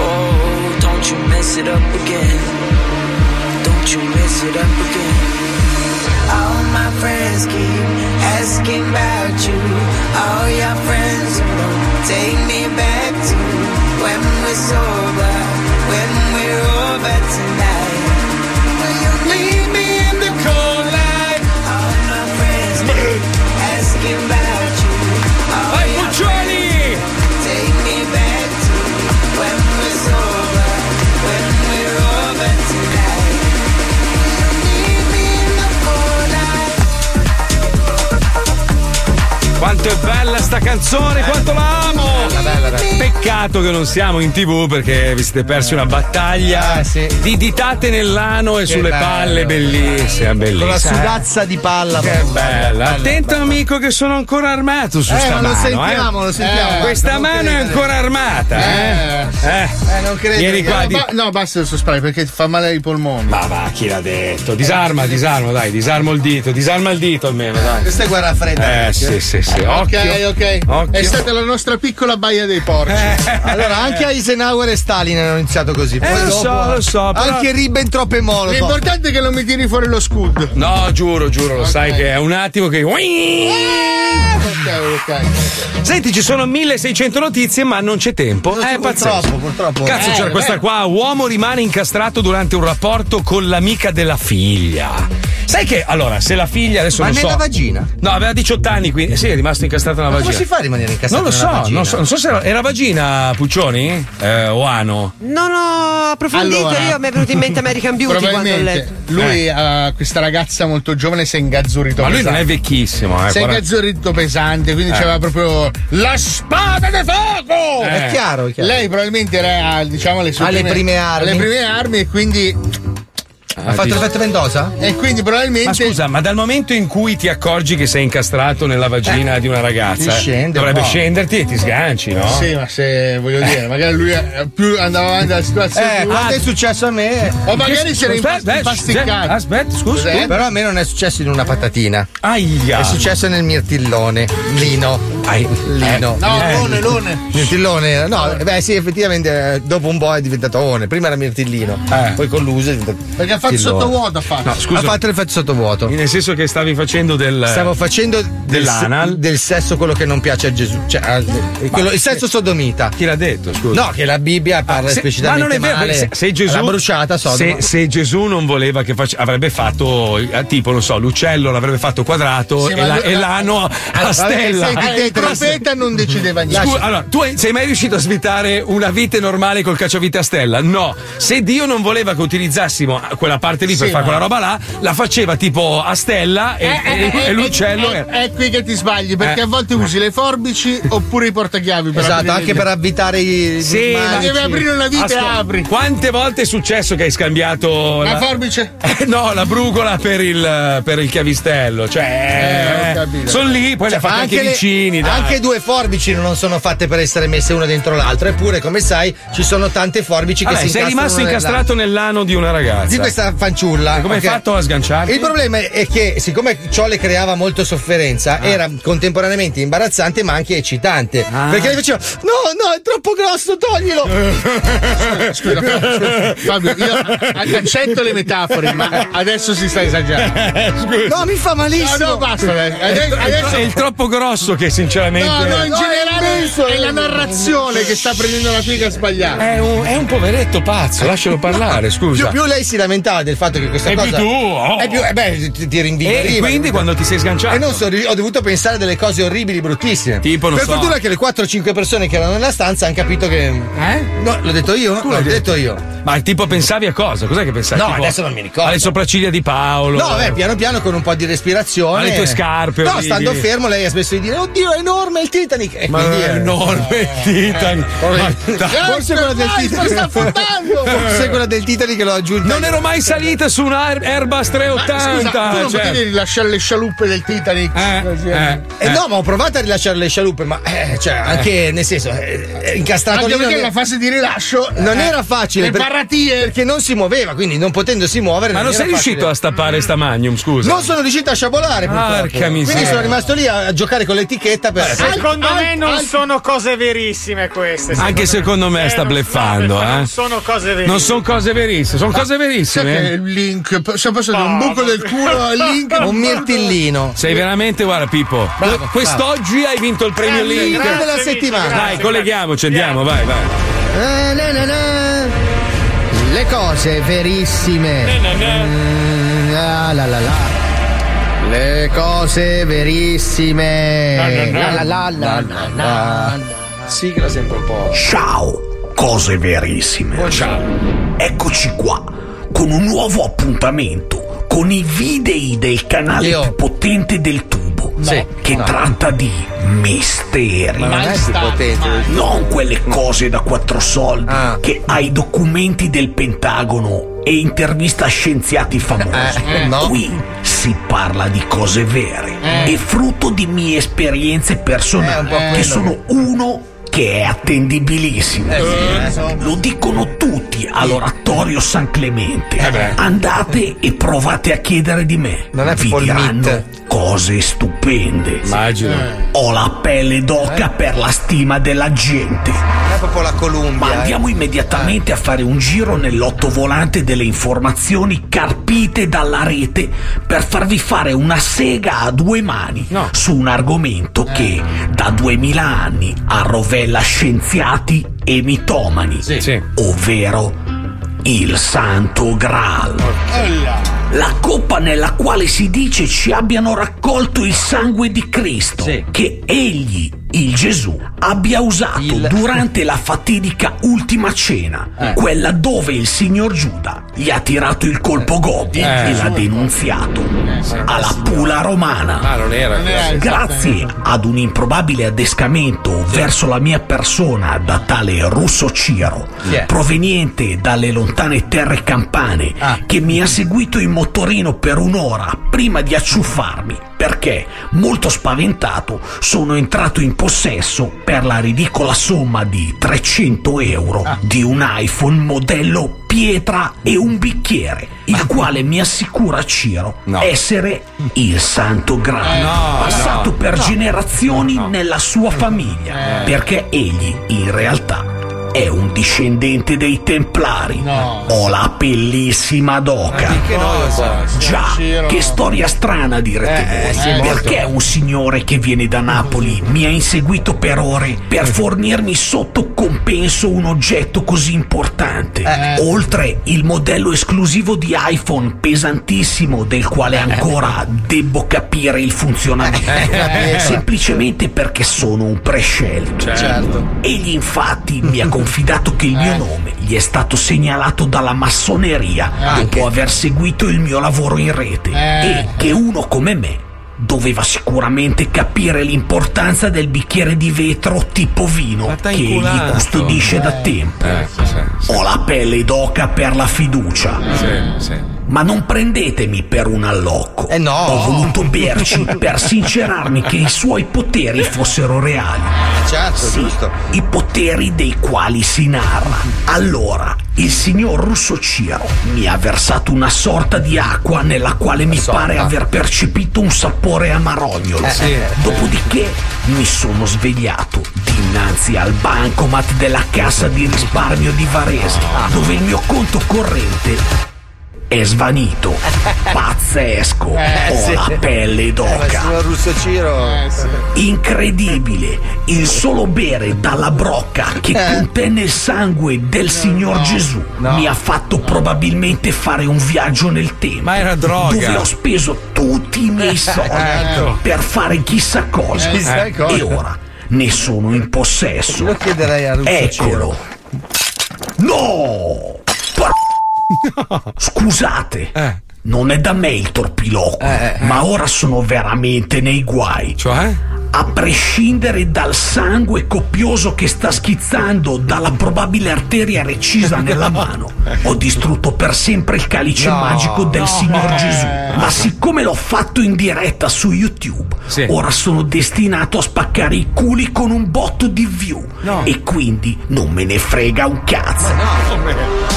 [SPEAKER 8] Oh, it up again. All my friends keep asking about you. All your friends who don't take me back to when we're sober, when we're over tonight. Will you leave me in the cold light? All my friends keep asking about you. All your friends who take me back to when we're sober, when we're over tonight.
[SPEAKER 2] Quanto è bella sta
[SPEAKER 4] Eh.
[SPEAKER 2] canzone, quanto la amo! Peccato che non siamo in tv perché vi siete persi una battaglia di ditate nell'ano e
[SPEAKER 4] Ah, Che
[SPEAKER 2] sulle
[SPEAKER 4] bello.
[SPEAKER 2] palle, bellissima, bellissima.
[SPEAKER 4] Con la
[SPEAKER 3] eh.
[SPEAKER 4] sudazza di palla.
[SPEAKER 2] Che bella. Attento amico che sono ancora armato su
[SPEAKER 4] Eh,
[SPEAKER 2] sta
[SPEAKER 4] ma lo
[SPEAKER 2] mano,
[SPEAKER 4] sentiamo,
[SPEAKER 2] eh.
[SPEAKER 4] lo sentiamo.
[SPEAKER 2] Questa
[SPEAKER 4] Non
[SPEAKER 2] mano è
[SPEAKER 4] credere.
[SPEAKER 2] ancora armata, eh. Eh,
[SPEAKER 3] non credo.
[SPEAKER 2] Vieni qua,
[SPEAKER 3] no,
[SPEAKER 2] di-
[SPEAKER 3] ba- no, basta il suo spray perché fa male ai polmoni.
[SPEAKER 2] Ma va, chi l'ha detto? Disarma, disarma, dai, disarma il dito, disarma il dito almeno, dai.
[SPEAKER 3] Questa è guerra fredda.
[SPEAKER 2] Eh, sì, sì, sì. Occhio.
[SPEAKER 3] Ok, ok.
[SPEAKER 2] Occhio. Eh.
[SPEAKER 3] È stata la nostra piccola baia dei porci.
[SPEAKER 4] Allora,
[SPEAKER 2] (laughs)
[SPEAKER 4] anche Eisenhower e Stalin hanno iniziato così.
[SPEAKER 3] Eh,
[SPEAKER 4] Poi
[SPEAKER 3] lo
[SPEAKER 4] dopo,
[SPEAKER 3] so, lo so, però-
[SPEAKER 4] Anche Ribbentrop e Molotov.
[SPEAKER 3] L'importante è che non mi tiri fuori lo scudo.
[SPEAKER 2] No, giuro, giuro, lo sai che è un attimo che.
[SPEAKER 3] Ah, Ok, ok.
[SPEAKER 2] Senti, ci sono 1600 notizie, ma non c'è tempo. eh, pazzesco.
[SPEAKER 4] Purtroppo, purtroppo.
[SPEAKER 2] Cazzo,
[SPEAKER 4] Eh,
[SPEAKER 2] c'era
[SPEAKER 4] vabbè.
[SPEAKER 2] questa qua. Uomo rimane incastrato durante un rapporto con l'amica della figlia. Sai che allora, se la figlia adesso
[SPEAKER 4] Ma
[SPEAKER 2] non
[SPEAKER 4] nella
[SPEAKER 2] so.
[SPEAKER 4] vagina?
[SPEAKER 2] No, aveva 18 anni, quindi sì, è rimasto incastrato nella
[SPEAKER 4] Ma
[SPEAKER 2] vagina.
[SPEAKER 4] come si fa a rimanere incastrato
[SPEAKER 2] Non lo
[SPEAKER 4] nella
[SPEAKER 2] so,
[SPEAKER 4] vagina?
[SPEAKER 2] non so, non so se era, era vagina Puccioni eh, o ano.
[SPEAKER 9] Non ho approfondito,
[SPEAKER 3] Allora,
[SPEAKER 9] io mi è venuto in mente American Beauty quando ho
[SPEAKER 3] Probabilmente
[SPEAKER 9] letto.
[SPEAKER 3] lui ha questa ragazza molto giovane si è ingazzurrito
[SPEAKER 2] Eh. Ma lui non
[SPEAKER 3] pesante.
[SPEAKER 2] è vecchissimo, eh.
[SPEAKER 3] si è
[SPEAKER 2] 40
[SPEAKER 3] ingazzurrito pesante, quindi
[SPEAKER 2] Eh.
[SPEAKER 3] c'era proprio la spada di fuoco!
[SPEAKER 2] Eh. È chiaro, è chiaro.
[SPEAKER 3] Lei probabilmente era, ah, diciamo, alle, sue
[SPEAKER 4] Alle prime armi.
[SPEAKER 3] Alle prime armi e quindi...
[SPEAKER 2] Ha fatto dici- l'effetto
[SPEAKER 3] ventosa? E quindi probabilmente...
[SPEAKER 2] Ma scusa, ma dal momento in cui ti accorgi che sei incastrato nella vagina di una ragazza,
[SPEAKER 3] ti scende un
[SPEAKER 2] dovrebbe
[SPEAKER 3] po'.
[SPEAKER 2] scenderti e ti sganci, no?
[SPEAKER 3] Eh, Sì, ma se voglio dire,
[SPEAKER 2] Eh.
[SPEAKER 3] magari lui eh, più andava avanti la situazione.
[SPEAKER 4] Eh,
[SPEAKER 3] più-
[SPEAKER 4] quando
[SPEAKER 3] Ah,
[SPEAKER 4] è successo a me.
[SPEAKER 3] O magari c'era
[SPEAKER 4] Aspetta,
[SPEAKER 3] impasticcato.
[SPEAKER 4] aspetta,
[SPEAKER 2] Aspetta,
[SPEAKER 3] scusa, scusa.
[SPEAKER 4] Però a me non è successo in una patatina.
[SPEAKER 2] Aia.
[SPEAKER 4] È successo nel mirtillone. Lino. Lino.
[SPEAKER 3] Eh, no, lone, lone.
[SPEAKER 4] Mirtillone. No, eh, beh, sì, effettivamente eh, dopo un po' è diventato one. Prima era mirtillino. Poi con l'uso è diventato.
[SPEAKER 3] Eh. Perché ha fatto
[SPEAKER 4] mirtillone.
[SPEAKER 3] sottovuoto, ha fatto.
[SPEAKER 4] No, scusa. Ha fatto l'effetto sottovuoto.
[SPEAKER 2] Nel senso che stavi facendo del.
[SPEAKER 4] Stavo facendo del-
[SPEAKER 2] Dell'anal?
[SPEAKER 4] del, sesso quello che non piace a Gesù. Cioè, a- quello- il sesso sodomita.
[SPEAKER 2] Chi l'ha detto? Scusa. Ah,
[SPEAKER 4] No, che la Bibbia parla
[SPEAKER 2] Se-
[SPEAKER 4] Ah, esplicitamente
[SPEAKER 2] ma non è vero,
[SPEAKER 4] male.
[SPEAKER 2] perché se, se Gesù,
[SPEAKER 4] alla bruciata
[SPEAKER 2] se,
[SPEAKER 4] sodoma.
[SPEAKER 2] se Gesù non voleva che faccia, avrebbe fatto eh, tipo, non so, l'uccello l'avrebbe fatto quadrato
[SPEAKER 3] Sì,
[SPEAKER 2] e,
[SPEAKER 3] ma
[SPEAKER 2] la-
[SPEAKER 3] lui-
[SPEAKER 2] e l'ano
[SPEAKER 3] vabbè,
[SPEAKER 2] a stella. Eh,
[SPEAKER 3] senti,
[SPEAKER 4] Ah,
[SPEAKER 3] te, il profeta non decideva niente.
[SPEAKER 2] Scusa, allora, tu hai- sei mai riuscito a svitare una vite normale col cacciavite a stella? No. Se Dio non voleva che utilizzassimo quella parte lì per
[SPEAKER 3] Sì,
[SPEAKER 2] fare
[SPEAKER 3] ma-
[SPEAKER 2] quella roba là, la faceva tipo a stella
[SPEAKER 3] Eh,
[SPEAKER 4] Eh,
[SPEAKER 2] e, e- e l'uccello.
[SPEAKER 3] è,
[SPEAKER 2] era-
[SPEAKER 3] eh, è qui che ti sbagli perché
[SPEAKER 2] Eh.
[SPEAKER 3] a volte usi le forbici oppure i portachiavi per
[SPEAKER 4] Esatto,
[SPEAKER 3] aprire
[SPEAKER 4] anche
[SPEAKER 3] le-
[SPEAKER 4] per avvitare i
[SPEAKER 2] Sì,
[SPEAKER 4] ma-
[SPEAKER 2] ma-
[SPEAKER 3] devi aprire una vite e
[SPEAKER 2] Ascolta,
[SPEAKER 3] apri.
[SPEAKER 2] Quante volte è successo che hai scambiato
[SPEAKER 3] La forbice?
[SPEAKER 2] Eh, no, la brugola per il, per il chiavistello.
[SPEAKER 4] Eh,
[SPEAKER 2] Cioè, sono lì, poi le ha fatte anche,
[SPEAKER 4] Cioè, le-
[SPEAKER 2] vicini. dai.
[SPEAKER 4] anche due forbici non sono fatte per essere messe una dentro l'altra, eppure, come sai, ci sono tante forbici che
[SPEAKER 2] Vabbè,
[SPEAKER 4] si
[SPEAKER 2] sei
[SPEAKER 4] incastrano
[SPEAKER 2] rimasto
[SPEAKER 4] una nell'altra.
[SPEAKER 2] incastrato nell'ano di una ragazza.
[SPEAKER 4] Di questa fanciulla.
[SPEAKER 2] Come hai
[SPEAKER 4] Ok.
[SPEAKER 2] fatto a sganciarti?
[SPEAKER 4] Il problema è che, siccome ciò le creava molto
[SPEAKER 2] Ah.
[SPEAKER 4] sofferenza, era contemporaneamente imbarazzante ma anche eccitante.
[SPEAKER 2] Ah.
[SPEAKER 4] Perché le faceva: No, no, è troppo grosso, toglilo!
[SPEAKER 3] Scusa, Fabio, Fabio, io accetto le metafore, ma adesso si sta esagerando.
[SPEAKER 4] No, mi fa malissimo.
[SPEAKER 3] No, no, basta. dai. Adesso,
[SPEAKER 2] È- è- È il
[SPEAKER 3] adesso-
[SPEAKER 2] troppo grosso che sinceramente.
[SPEAKER 3] No, no, in generale
[SPEAKER 4] immenso.
[SPEAKER 3] è la narrazione che sta prendendo la figa sbagliata.
[SPEAKER 2] È un, è un poveretto pazzo, lascialo parlare, scusa.
[SPEAKER 4] Più, più lei si lamentava del fatto che questa
[SPEAKER 2] E più
[SPEAKER 4] cosa.
[SPEAKER 2] tu, oh.
[SPEAKER 4] E più, eh beh, ti, ti rinvigoriva.
[SPEAKER 2] e quindi quando ti sei sganciato.
[SPEAKER 4] E non so, ho dovuto pensare delle cose orribili, bruttissime.
[SPEAKER 2] Tipo, non
[SPEAKER 4] per
[SPEAKER 2] so.
[SPEAKER 4] fortuna che le 4-5 persone che erano nella stanza hanno capito che. Eh? No, l'ho detto io?
[SPEAKER 2] Tu
[SPEAKER 4] l'ho
[SPEAKER 2] l'hai
[SPEAKER 4] detto io.
[SPEAKER 2] Ma tipo pensavi a cosa? Cos'è che pensavi?
[SPEAKER 4] No,
[SPEAKER 2] Tipo
[SPEAKER 4] adesso non mi ricordo.
[SPEAKER 2] Alle sopracciglia di Paolo.
[SPEAKER 4] No, beh, piano piano con un po' di respirazione.
[SPEAKER 2] Ma le tue scarpe,
[SPEAKER 4] No,
[SPEAKER 2] orribili.
[SPEAKER 4] stando fermo, lei ha smesso di dire: Oddio, è enorme il Titanic! E
[SPEAKER 2] Ma
[SPEAKER 4] quindi,
[SPEAKER 2] è
[SPEAKER 4] eh,
[SPEAKER 2] enorme Titan. Ma dai.
[SPEAKER 4] Forse quella
[SPEAKER 3] Ah,
[SPEAKER 4] del Titanic. Forse quella del Titanic l'ho aggiunta.
[SPEAKER 2] Non ero mai salita su un Air- Airbus
[SPEAKER 3] Ma scusa,
[SPEAKER 2] 380.
[SPEAKER 3] tu non
[SPEAKER 2] cioè.
[SPEAKER 3] potevi rilasciare le scialuppe del Titanic? Così,
[SPEAKER 2] eh.
[SPEAKER 4] Eh, no, ma ho provato a rilasciare le scialuppe, ma eh, cioè, anche nel senso, eh, eh, incastrato
[SPEAKER 3] Anche
[SPEAKER 4] lì non
[SPEAKER 3] perché
[SPEAKER 4] è-
[SPEAKER 3] la fase di rilascio
[SPEAKER 4] non
[SPEAKER 3] eh,
[SPEAKER 4] era facile
[SPEAKER 3] Le
[SPEAKER 4] per-
[SPEAKER 3] paratie.
[SPEAKER 4] perché non si muoveva, quindi non potendosi muovere.
[SPEAKER 2] Ma non sei riuscito a stappare sta magnum, scusa.
[SPEAKER 4] Non sono riuscito a sciabolare, purtroppo.
[SPEAKER 2] Porca miseria.
[SPEAKER 4] Quindi sono rimasto lì a, a giocare con l'etichetta
[SPEAKER 22] Eh,
[SPEAKER 4] per.
[SPEAKER 22] Secondo me non sono cose verissime queste.
[SPEAKER 2] Anche secondo me sta
[SPEAKER 22] non-
[SPEAKER 2] bleffando,
[SPEAKER 22] no, perché
[SPEAKER 2] eh.
[SPEAKER 22] Non sono cose verissime.
[SPEAKER 2] Non sono cose verissime, sono cose verissime.
[SPEAKER 3] che è il link. P- Sono passato da un buco del culo al link.
[SPEAKER 2] Sei veramente, guarda, Pippo.
[SPEAKER 3] Bravo,
[SPEAKER 2] Quest'oggi hai vinto il premio
[SPEAKER 3] Grazie,
[SPEAKER 2] Link.
[SPEAKER 3] grazie della
[SPEAKER 15] settimana.
[SPEAKER 2] Dai,
[SPEAKER 15] grazie.
[SPEAKER 2] colleghiamoci, andiamo, vai, vai.
[SPEAKER 15] Eh, na, na, na. Le cose verissime. Mm, ah, la, la, la. Le cose
[SPEAKER 30] Eh,
[SPEAKER 15] verissime. La, la, la, la, la, la.
[SPEAKER 4] Sigla sempre un po'.
[SPEAKER 30] Ciao, cose verissime. Ciao. Eccoci qua con un nuovo appuntamento con i video del canale più potente del tubo.
[SPEAKER 5] Sì.
[SPEAKER 30] Che
[SPEAKER 5] No.
[SPEAKER 30] tratta di misteri.
[SPEAKER 5] Ma non è il più potente del tubo.
[SPEAKER 30] Non quelle cose da quattro soldi
[SPEAKER 5] Ah.
[SPEAKER 30] che ai documenti del Pentagono e intervista a scienziati famosi.
[SPEAKER 5] Eh, eh, no.
[SPEAKER 30] Qui si parla di cose vere
[SPEAKER 5] Eh.
[SPEAKER 30] e frutto di mie esperienze
[SPEAKER 5] Eh, un
[SPEAKER 30] personali
[SPEAKER 5] po' quello Eh,
[SPEAKER 30] che
[SPEAKER 5] che-
[SPEAKER 30] sono uno che è attendibilissimo. Eh, Lo dicono tutti all'oratorio San Clemente.
[SPEAKER 5] Eh,
[SPEAKER 30] Andate e provate a chiedere di me. Non è Vi diranno cose stupende.
[SPEAKER 2] Immagino.
[SPEAKER 30] Ho la pelle d'oca per la stima della gente. Eh? è proprio la Columbia. eh. Ma andiamo immediatamente a fare un giro nell'ottovolante delle informazioni carpite dalla rete per farvi fare una sega a due mani su un argomento che da duemila anni arrovella scienziati e mitomani, ovvero il Santo Graal. La coppa nella quale si dice ci abbiano raccolto il sangue di Cristo, che egli, il Gesù, abbia usato durante la fatidica ultima cena, quella dove il signor Giuda gli ha tirato il colpo gobbo e l'ha denunziato alla pula romana.
[SPEAKER 2] Ah, non era.
[SPEAKER 30] Grazie ad un improbabile adescamento verso la mia persona da tale russo Ciro, proveniente dalle lontane terre campane, che mi ha seguito in motorino per un'ora prima di acciuffarmi, perché, molto spaventato, sono entrato in possesso per la ridicola somma di 300 euro di un iPhone modello pietra e un bicchiere, il quale mi assicura Ciro essere il santo grado,
[SPEAKER 5] Eh, No,
[SPEAKER 30] passato
[SPEAKER 5] no.
[SPEAKER 30] per
[SPEAKER 5] No.
[SPEAKER 30] generazioni
[SPEAKER 5] No, no.
[SPEAKER 30] nella sua famiglia,
[SPEAKER 5] Eh.
[SPEAKER 30] perché egli in realtà è un discendente dei Templari. Ho la bellissima d'oca. Già, che storia strana direte
[SPEAKER 5] Eh,
[SPEAKER 30] voi.
[SPEAKER 5] eh, sì,
[SPEAKER 30] perché
[SPEAKER 5] molto.
[SPEAKER 30] un signore che viene da Napoli mi ha inseguito per ore
[SPEAKER 5] Eh.
[SPEAKER 30] per fornirmi sotto compenso un oggetto così
[SPEAKER 5] Eh.
[SPEAKER 30] importante? Eh. Oltre il modello esclusivo di iPhone pesantissimo del quale ancora debbo capire il funzionamento.
[SPEAKER 5] Eh, eh,
[SPEAKER 30] Semplicemente perché sono un prescelto.
[SPEAKER 5] Certo.
[SPEAKER 30] Egli infatti mi ha confidato che il mio nome gli è stato segnalato dalla massoneria dopo aver seguito il mio lavoro in rete e che uno come me doveva sicuramente capire l'importanza del bicchiere di vetro tipo vino che egli
[SPEAKER 5] inculato.
[SPEAKER 30] custodisce da tempo.
[SPEAKER 5] Eh,
[SPEAKER 30] Ho la pelle d'oca per la fiducia. Ma non prendetemi per un allocco.
[SPEAKER 5] Eh,
[SPEAKER 30] Ho voluto berci per sincerarmi che i suoi poteri fossero reali.
[SPEAKER 5] Eh, certo,
[SPEAKER 30] Sì, I poteri dei quali si narra. Allora, il signor Russo Ciro mi ha versato una sorta di acqua nella quale mi pare aver percepito un sapore amarognolo.
[SPEAKER 5] Eh, sì.
[SPEAKER 30] Dopodiché mi sono svegliato dinanzi al bancomat della Cassa di risparmio di Varese,
[SPEAKER 5] Ah.
[SPEAKER 30] dove il mio conto corrente
[SPEAKER 7] (laughs)
[SPEAKER 30] è svanito. Pazzesco.
[SPEAKER 5] Eh,
[SPEAKER 30] Ho
[SPEAKER 5] sì.
[SPEAKER 30] la pelle
[SPEAKER 4] Eh,
[SPEAKER 30] d'oca.
[SPEAKER 7] Russo Ciro.
[SPEAKER 22] Eh,
[SPEAKER 30] Incredibile, il solo bere dalla brocca che
[SPEAKER 7] Eh.
[SPEAKER 30] contenne il sangue del Signor Gesù mi ha fatto probabilmente fare un viaggio nel tempo. Ma era
[SPEAKER 2] droga.
[SPEAKER 30] Dove ho speso tutti i miei soldi
[SPEAKER 2] Ecco.
[SPEAKER 30] per fare chissà cosa.
[SPEAKER 7] certo. Eh, chissà
[SPEAKER 30] e
[SPEAKER 7] cosa.
[SPEAKER 30] ora ne sono in possesso.
[SPEAKER 7] Lo chiederei
[SPEAKER 4] Eh,
[SPEAKER 7] a Russo
[SPEAKER 30] Eccolo. No! Por- Scusate.
[SPEAKER 5] Eh.
[SPEAKER 30] Non è da me il torpilocquio, ma ora sono veramente nei guai. Cioè? A prescindere dal sangue copioso che sta schizzando dalla probabile arteria
[SPEAKER 5] (laughs)
[SPEAKER 30] recisa nella mano, ho distrutto per sempre il calice
[SPEAKER 5] No,
[SPEAKER 30] magico del
[SPEAKER 5] no.
[SPEAKER 30] Signor
[SPEAKER 5] Eh.
[SPEAKER 30] Gesù. Ma siccome l'ho fatto in diretta su YouTube, ora sono destinato a spaccare i culi con un botto di view. E quindi non me ne frega un cazzo.
[SPEAKER 5] No,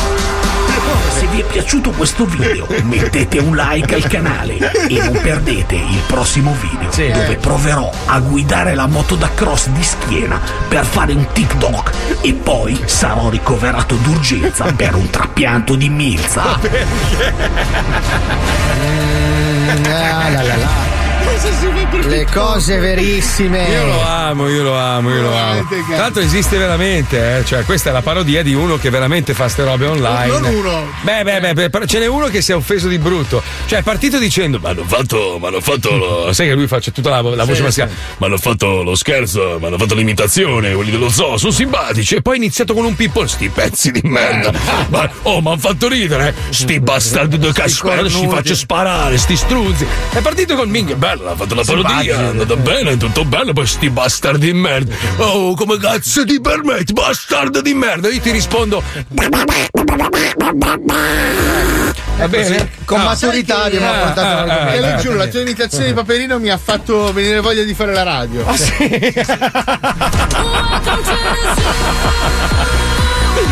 [SPEAKER 30] Se vi è piaciuto questo video, mettete un like al canale e non perdete il prossimo video dove proverò a guidare la moto da cross di schiena per fare un TikTok e poi sarò ricoverato d'urgenza per un trapianto di milza.
[SPEAKER 4] Mm, eh.
[SPEAKER 15] Ah, la, la, la. Le cose verissime.
[SPEAKER 2] Io lo amo, io lo amo, io lo amo.
[SPEAKER 15] Veramente,
[SPEAKER 2] Tra l'altro esiste veramente, eh? cioè questa è la parodia di uno che veramente fa ste robe online.
[SPEAKER 5] Non uno.
[SPEAKER 2] Beh, beh, beh, beh, però ce n'è uno che si è offeso di brutto. Cioè è partito dicendo, ma hanno fatto, ma hanno fatto, (laughs) lo-" sai che lui faccia tutta la, la voce
[SPEAKER 16] Sì,
[SPEAKER 2] maschile, ma hanno fatto lo scherzo, ma hanno fatto l'imitazione, quelli dello zoo, sono simpatici. E poi è iniziato con un pippone, sti pezzi di merda. Ma, oh, ma hanno fatto ridere, sti bastardi di cascare, ci
[SPEAKER 16] cornuti."
[SPEAKER 2] faccio sparare, sti struzzi. È partito col minchia, bella, ha fatto la parodia,
[SPEAKER 16] Simpatici.
[SPEAKER 2] è andata bene, tutto bello, poi sti bastardi di merda. Oh, come cazzo ti permetti, bastardo di merda? Io ti rispondo. Va bene?
[SPEAKER 3] Con
[SPEAKER 2] No.
[SPEAKER 3] maturità
[SPEAKER 2] Sai che-
[SPEAKER 3] abbiamo
[SPEAKER 2] Ah,
[SPEAKER 3] affrontato
[SPEAKER 2] ah, ah,
[SPEAKER 3] l'argomento. E
[SPEAKER 2] ah,
[SPEAKER 3] le giuro, la tua
[SPEAKER 2] ah,
[SPEAKER 3] imitazione di Paperino mi ha fatto venire voglia di fare la radio.
[SPEAKER 2] Ah, sì?
[SPEAKER 3] (laughs)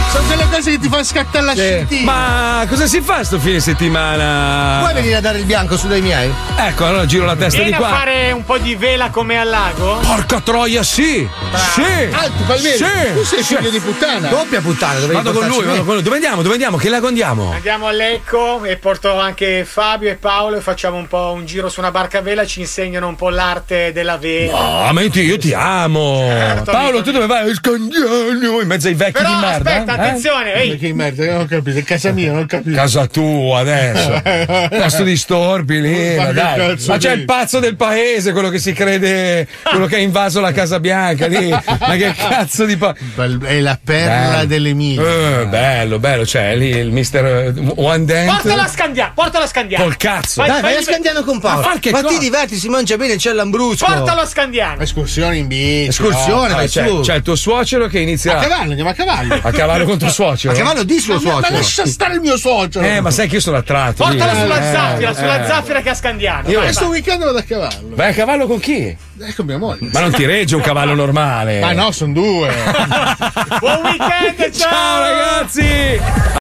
[SPEAKER 3] Sono delle cose che ti fanno scattare la scintilla.
[SPEAKER 2] Ma cosa si fa sto fine settimana?
[SPEAKER 4] Vuoi venire a dare il bianco su dei miei?
[SPEAKER 2] Ecco, allora giro la testa
[SPEAKER 22] Vieni
[SPEAKER 2] di
[SPEAKER 22] a
[SPEAKER 2] qua.
[SPEAKER 22] fare un po' di vela come al lago?
[SPEAKER 2] Porca troia, sì! Sì!
[SPEAKER 22] Alto, Palmieri,
[SPEAKER 2] Sì!
[SPEAKER 22] tu sei figlio
[SPEAKER 2] Sì.
[SPEAKER 22] di puttana.
[SPEAKER 4] Doppia puttana, dovevi
[SPEAKER 2] Vado con
[SPEAKER 4] portarci
[SPEAKER 2] lui,
[SPEAKER 4] me.
[SPEAKER 2] vado con lui. Dove andiamo? Dove andiamo? Che lago andiamo?
[SPEAKER 22] Andiamo a Lecco e porto anche Fabio e Paolo e facciamo un po' un giro su una barca a vela, ci insegnano un po' l'arte della vela.
[SPEAKER 2] Ah, ma io ti, io ti amo. Paolo, tu dove vai? Il coglione, in mezzo ai vecchi
[SPEAKER 22] Eh, Però
[SPEAKER 2] di merda.
[SPEAKER 22] aspetta,
[SPEAKER 2] eh?
[SPEAKER 22] attenzione, ehi.
[SPEAKER 3] Perché merda, io non ho capito, è casa mia, non ho capito.
[SPEAKER 2] Casa
[SPEAKER 3] (laughs)
[SPEAKER 2] tua adesso. Posto di storpi lì.
[SPEAKER 3] Ma
[SPEAKER 2] Ma,
[SPEAKER 3] che
[SPEAKER 2] dai.
[SPEAKER 3] cazzo
[SPEAKER 2] ma c'è
[SPEAKER 3] dici?
[SPEAKER 2] il pazzo del paese, quello che si crede, quello che ha invaso la Casa Bianca lì. Ma che cazzo di pa-
[SPEAKER 3] È la perla
[SPEAKER 2] Bello.
[SPEAKER 3] delle mie.
[SPEAKER 2] Eh, bello, bello, c'è lì il mister eh, One Dent.
[SPEAKER 22] Portala a scandiare, portala a scandiare.
[SPEAKER 2] Col cazzo.
[SPEAKER 22] Vai,
[SPEAKER 4] Dai, vai
[SPEAKER 22] fagli-
[SPEAKER 4] a scandiano con Paolo.
[SPEAKER 22] Ma fa che
[SPEAKER 4] Ma
[SPEAKER 22] cosa?
[SPEAKER 4] ti diverti, si mangia bene, c'è l'ambrusco.
[SPEAKER 22] Portalo a scandiare.
[SPEAKER 3] Escursione in bici.
[SPEAKER 4] Escursione,
[SPEAKER 2] No,
[SPEAKER 4] vai
[SPEAKER 2] c'è,
[SPEAKER 4] su.
[SPEAKER 2] c'è il tuo suocero che inizia.
[SPEAKER 3] A cavallo, andiamo a cavallo.
[SPEAKER 2] A cavallo contro il suocero.
[SPEAKER 3] A cavallo
[SPEAKER 2] di
[SPEAKER 3] Ma- ma- Ma lascia stare il mio socio.
[SPEAKER 2] Eh, ma sai che io sono attratto.
[SPEAKER 22] Portala
[SPEAKER 2] lì.
[SPEAKER 22] sulla
[SPEAKER 2] Eh,
[SPEAKER 22] zaffira,
[SPEAKER 2] eh.
[SPEAKER 22] sulla zaffira che a scandiano.
[SPEAKER 2] Io-
[SPEAKER 22] Vai,
[SPEAKER 3] Questo
[SPEAKER 22] vai.
[SPEAKER 3] weekend vado a cavallo.
[SPEAKER 2] Vai a cavallo con chi?
[SPEAKER 3] Ecco mia moglie.
[SPEAKER 2] Ma non ti regge un cavallo
[SPEAKER 22] (laughs)
[SPEAKER 2] normale.
[SPEAKER 3] Ma no, sono Ah, due.
[SPEAKER 22] Buon weekend, ciao!
[SPEAKER 2] Ciao ragazzi!